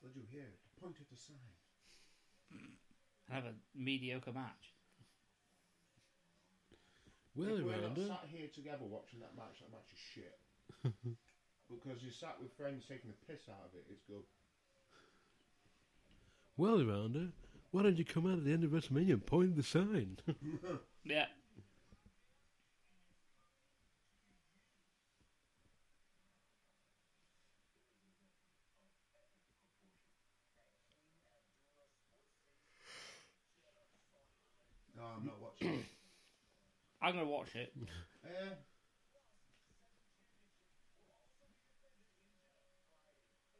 What did you hear? Point at the sign. And have a mediocre match. Will if we're not Randa? sat here together watching that match, that match is shit. because you're sat with friends taking the piss out of it, it's good. Well, Rounder, why don't you come out at the end of WrestleMania and point the sign? Yeah. No, I'm not watching it. I'm going to watch it. Eh,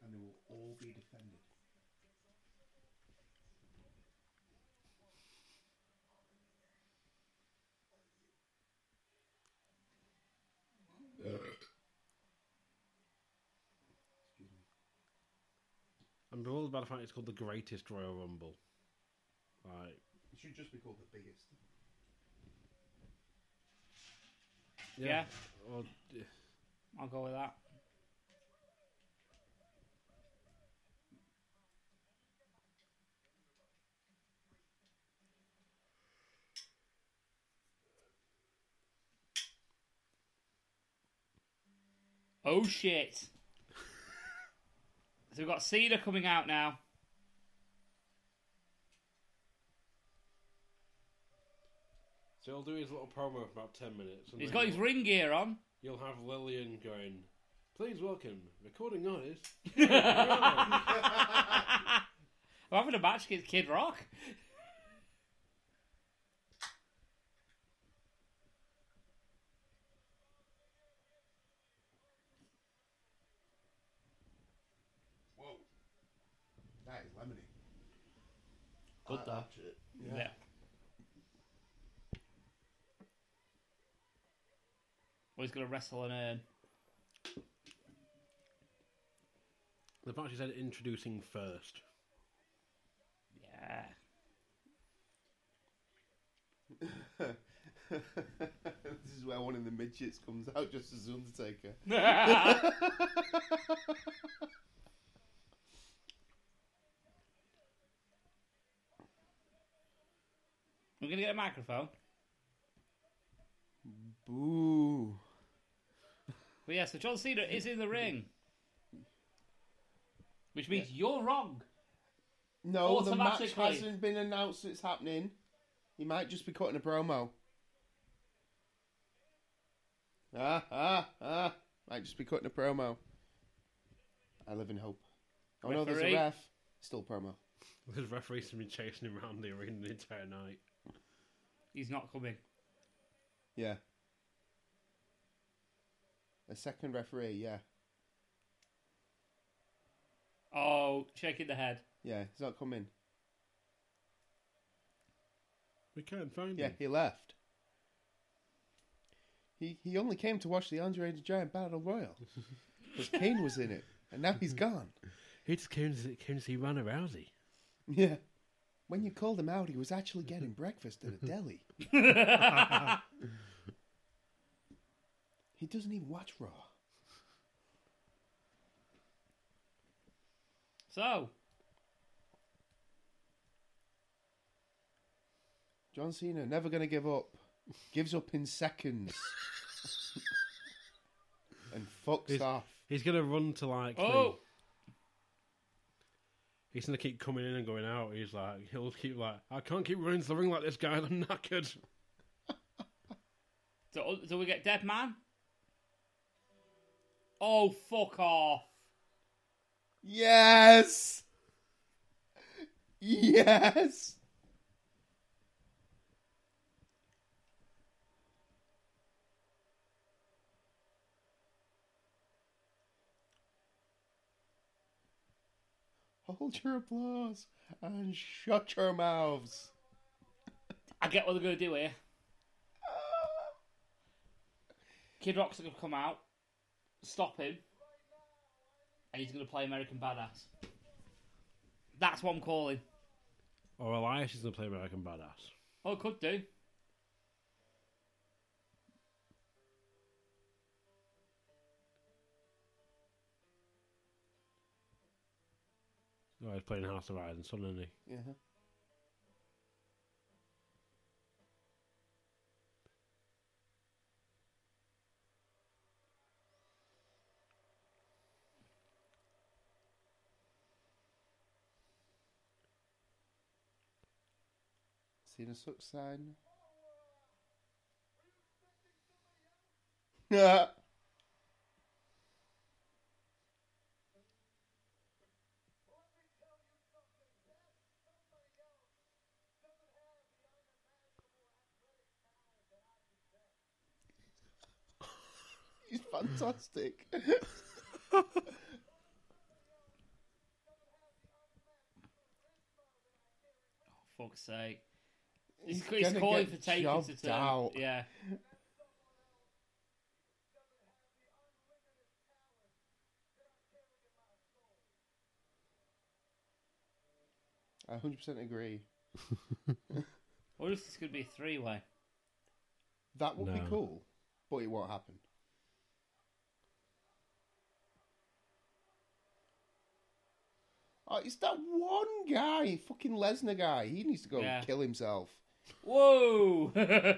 and they will all be defended. I'm bewildered by the fact it's called the greatest Royal Rumble. Like, It should just be called the biggest. Yeah. Well, I'll go with that. Oh shit. so we've got Cena coming out now. so he'll do his little promo for about 10 minutes. And He's then got his you'll- ring gear on. You'll have Lillian going, please welcome, recording artist. I'm having a match against Kid Rock. Whoa. That is lemony. Good I though. liked it. Yeah. Well, he's going to wrestle um, and earn. The fact he said introducing first. Yeah. this is where one of the midgets comes out just as Undertaker. We're going to get a microphone. Boo. But yeah, so John Cena is in the ring. Which means you're wrong. Oh, No, the match Automatically. hasn't been announced. It's happening. He might just be cutting a promo. Ah ah ah! Might just be cutting a promo. I live in hope. Oh no, there's a Referee. ref. Still promo. The referees have been chasing him around the arena the entire night. He's not coming. Yeah. A second referee. Yeah. Oh, shaking the head. Yeah, he's not coming. We can't find Yeah, him. he left. He he only came to watch the Andre the Giant Battle Royal because Kane was in it, and now he's gone. He just came to, came to see Ronda Rousey. Yeah. When you called him out, he was actually getting breakfast at a deli. he doesn't even watch Raw. So, John Cena, never going to give up, gives up in seconds. and fucks He's- off. He's gonna run to like. oh, the- He's gonna keep coming in and going out. He's like, he'll keep like, I can't keep running to the ring like this, guys. I'm knackered. do, do we get Dead Man? Oh, fuck off. Yes! Yes! Hold your applause and shut your mouths. I get what they're going to do here. Kid Rock's going to come out, stop him, and he's going to play American Badass. That's what I'm calling. Or Elias is gonna play American Badass. Oh, it could do. Oh, he's playing House of Rising Sun, isn't he? Yeah. Seen a suck sign. Yeah. He's fantastic. Oh, Fuck's sake. He's, He's he's gonna calling get for Taker to jobbed turn. out. Yeah. I 100% agree. Or if this could be a three way. That would be No. cool, but it won't happen. Oh, it's that one guy, fucking Lesnar guy. He needs to go Yeah. and kill himself. Whoa!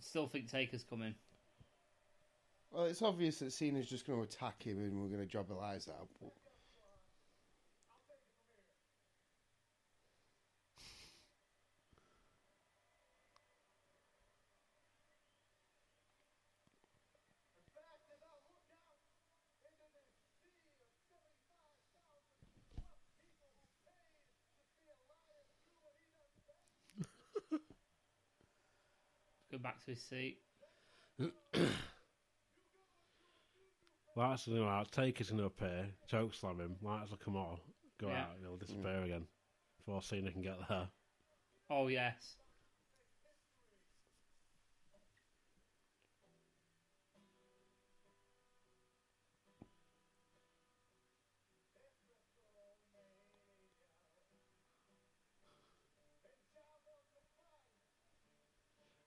Still think Taker's coming. Well, it's obvious that Cena's just going to attack him and we're going to job Eliza out. but- Go back to his seat. Lights will go out. Taker's gonna appear. Choke slam him. Lights will come off. Go Yeah. out and he'll Mm. disappear again. Before Cena can get there. Oh, yes.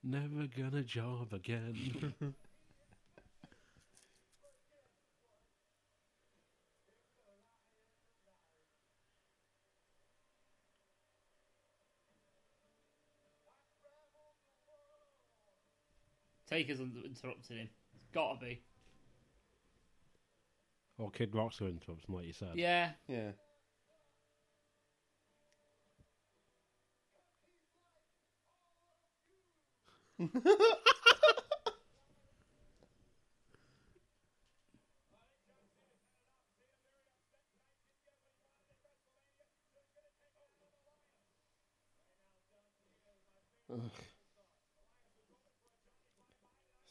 Never gonna job again. Taker's un- interrupted him. It's gotta be. or Kid Rock's going to him, like you said. Yeah. Yeah.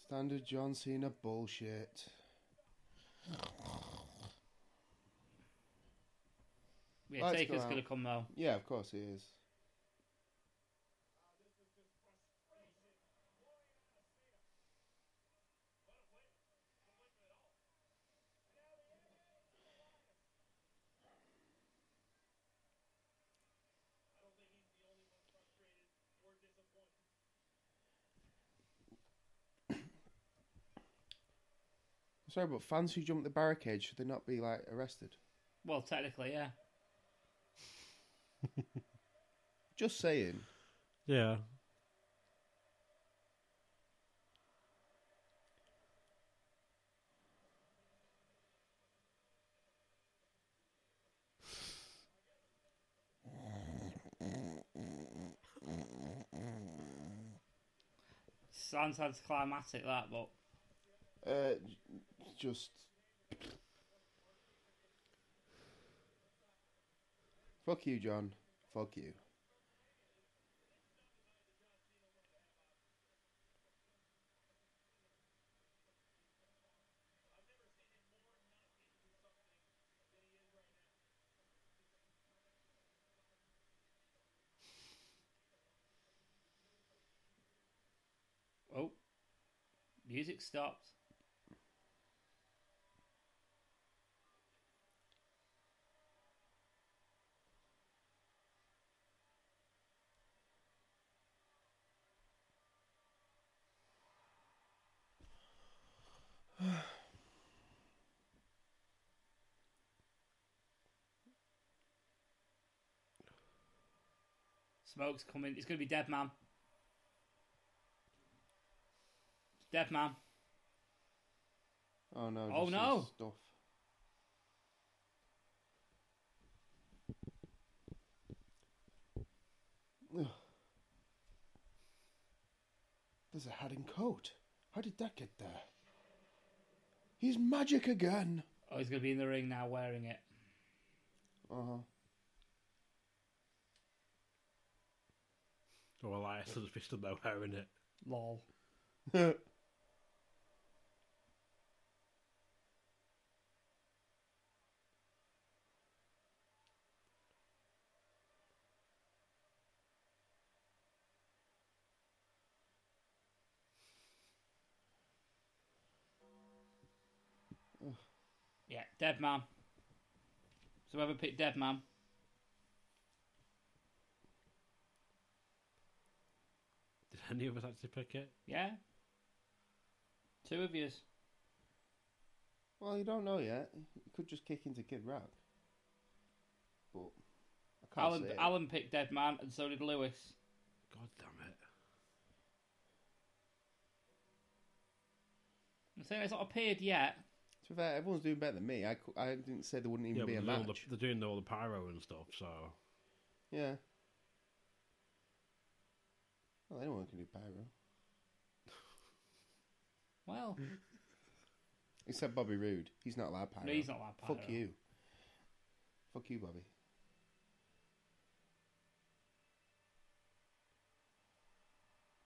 Standard John Cena bullshit. Yeah, Let's Taker's go out. going to come though. Yeah, of course he is. Sorry, but fans who jump the barricade should they not be like arrested? Well, technically, yeah. Just saying. Yeah. Sounds anticlimactic that, but Uh, j- just fuck you, John. Fuck you. oh, music stopped. Smoke's coming. It's gonna be dead man. Dead man. Oh no! Oh, just no. his Stuff. Ugh. There's a hat and coat. How did that get there? He's magic again. Oh, he's gonna be in the ring now wearing it. Uh huh. Oh, Elias has a fist of no hair in it. Lol. Yeah, dead man. So whoever picked dead man. Did any of us actually pick it? Yeah. Two of yous. Well, you don't know yet. You could just kick into Kid Rock. But I can't Alan say it. Alan picked dead man and so did Lewis. God damn it. I'm saying it's not appeared yet. To be fair, everyone's doing better than me. I, cou- I didn't say there wouldn't even Yeah, be a but they're, doing all match. the, they're doing all the pyro and stuff, so. Yeah. Well, anyone can do pyro. Well, Mm. Except Bobby Roode. He's not allowed pyro. no, he's not allowed pyro. Fuck you. Fuck you, Bobby.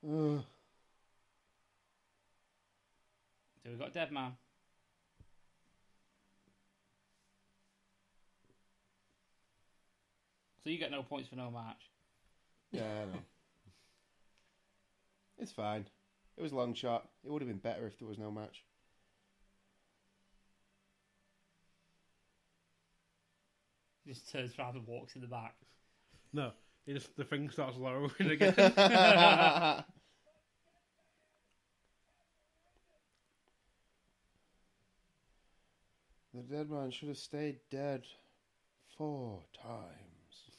Ugh. So we've got dead man. So you get no points for no match. Yeah, I know. it's fine. It was a long shot. It would have been better if there was no match. He just turns around and walks in the back. No, it just, the thing starts lowering again. The dead man should have stayed dead four times.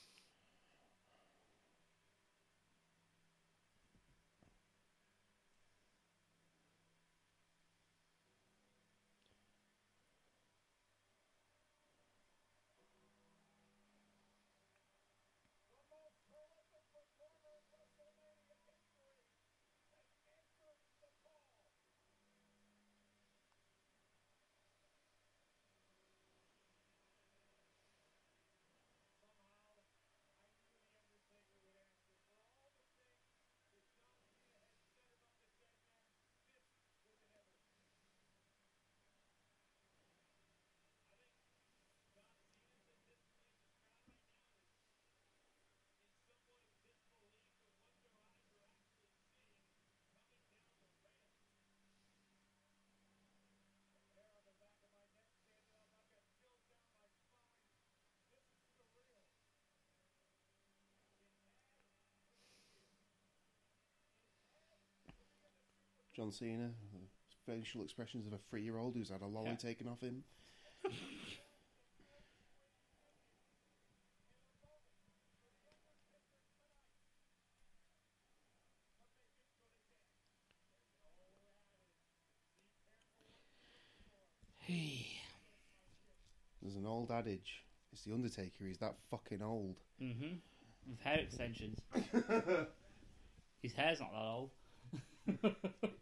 John Cena, facial expressions of a three-year-old who's had a lolly Yeah. taken off him. There's an old adage. It's the Undertaker. He's that fucking old. Mm-hmm. With hair extensions. His hair's not that old.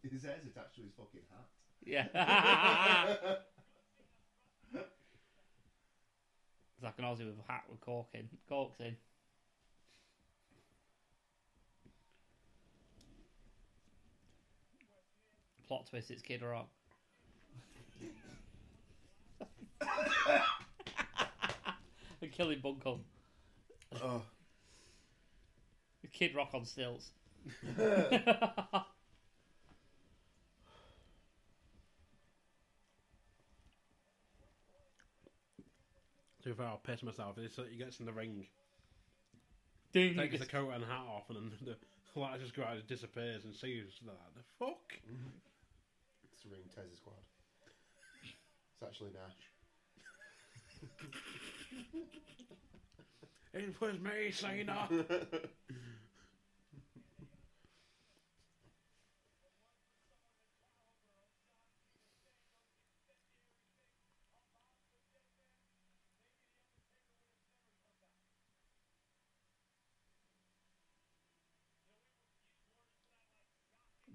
His hair's attached to his fucking hat. Yeah. it's like an Aussie with a hat with cork in, corks in. Plot twist: It's Kid Rock. and killing Bunkle. Oh, Kid Rock on stilts. To be fair, I'll piss myself. It's like he gets in the ring, Ding. takes the coat and hat off, and then the light just go out and disappears and sees that. The fuck? It's a ring Tez's squad. It's actually Nash. It was me, Cena!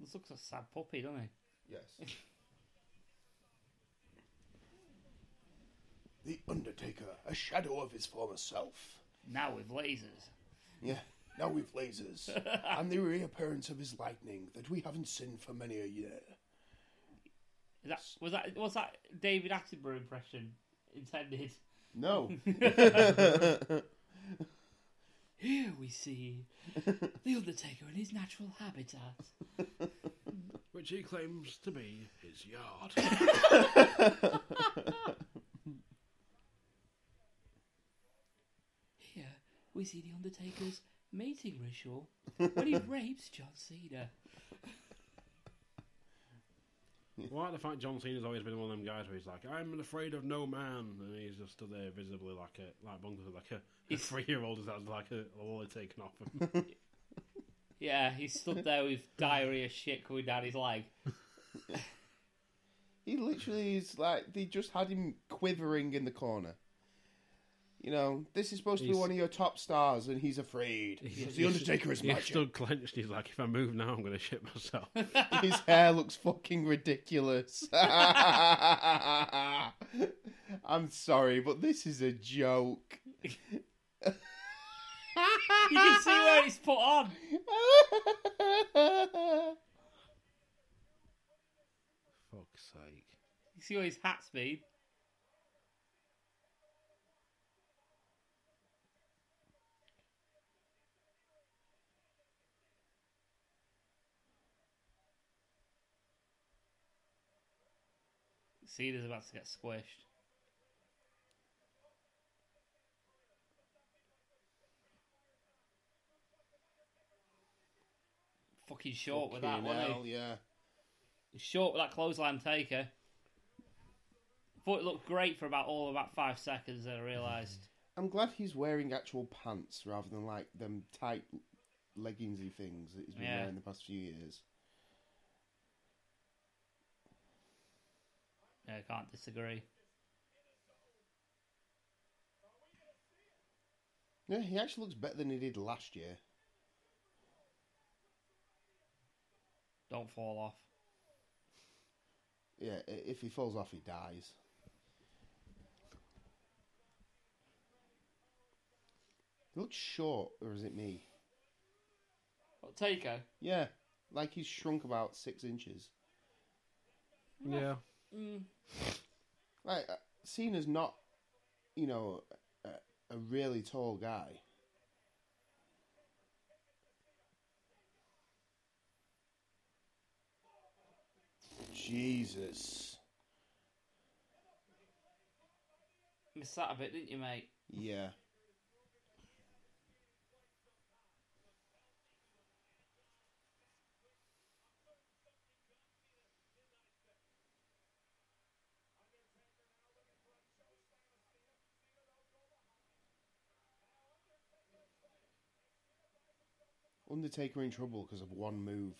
This looks like a sad puppy, doesn't he? Yes. the Undertaker, a shadow of his former self. Now with lasers. Yeah. Now with lasers, and the reappearance of his lightning that we haven't seen for many a year. Is that was that was that David Attenborough impression intended? No, Here we see the Undertaker in his natural habitat. Which he claims to be his yard. Here we see the Undertaker's mating ritual when he rapes John Cena. Well, I like the fact John Cena's always been one of them guys where he's like, "I'm afraid of no man," and he's just stood there visibly like a like Bungle, like a, a He's- three-year-old has had like a lolly taken off him. Yeah, he stood there with diarrhea shit coming down his leg. He literally is like they just had him quivering in the corner. You know, this is supposed to be He's- one of your top stars, and he's afraid. the Undertaker is he's magic. stood clenched. He's like, "If I move now, I'm going to shit myself." His hair looks fucking ridiculous. I'm sorry, but this is a joke. You can see where it's put on. Fuck's sake! You see where his hat's been. Cena's about to get squished. Fucking short with that, Fucking wasn't he? hell, yeah. short with that clothesline taker. Thought it looked great for about all about five seconds, then I realised. I'm glad he's wearing actual pants rather than like them tight leggingsy things that he's been Yeah. wearing the past few years. Yeah, I can't disagree. Yeah, he actually looks better than he did last year. Don't fall off. Yeah, i- if he falls off, he dies. He looks short, or is it me? What, taker? Yeah, like he's shrunk about six inches. Yeah, Like, uh, Cena's not, you know, a, a really tall guy. Jesus. Missed that a bit, didn't you, mate? Yeah. Undertaker in trouble because of one move.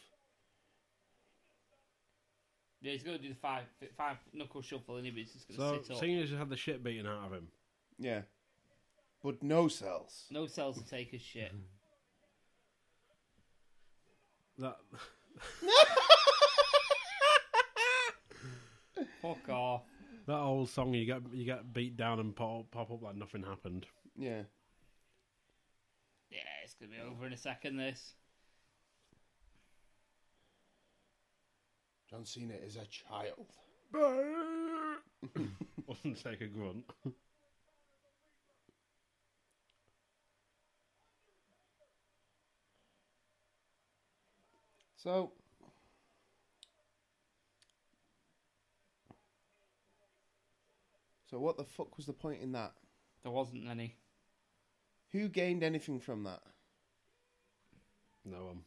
Yeah, he's going to do the five five knuckle shuffle, and he's just going So to sit up. Cena's just had the shit beaten out of him. Yeah. But no cells. No cells to take his shit. Mm-hmm. That Fuck off. that old song you get you get beat down and pop pop up like nothing happened. Yeah. Yeah, it's going to be over in a second. This. John Cena is a child. Undertaker grunt. So. So what the fuck was the point in that? There wasn't any. Who gained anything from that? No um, one.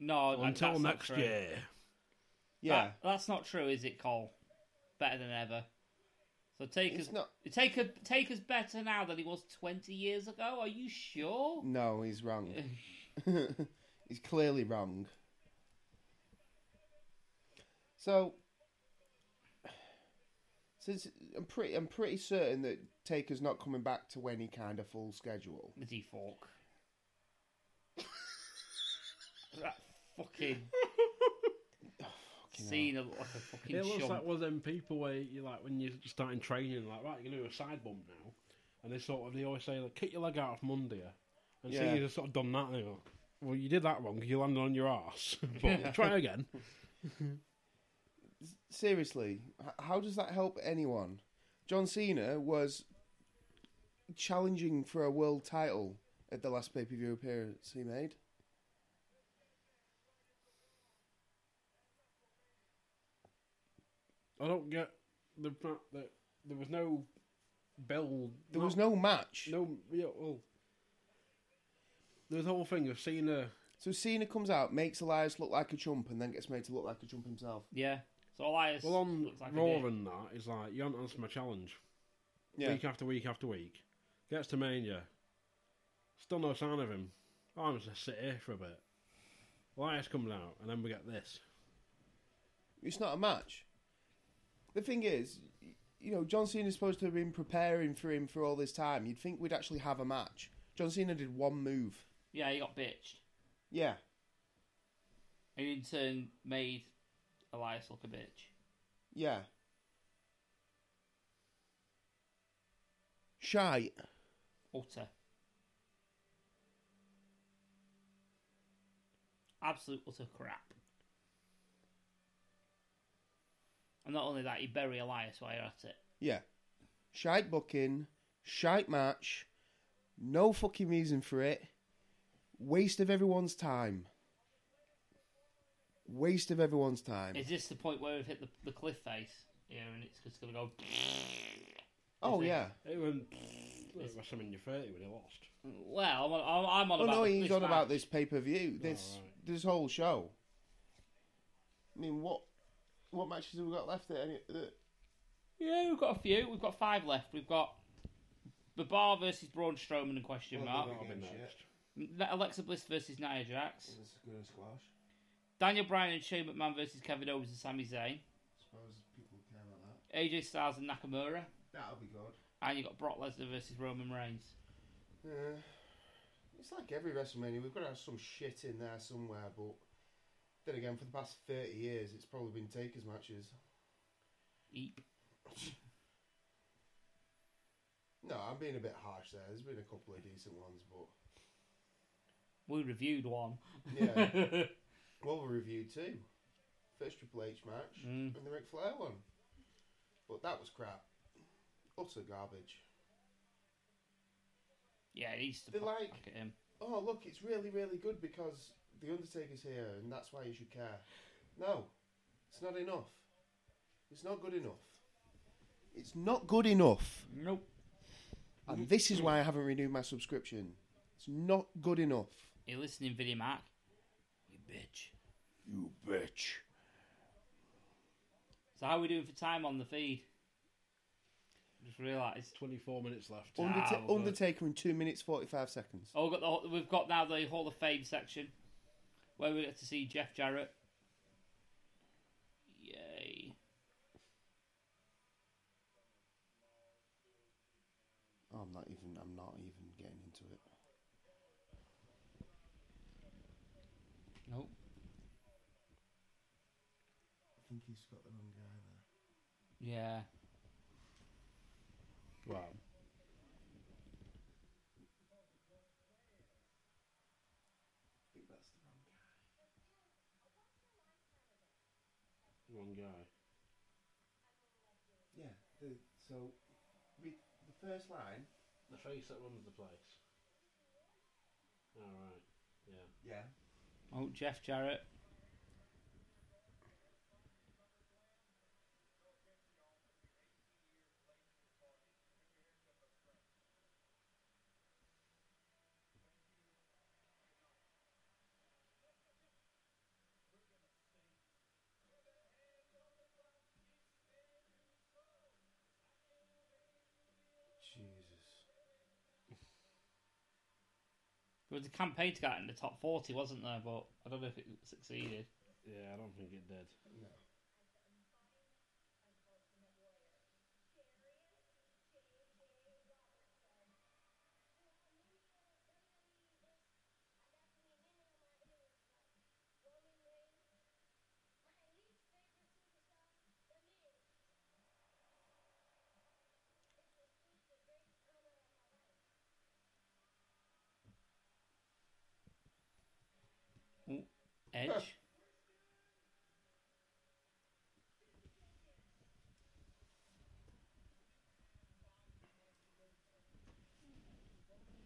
No, that- Until that's not next true. year. Yeah. That- that's not true, is it, Cole? Better than ever. So Taker's It's not- Taker Taker's better now than he was twenty years ago. Are you sure? No, he's wrong. he's clearly wrong. So, since I'm pretty, I'm pretty certain that Taker's not coming back to any kind of full schedule. Bloody fork. that fucking scene of like a fucking Oh, It looks chump. like one of them people where you like when you're starting training, like right, you're gonna do a side bump now, and they sort of they always say like kick your leg out from under you, and Yeah. Cena's just sort of done that. And they go, well, you did that wrong 'cause you landed on your ass. but try again. Seriously, h- how does that help anyone? John Cena was challenging for a world title at the last pay per view appearance he made. I don't get the fact that there was no build. There was no match. no yeah. Well, there was the whole thing of Cena. So Cena comes out, makes Elias look like a chump, and then gets made to look like a chump himself. Yeah. So Elias Well, on looks like a Raw dick. and that is like you haven't answered my challenge. week after week after week. Gets to Mania. Still no sign of him. Oh, I'm just gonna sit here for a bit. Elias comes out, and then we get this. It's not a match. The thing is, y- you know, John Cena's supposed to have been preparing for him for all this time. You'd think we'd actually have a match. John Cena did one move. Yeah, he got bitched. Yeah. And in turn made Elias look a bitch. Yeah. Shite. Utter. Absolute utter crap. And not only that, you bury Elias while you're at it. Yeah. Shite booking. Shite match. No fucking reason for it. Waste of everyone's time. Waste of everyone's time. Is this the point where we've hit the, the cliff face here and it's just going to go. oh, is it- yeah. It went. It was something you're 30 when he lost. Well, I'm on, I'm, I'm on Oh about no, the- he's this on about match. this pay per view. This right. this whole show. I mean, what what matches have we got left? There? Any, that Yeah, we've got a few. We've got five left. We've got the Bar versus Braun Strowman in Oh, question Well, mark. there we That'll be Yeah. next. Alexa Bliss versus Nia Jax. It's a good squash. Daniel Bryan and Shane McMahon versus Kevin Owens and Sami Zayn. suppose people care about that. AJ Styles and Nakamura. That'll be good. And you got Brock Lesnar versus Roman Reigns. yeah. uh, It's like every WrestleMania, we've got to have some shit in there somewhere. But then again, for the past thirty years, it's probably been takers matches. Eep. No, I'm being a bit harsh there. There's been a couple of decent ones, but We reviewed one. yeah, well, we reviewed two. First Triple H match Mm. and the Ric Flair one, but that was crap, utter garbage. yeah, he needs to They pop like- back at him. oh look, it's really, really good because the Undertaker's here, and that's why you should care. No, it's not enough. It's not good enough. It's not good enough, Nope. and this is why I haven't renewed my subscription. It's not good enough. You're listening, Vinnie Mac. You bitch. You bitch. So how are we doing for time on the feed? Just realised. 24 minutes left. Underta- Ah, well, Undertaker in two minutes forty five seconds. Oh, we've got the, we've got now the Hall of Fame section where we get to see Jeff Jarrett. Yay! Oh, I'm not even. I'm not even getting into it. Nope. I think he's got the wrong guy there. Yeah. Wow. One guy. Yeah. The, so, we, the first line. The face that runs the place. Alright. Yeah. Yeah. Oh, Jeff Jarrett. Jesus. There was a campaign to get in the top forty, wasn't there? But I don't know if it succeeded. Yeah, I don't think it did. No. Edge.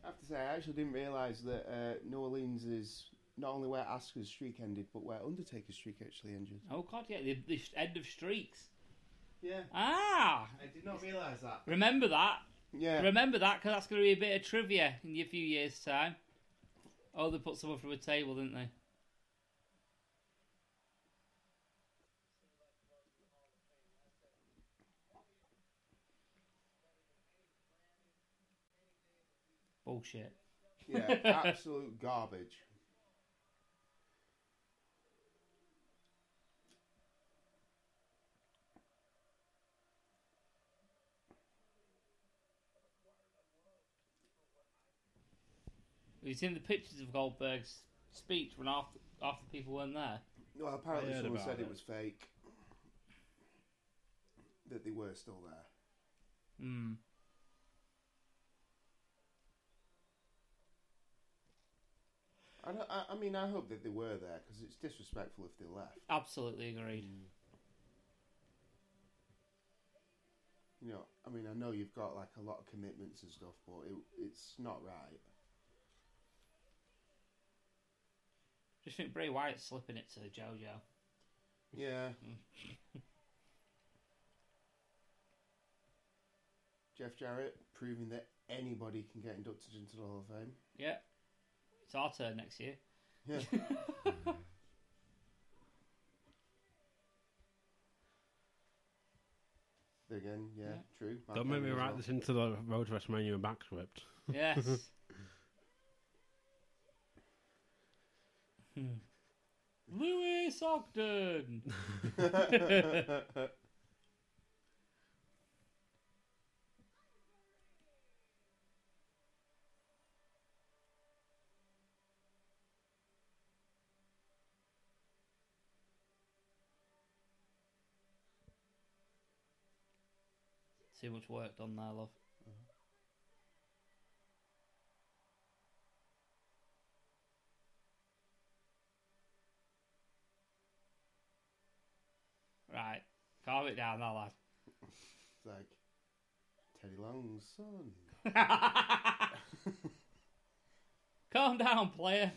I have to say, I actually didn't realise that uh, New Orleans is not only where Asuka's streak ended, but where Undertaker's streak actually ended. Oh God, yeah, the, the end of streaks. Yeah. Ah, I did not realise that. remember that. Yeah. Remember that, because that's going to be a bit of trivia in a few years' time. Oh, they put someone through a table, didn't they? Bullshit. yeah. Absolute garbage. We've seen the pictures of Goldberg's speech when half, half the people weren't there. Well, apparently I heard someone about said it it. was fake. That they were still there. Hmm. I, don't- I, I mean, I hope that they were there because it's disrespectful if they left. Absolutely agreed. You know, I mean, I know you've got like a lot of commitments and stuff, but it, it's not right. Just think Bray Wyatt's slipping it to JoJo. Yeah. Jeff Jarrett proving that anybody can get inducted into the Hall of Fame. Yeah. It's our turn next year. Yeah. There Again, yeah, Yeah. true. Matt Don't make me Damon as write well. this into the Road to WrestleMania and back script. Yes. Lewis Ogden. Too much work done there, love. Right, calm it down, that lad. It's like Teddy Long's son. Calm down, player.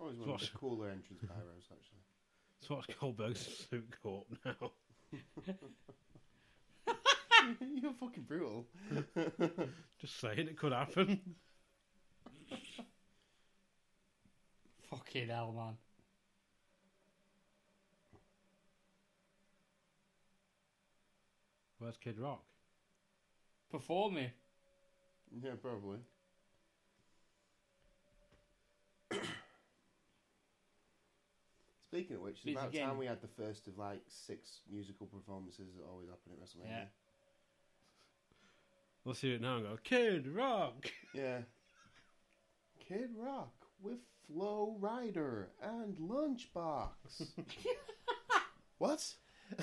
Always one of the Gosh. cooler entrance pyros, actually. That's what's Goldberg's suit court now. You're fucking brutal. Just saying, it could happen. Fucking hell, man. Where's Kid Rock? Performing. Yeah, probably. Speaking of which, it's Busy about game. time we had the first of like six musical performances that always happen at WrestleMania. Let's hear it now and go, Kid Rock! Yeah. Kid Rock with Flo Rider and Lunchbox. what?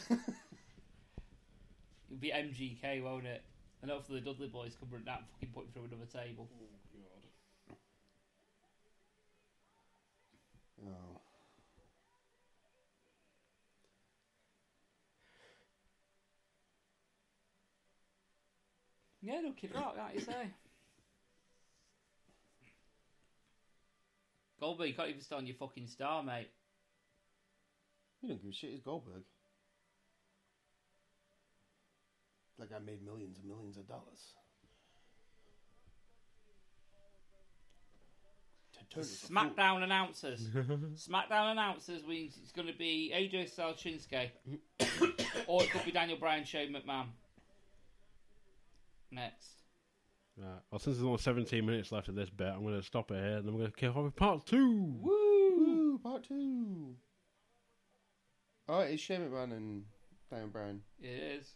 It'll be MGK, won't it? And hopefully the Dudley boys can run that and fucking put it through another table. Oh. Yeah, no kid rock, that eh? you say. Goldberg, you can't even stand your fucking star, mate. You don't give a shit, it's Goldberg. That guy made millions and millions of dollars. Ted Turner's a fool. SmackDown announcers. SmackDown announcers means it's going to be AJ Styles Shinsuke, or it could be Daniel Bryan Shane McMahon. Next. Right, well, since there's only 17 minutes left of this bit, I'm going to stop it here and I'm going to kick off with part two! Woo! Part two. Oh, it's Shane McMahon and Daniel Bryan. It is.